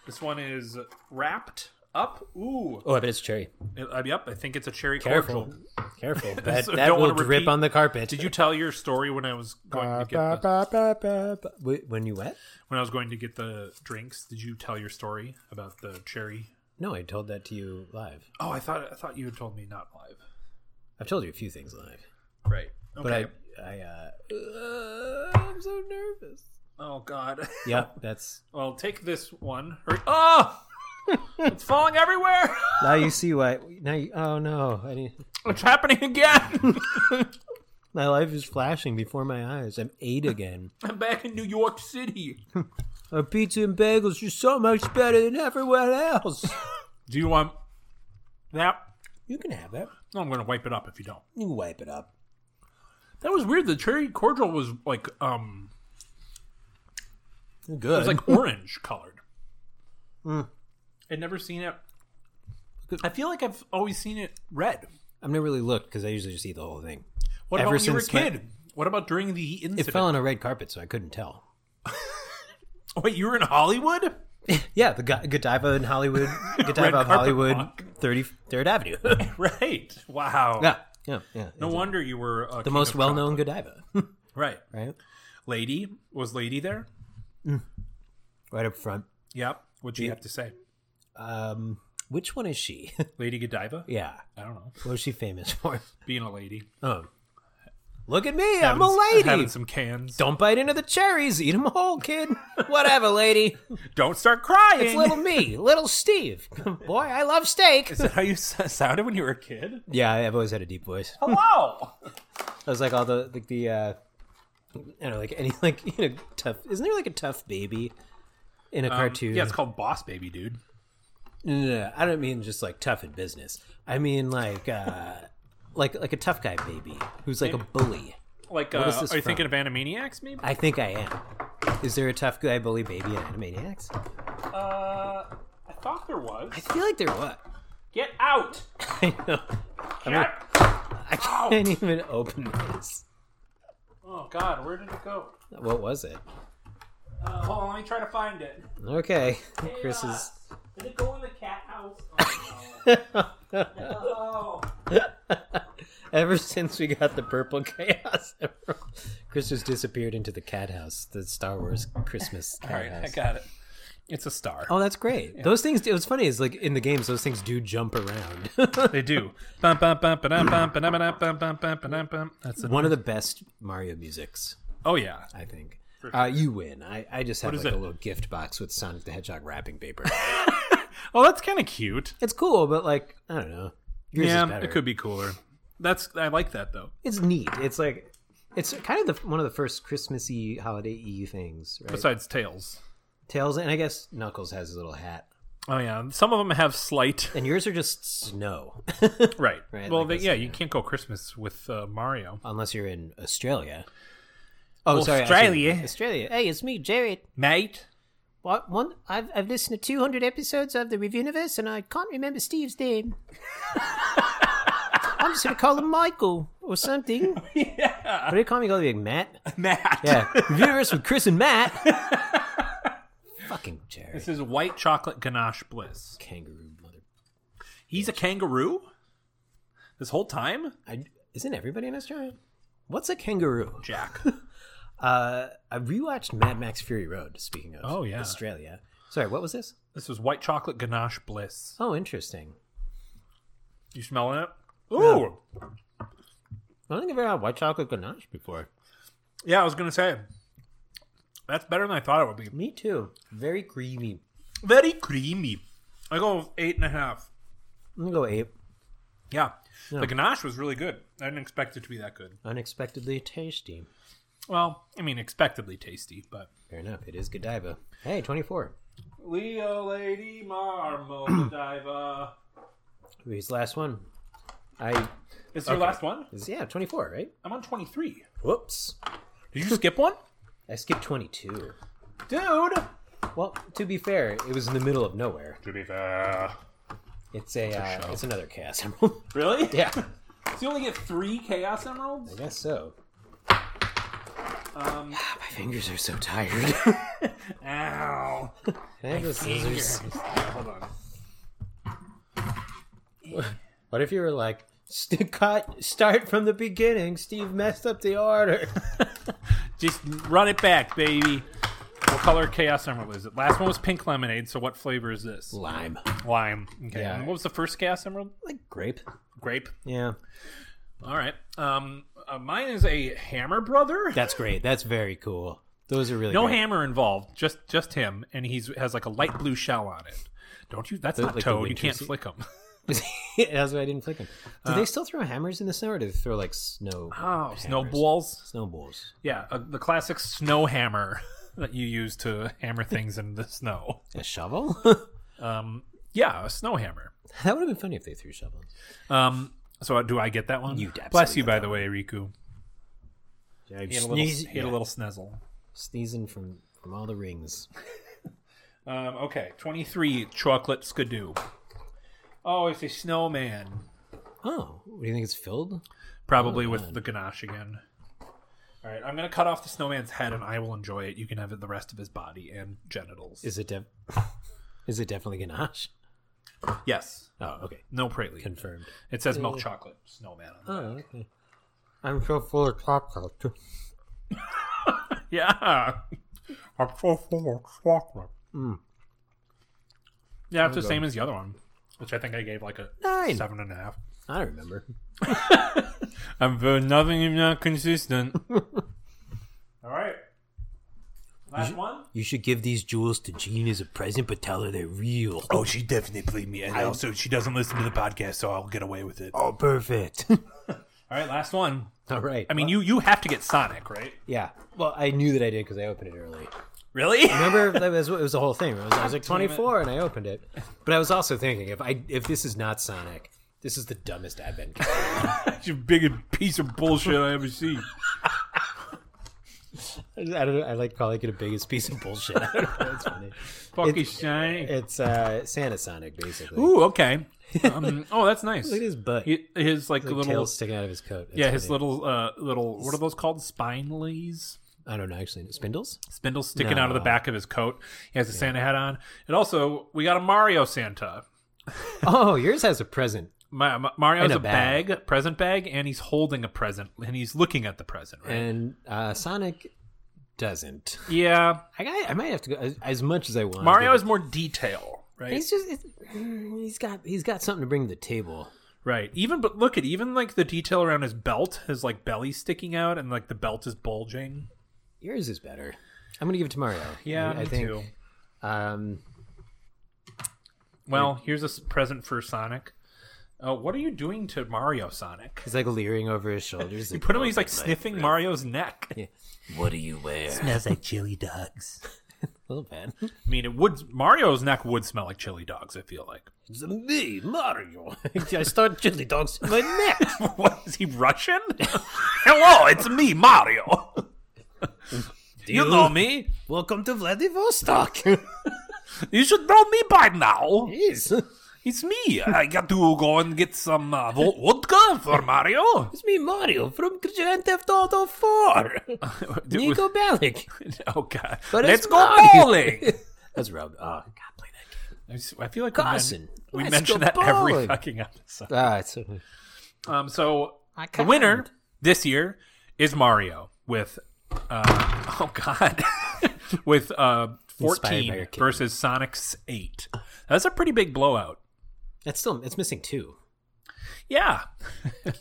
This one is wrapped up. Ooh.
Oh, I bet it's cherry.
It- uh, yep. I think it's a cherry
Careful,
cordial.
careful. That,
So
that
don't
will
wanna
drip
repeat.
on the carpet.
Did you tell your story when I was going to get the,
Wait, when you wet?
when I was going to get the drinks? Did you tell your story about the cherry?
No, I told that to you live.
Oh, I thought I thought you had told me not live.
I've told you a few things live,
Right. Okay.
but I, I, uh, I'm so nervous.
Oh God.
Yeah, that's
Well, take this one. Hurry- Oh, it's falling everywhere.
now you see why. Now, you, oh no, I need,
It's happening again.
my life is flashing before my eyes. I'm eight again.
I'm back in New York City.
Our pizza and bagels are so much better than everywhere else.
Do you want that?
You can have it.
No, I'm going to wipe it up if you don't.
You can wipe it up.
That was weird. The cherry cordial was like um,
You're
it
Good.
was like orange colored.
Hmm.
I'd never seen it. I feel like I've always seen it red.
I've never really looked because I usually just eat the whole thing.
What
Ever
about when you were a
since my-
kid? What about during the incident?
It fell on a red carpet, so I couldn't tell.
Wait, you were in Hollywood?
Yeah, the Go- Godiva in Hollywood,
Red
Godiva
carpet
of Hollywood,
walk.
33rd Avenue.
Right. Wow.
yeah, yeah, yeah.
No wonder you were a
the most well-known Godiva,
Right.
right?
Lady was lady there.
Right up front.
Yep. What'd you have to say?
Um, which one is she?
Lady Godiva?
yeah,
I don't know.
what was she famous for?
Being a lady.
Oh, Look at me, I'm a
having
lady.
some cans.
Don't bite into the cherries. Eat them whole, kid. Whatever, lady.
Don't start crying.
It's little me, little Steve. Boy, I love steak.
Is that how you s- sounded when you were a kid?
Yeah, I've always had a deep voice. I
Hello.
was like all the like the uh I don't know, like any like you know tough. Isn't there like a tough baby in a cartoon?
Yeah, it's called Boss Baby, dude.
No, no, no, I don't mean just like tough in business. I mean like uh like like a tough guy baby who's like a bully.
Like,
What is
uh,
this
are you
from?
thinking of Animaniacs? Maybe.
I think I am. Is there a tough guy bully baby in Animaniacs?
Uh, I thought there was.
I feel like there was.
Get out.
I know. I'm gonna- I can't even open this.
Oh God, where did it go?
What was it?
Uh, hold on, let me try to find it.
Okay, Chris is.
Did it go in the cat house? Oh,
Ever since we got the purple chaos, emerald, Chris has disappeared into the cat house, the Star Wars Christmas cat
All right, I
house.
got it. It's a star.
Oh, that's great. Those things. It was funny. Is like in the games, those things do jump around.
They do. Bum, bum, bum, ba-dum, bum, ba-dum, ba-dum, bum, bum, bum, ba-dum, bum. That's a,
One of the best Mario musics,
oh yeah.
I think. Uh, you win. I, I just have
is
like a
it?
little gift box with Sonic the Hedgehog wrapping paper.
Oh, that's kind of cute.
it's cool, but like I don't know. Yours is
Yeah,
better.
it could be cooler. That's I like that though.
It's neat. It's like it's kind of the one of the first Christmassy holiday-y things. Right?
Besides tails.
Tails, and I guess Knuckles has his little hat.
Oh yeah, some of them have slight.
And yours are just snow.
Right.
Right,
well,
like
they,
this,
yeah, you can't go Christmas with uh, Mario.
Unless you're in Australia. Oh, sorry. I should-
Australia.
Australia. Hey, it's me, Jared.
Mate.
What one? I've, I've listened to 200 episodes of the Reviewniverse, and I can't remember Steve's name. I'm just gonna call him Michael or something. Yeah. What do you call me? Call me like Matt?
Matt.
Yeah. Reviewniverse with Chris and Matt. Fucking Jared.
This is white chocolate ganache bliss.
Kangaroo mother.
He's a kangaroo. This whole time,
I, isn't everybody in Australia? What's a kangaroo?
Jack.
Uh, I rewatched Mad Max Fury Road. Speaking of,
Oh, yeah.
Australia. Sorry, what was this?
this is white chocolate ganache bliss.
Oh, interesting.
You smelling it? Ooh.
I don't think I've ever had white chocolate ganache before.
Yeah, I was gonna say. That's better than I thought it would be.
Me too. Very creamy.
Very creamy. I go with eight and a half.
I'm gonna go eight.
Yeah. The ganache was really good. I didn't expect it to be that good.
Unexpectedly tasty.
Well, I mean, expectedly tasty, but.
Fair enough. It is Godiva. Hey, 24.
Leo Lady Marmodiva.
His last one. I
Is this your last one?
is yeah 24 right?
I'm on 23.
Whoops.
Did you skip one?
I skipped 22.
Dude!
Well, to be fair, it was in the middle of nowhere.
To be fair.
It's a, uh, it's another chaos emerald.
Really?
yeah,
So you only get three Chaos Emeralds?
I guess so. Ah,
Um,
My fingers are so tired.
ow.
Can I have the scissors?
Hold on.
What if you were like, "St- cut, start from the beginning? Steve messed up the order.
Just run it back, baby. What color Chaos Emerald is it? Last one was pink lemonade, so what flavor is this?
Lime.
Lime. Okay.
Yeah.
And what was the first Chaos Emerald?
Like grape.
Grape.
Yeah.
All right. Um, uh, mine is a Hammer Brother.
That's great. That's very cool. Those are really
No
great.
hammer involved, just just him, and he's has like a light blue shell on it. Don't you? That's
Those,
not
like, the
toad. You
winter
can't
sea-
flick him.
That's why I didn't flick them. Do they still throw hammers in the snow, or do they throw like snow
Uh, Oh, snowballs.
snowballs?
Yeah, uh, the classic snow hammer that you use to hammer things in the snow.
A shovel?
Um, yeah, a snow hammer.
that would have been funny if they threw shovels.
Um, so do I get that one?
You
bless
absolutely
you,
got
by
that
the way, Riku.
Yeah,
He had a little, he had a little snezzle.
sneezing from from all the rings.
Um, okay, twenty-three chocolate skidoo. Oh, it's a snowman.
Oh, what do you think it's filled?
Probably with the ganache again. All right, I'm gonna cut off the snowman's head, and I will enjoy it. You can have it the rest of his body and genitals.
Is it de- is it definitely ganache?
yes,
Oh, okay,
no praline.
confirmed.
It says milk chocolate snowman. On
Oh, okay. I'm so full of chocolate.
it. Yeah, I'm so full of chocolate. Mm. Yeah, it's the same as the other one, which I think I gave like a
Nine.
seven and a half.
I don't remember.
I've heard nothing if not consistent.
All right. Last one.
You should give these jewels to Jean as a present, but tell her they're real.
Oh, she definitely believed me, and also she doesn't listen to the podcast, so I'll get away with it.
Oh, perfect.
All right, last one.
All right.
I mean, you you have to get Sonic, right?
yeah. Well, I knew that I did because I opened it early.
Really?
Remember, that was it was the whole thing. I was, I was like 24 and I opened it, but I was also thinking if I if this is not Sonic, this is the dumbest advent. calendar.
That's your biggest piece of bullshit I ever see.
I don't. know, I like calling it a biggest piece of bullshit. I don't know, That's funny.
Fucking Sonic.
It's uh, Santa Sonic, basically.
Ooh, okay. Um, oh, that's nice.
Look at his butt.
Hi- His like little
tail sticking out of his coat. That's
yeah, his
funny.
little uh little what are those called? Spinelies.
I don't know. Actually, spindles.
Spindle sticking out of the
No.
back of his coat. He has a Santa hat on. And also, we got a Mario Santa.
Oh, yours has a present.
Ma- Ma- Mario has
And a
a bag. present bag, and he's holding a present, and he's looking at the present. Right?
and uh, Sonic doesn't.
yeah,
I, got, I might have to go as, as much as I want.
Mario is more detail, right?
He's just it's, he's got he's got something to bring to the table.
right. Even but look at even like the detail around his belt, his like belly sticking out, and like the belt is bulging.
Yours is better. I'm gonna give it to Mario.
Yeah,
I,
me
I think.
too.
Um,
Well, here's a s- present for Sonic. Uh, what are you doing to Mario, Sonic?
he's like leering over his shoulders.
You put him. He's like sniffing Mario's neck.
What do you wear?
Smells like chili dogs.
A little bit.
I mean, it would Mario's neck would smell like chili dogs. I feel like.
It's me, Mario. I start chili dogs in my neck.
what is he Russian? Hello, it's me, Mario. you know me.
Welcome to Vladivostok.
You should know me by now.
Jeez. It's
It's me. I got to go and get some uh, vo- vodka for Mario.
me, Mario, from Grand Theft Auto 4. Nico Bellic.
oh God.
But it's
Let's go
Mario.
bowling.
That's Rob. Oh, God, play that game.
I s- I feel like we men-
Carson.
we
let's
mention
go
that every
bowling.
fucking episode.
Ah, it's,
Um, so
I
the winner this year is Mario with, uh, oh God, with uh,
by your
fourteen
kitten.
versus Sonic's eight. That's a pretty big blowout.
That's still it's missing two.
Yeah, Well,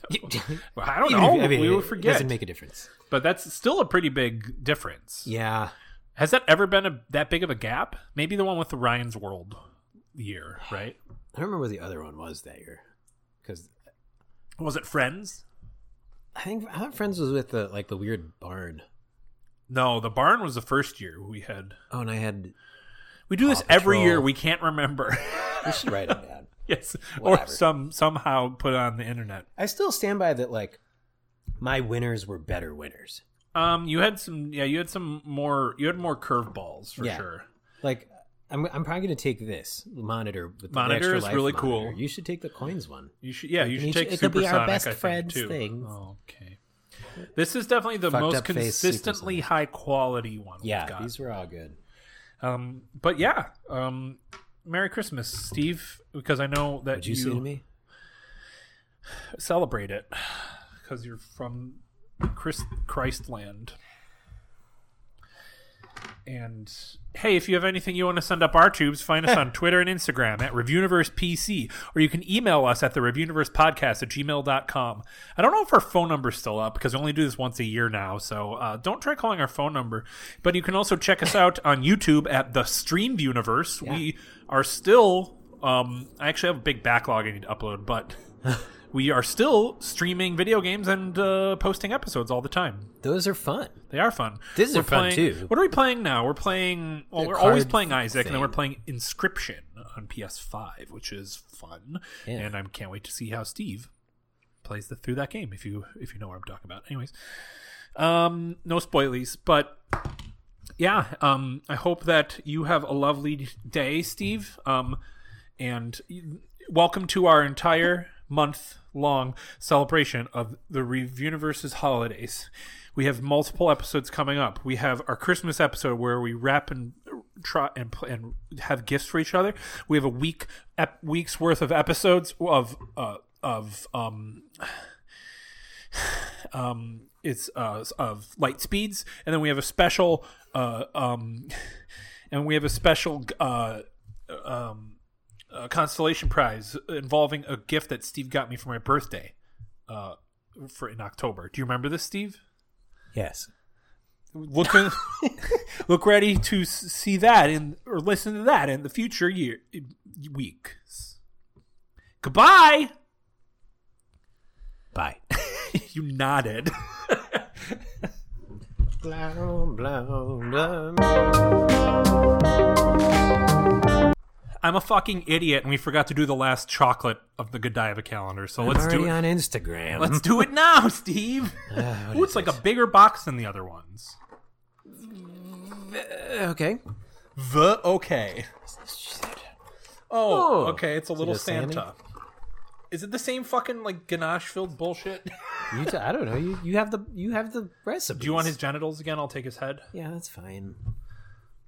I don't
Even
know.
if- I mean,
we
it-
will
It
forget.
doesn't make a difference.
but that's still a pretty big difference.
Yeah,
Has that ever been a, that big of a gap? Maybe the one with the Ryan's World year, right?
I don't remember what the other one was that year because
Was it Friends?
I think I thought Friends was with the like the weird barn.
No, the barn was the first year we had.
Oh, and I had
We do this
Paw
every
Patrol.
year. We can't remember.
we should write it down.
yes, or
Whatever.
some somehow put on the internet.
I still stand by that. Like my winners were better winners.
Um, you had some. Yeah, you had some more. You had more curveballs for
Yeah.
sure.
Like I'm I'm probably gonna take this monitor. With the- the
Monitor
extra
is
life
really
monitor.
cool.
You should take the coins one.
You should. Yeah, you should
It
take
should- it could be our
Supersonic.
best
I think,
friends
too.
thing.
Oh, okay. This is definitely the
Fucked
most
up face,
consistently high
Supersonic.
quality one. we've
Yeah,
got.
these were all good.
Um, but yeah, um, Merry Christmas, Steve, because I know that
Did you, say to me?
celebrate it because you're from Chris Christland. And hey, if you have anything you want to send up our tubes, find us on Twitter and Instagram at Reviewniverse PC, or you can email us at the Reviewniverse Podcast at gmail.com. I don't know if our phone number's still up because we only do this once a year now, so uh, don't try calling our phone number. But you can also check us out on YouTube at the Streamed Universe. We are still um, I actually have a big backlog I need to upload, but we are still streaming video games and uh, posting episodes all the time.
Those are fun.
They are fun.
These are fun,
playing-
too.
What are we playing now? We're playing. Well,
The
we're always
card
playing Isaac, and then
thing.
we're playing Inscription on PS5, which is fun.
Yeah.
And I can't wait to see how Steve plays the, through that game. If you if you know what I'm talking about. Anyways, um, no spoilies, but yeah, um, I hope that you have a lovely day, Steve. Um, and welcome to our entire month long celebration of the Rev Universe's holidays. We have multiple episodes coming up. We have our Christmas episode where we wrap and try and pl- and have gifts for each other. We have a week ep- weeks worth of episodes of uh, of um um it's uh of light speeds and then we have a special uh um and we have a special uh um a constellation prize involving a gift that Steve got me for my birthday. Uh, for in October. Do you remember this, Steve?
Yes.
Look, look ready to s- see that in or listen to that in the future year weeks. Goodbye.
Bye.
you nodded. I'm a fucking idiot, and we forgot to do the last chocolate of the Godiva calendar. So let's do
Already
it.
on Instagram.
Let's do it now, Steve.
Ah, what
Ooh,
is
it's like a bigger box than the other ones.
it? okay.
The okay. Oh,
Oh.
okay. It's a little
a
Santa.
Sammy?
Is it the same fucking like ganache filled bullshit?
You t- I don't know. You, you have the you have the recipe.
Do you want his genitals again? I'll take his head.
Yeah, that's fine.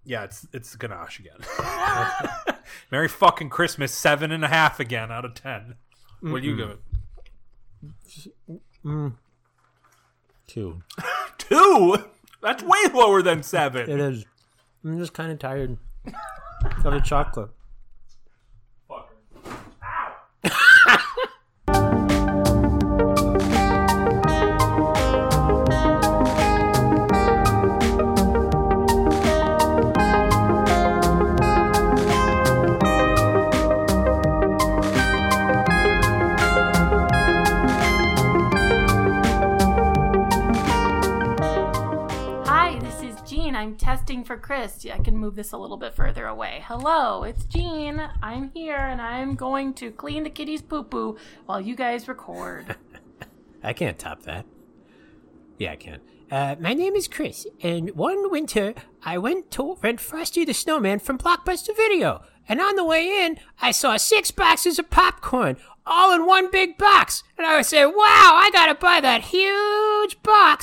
Yeah, it's it's ganache again. Merry fucking Christmas. Seven and a half again out of 10 What do you give it?
Two.
Two. That's way lower than seven.
It is. I'm just kind of tired of the chocolate.
Hi, this is Jean. I'm testing for Chris. Yeah, I can move this a little bit further away. Hello, it's Jean. I'm here and I'm going to clean the kitty's poo poo while you guys record.
I can't top that. Yeah, I can. Uh, my name is Chris, and one winter I went to rent Frosty the Snowman from Blockbuster Video. And on the way in, I saw six boxes of popcorn, all in one big box. And I said, wow, I gotta buy that huge box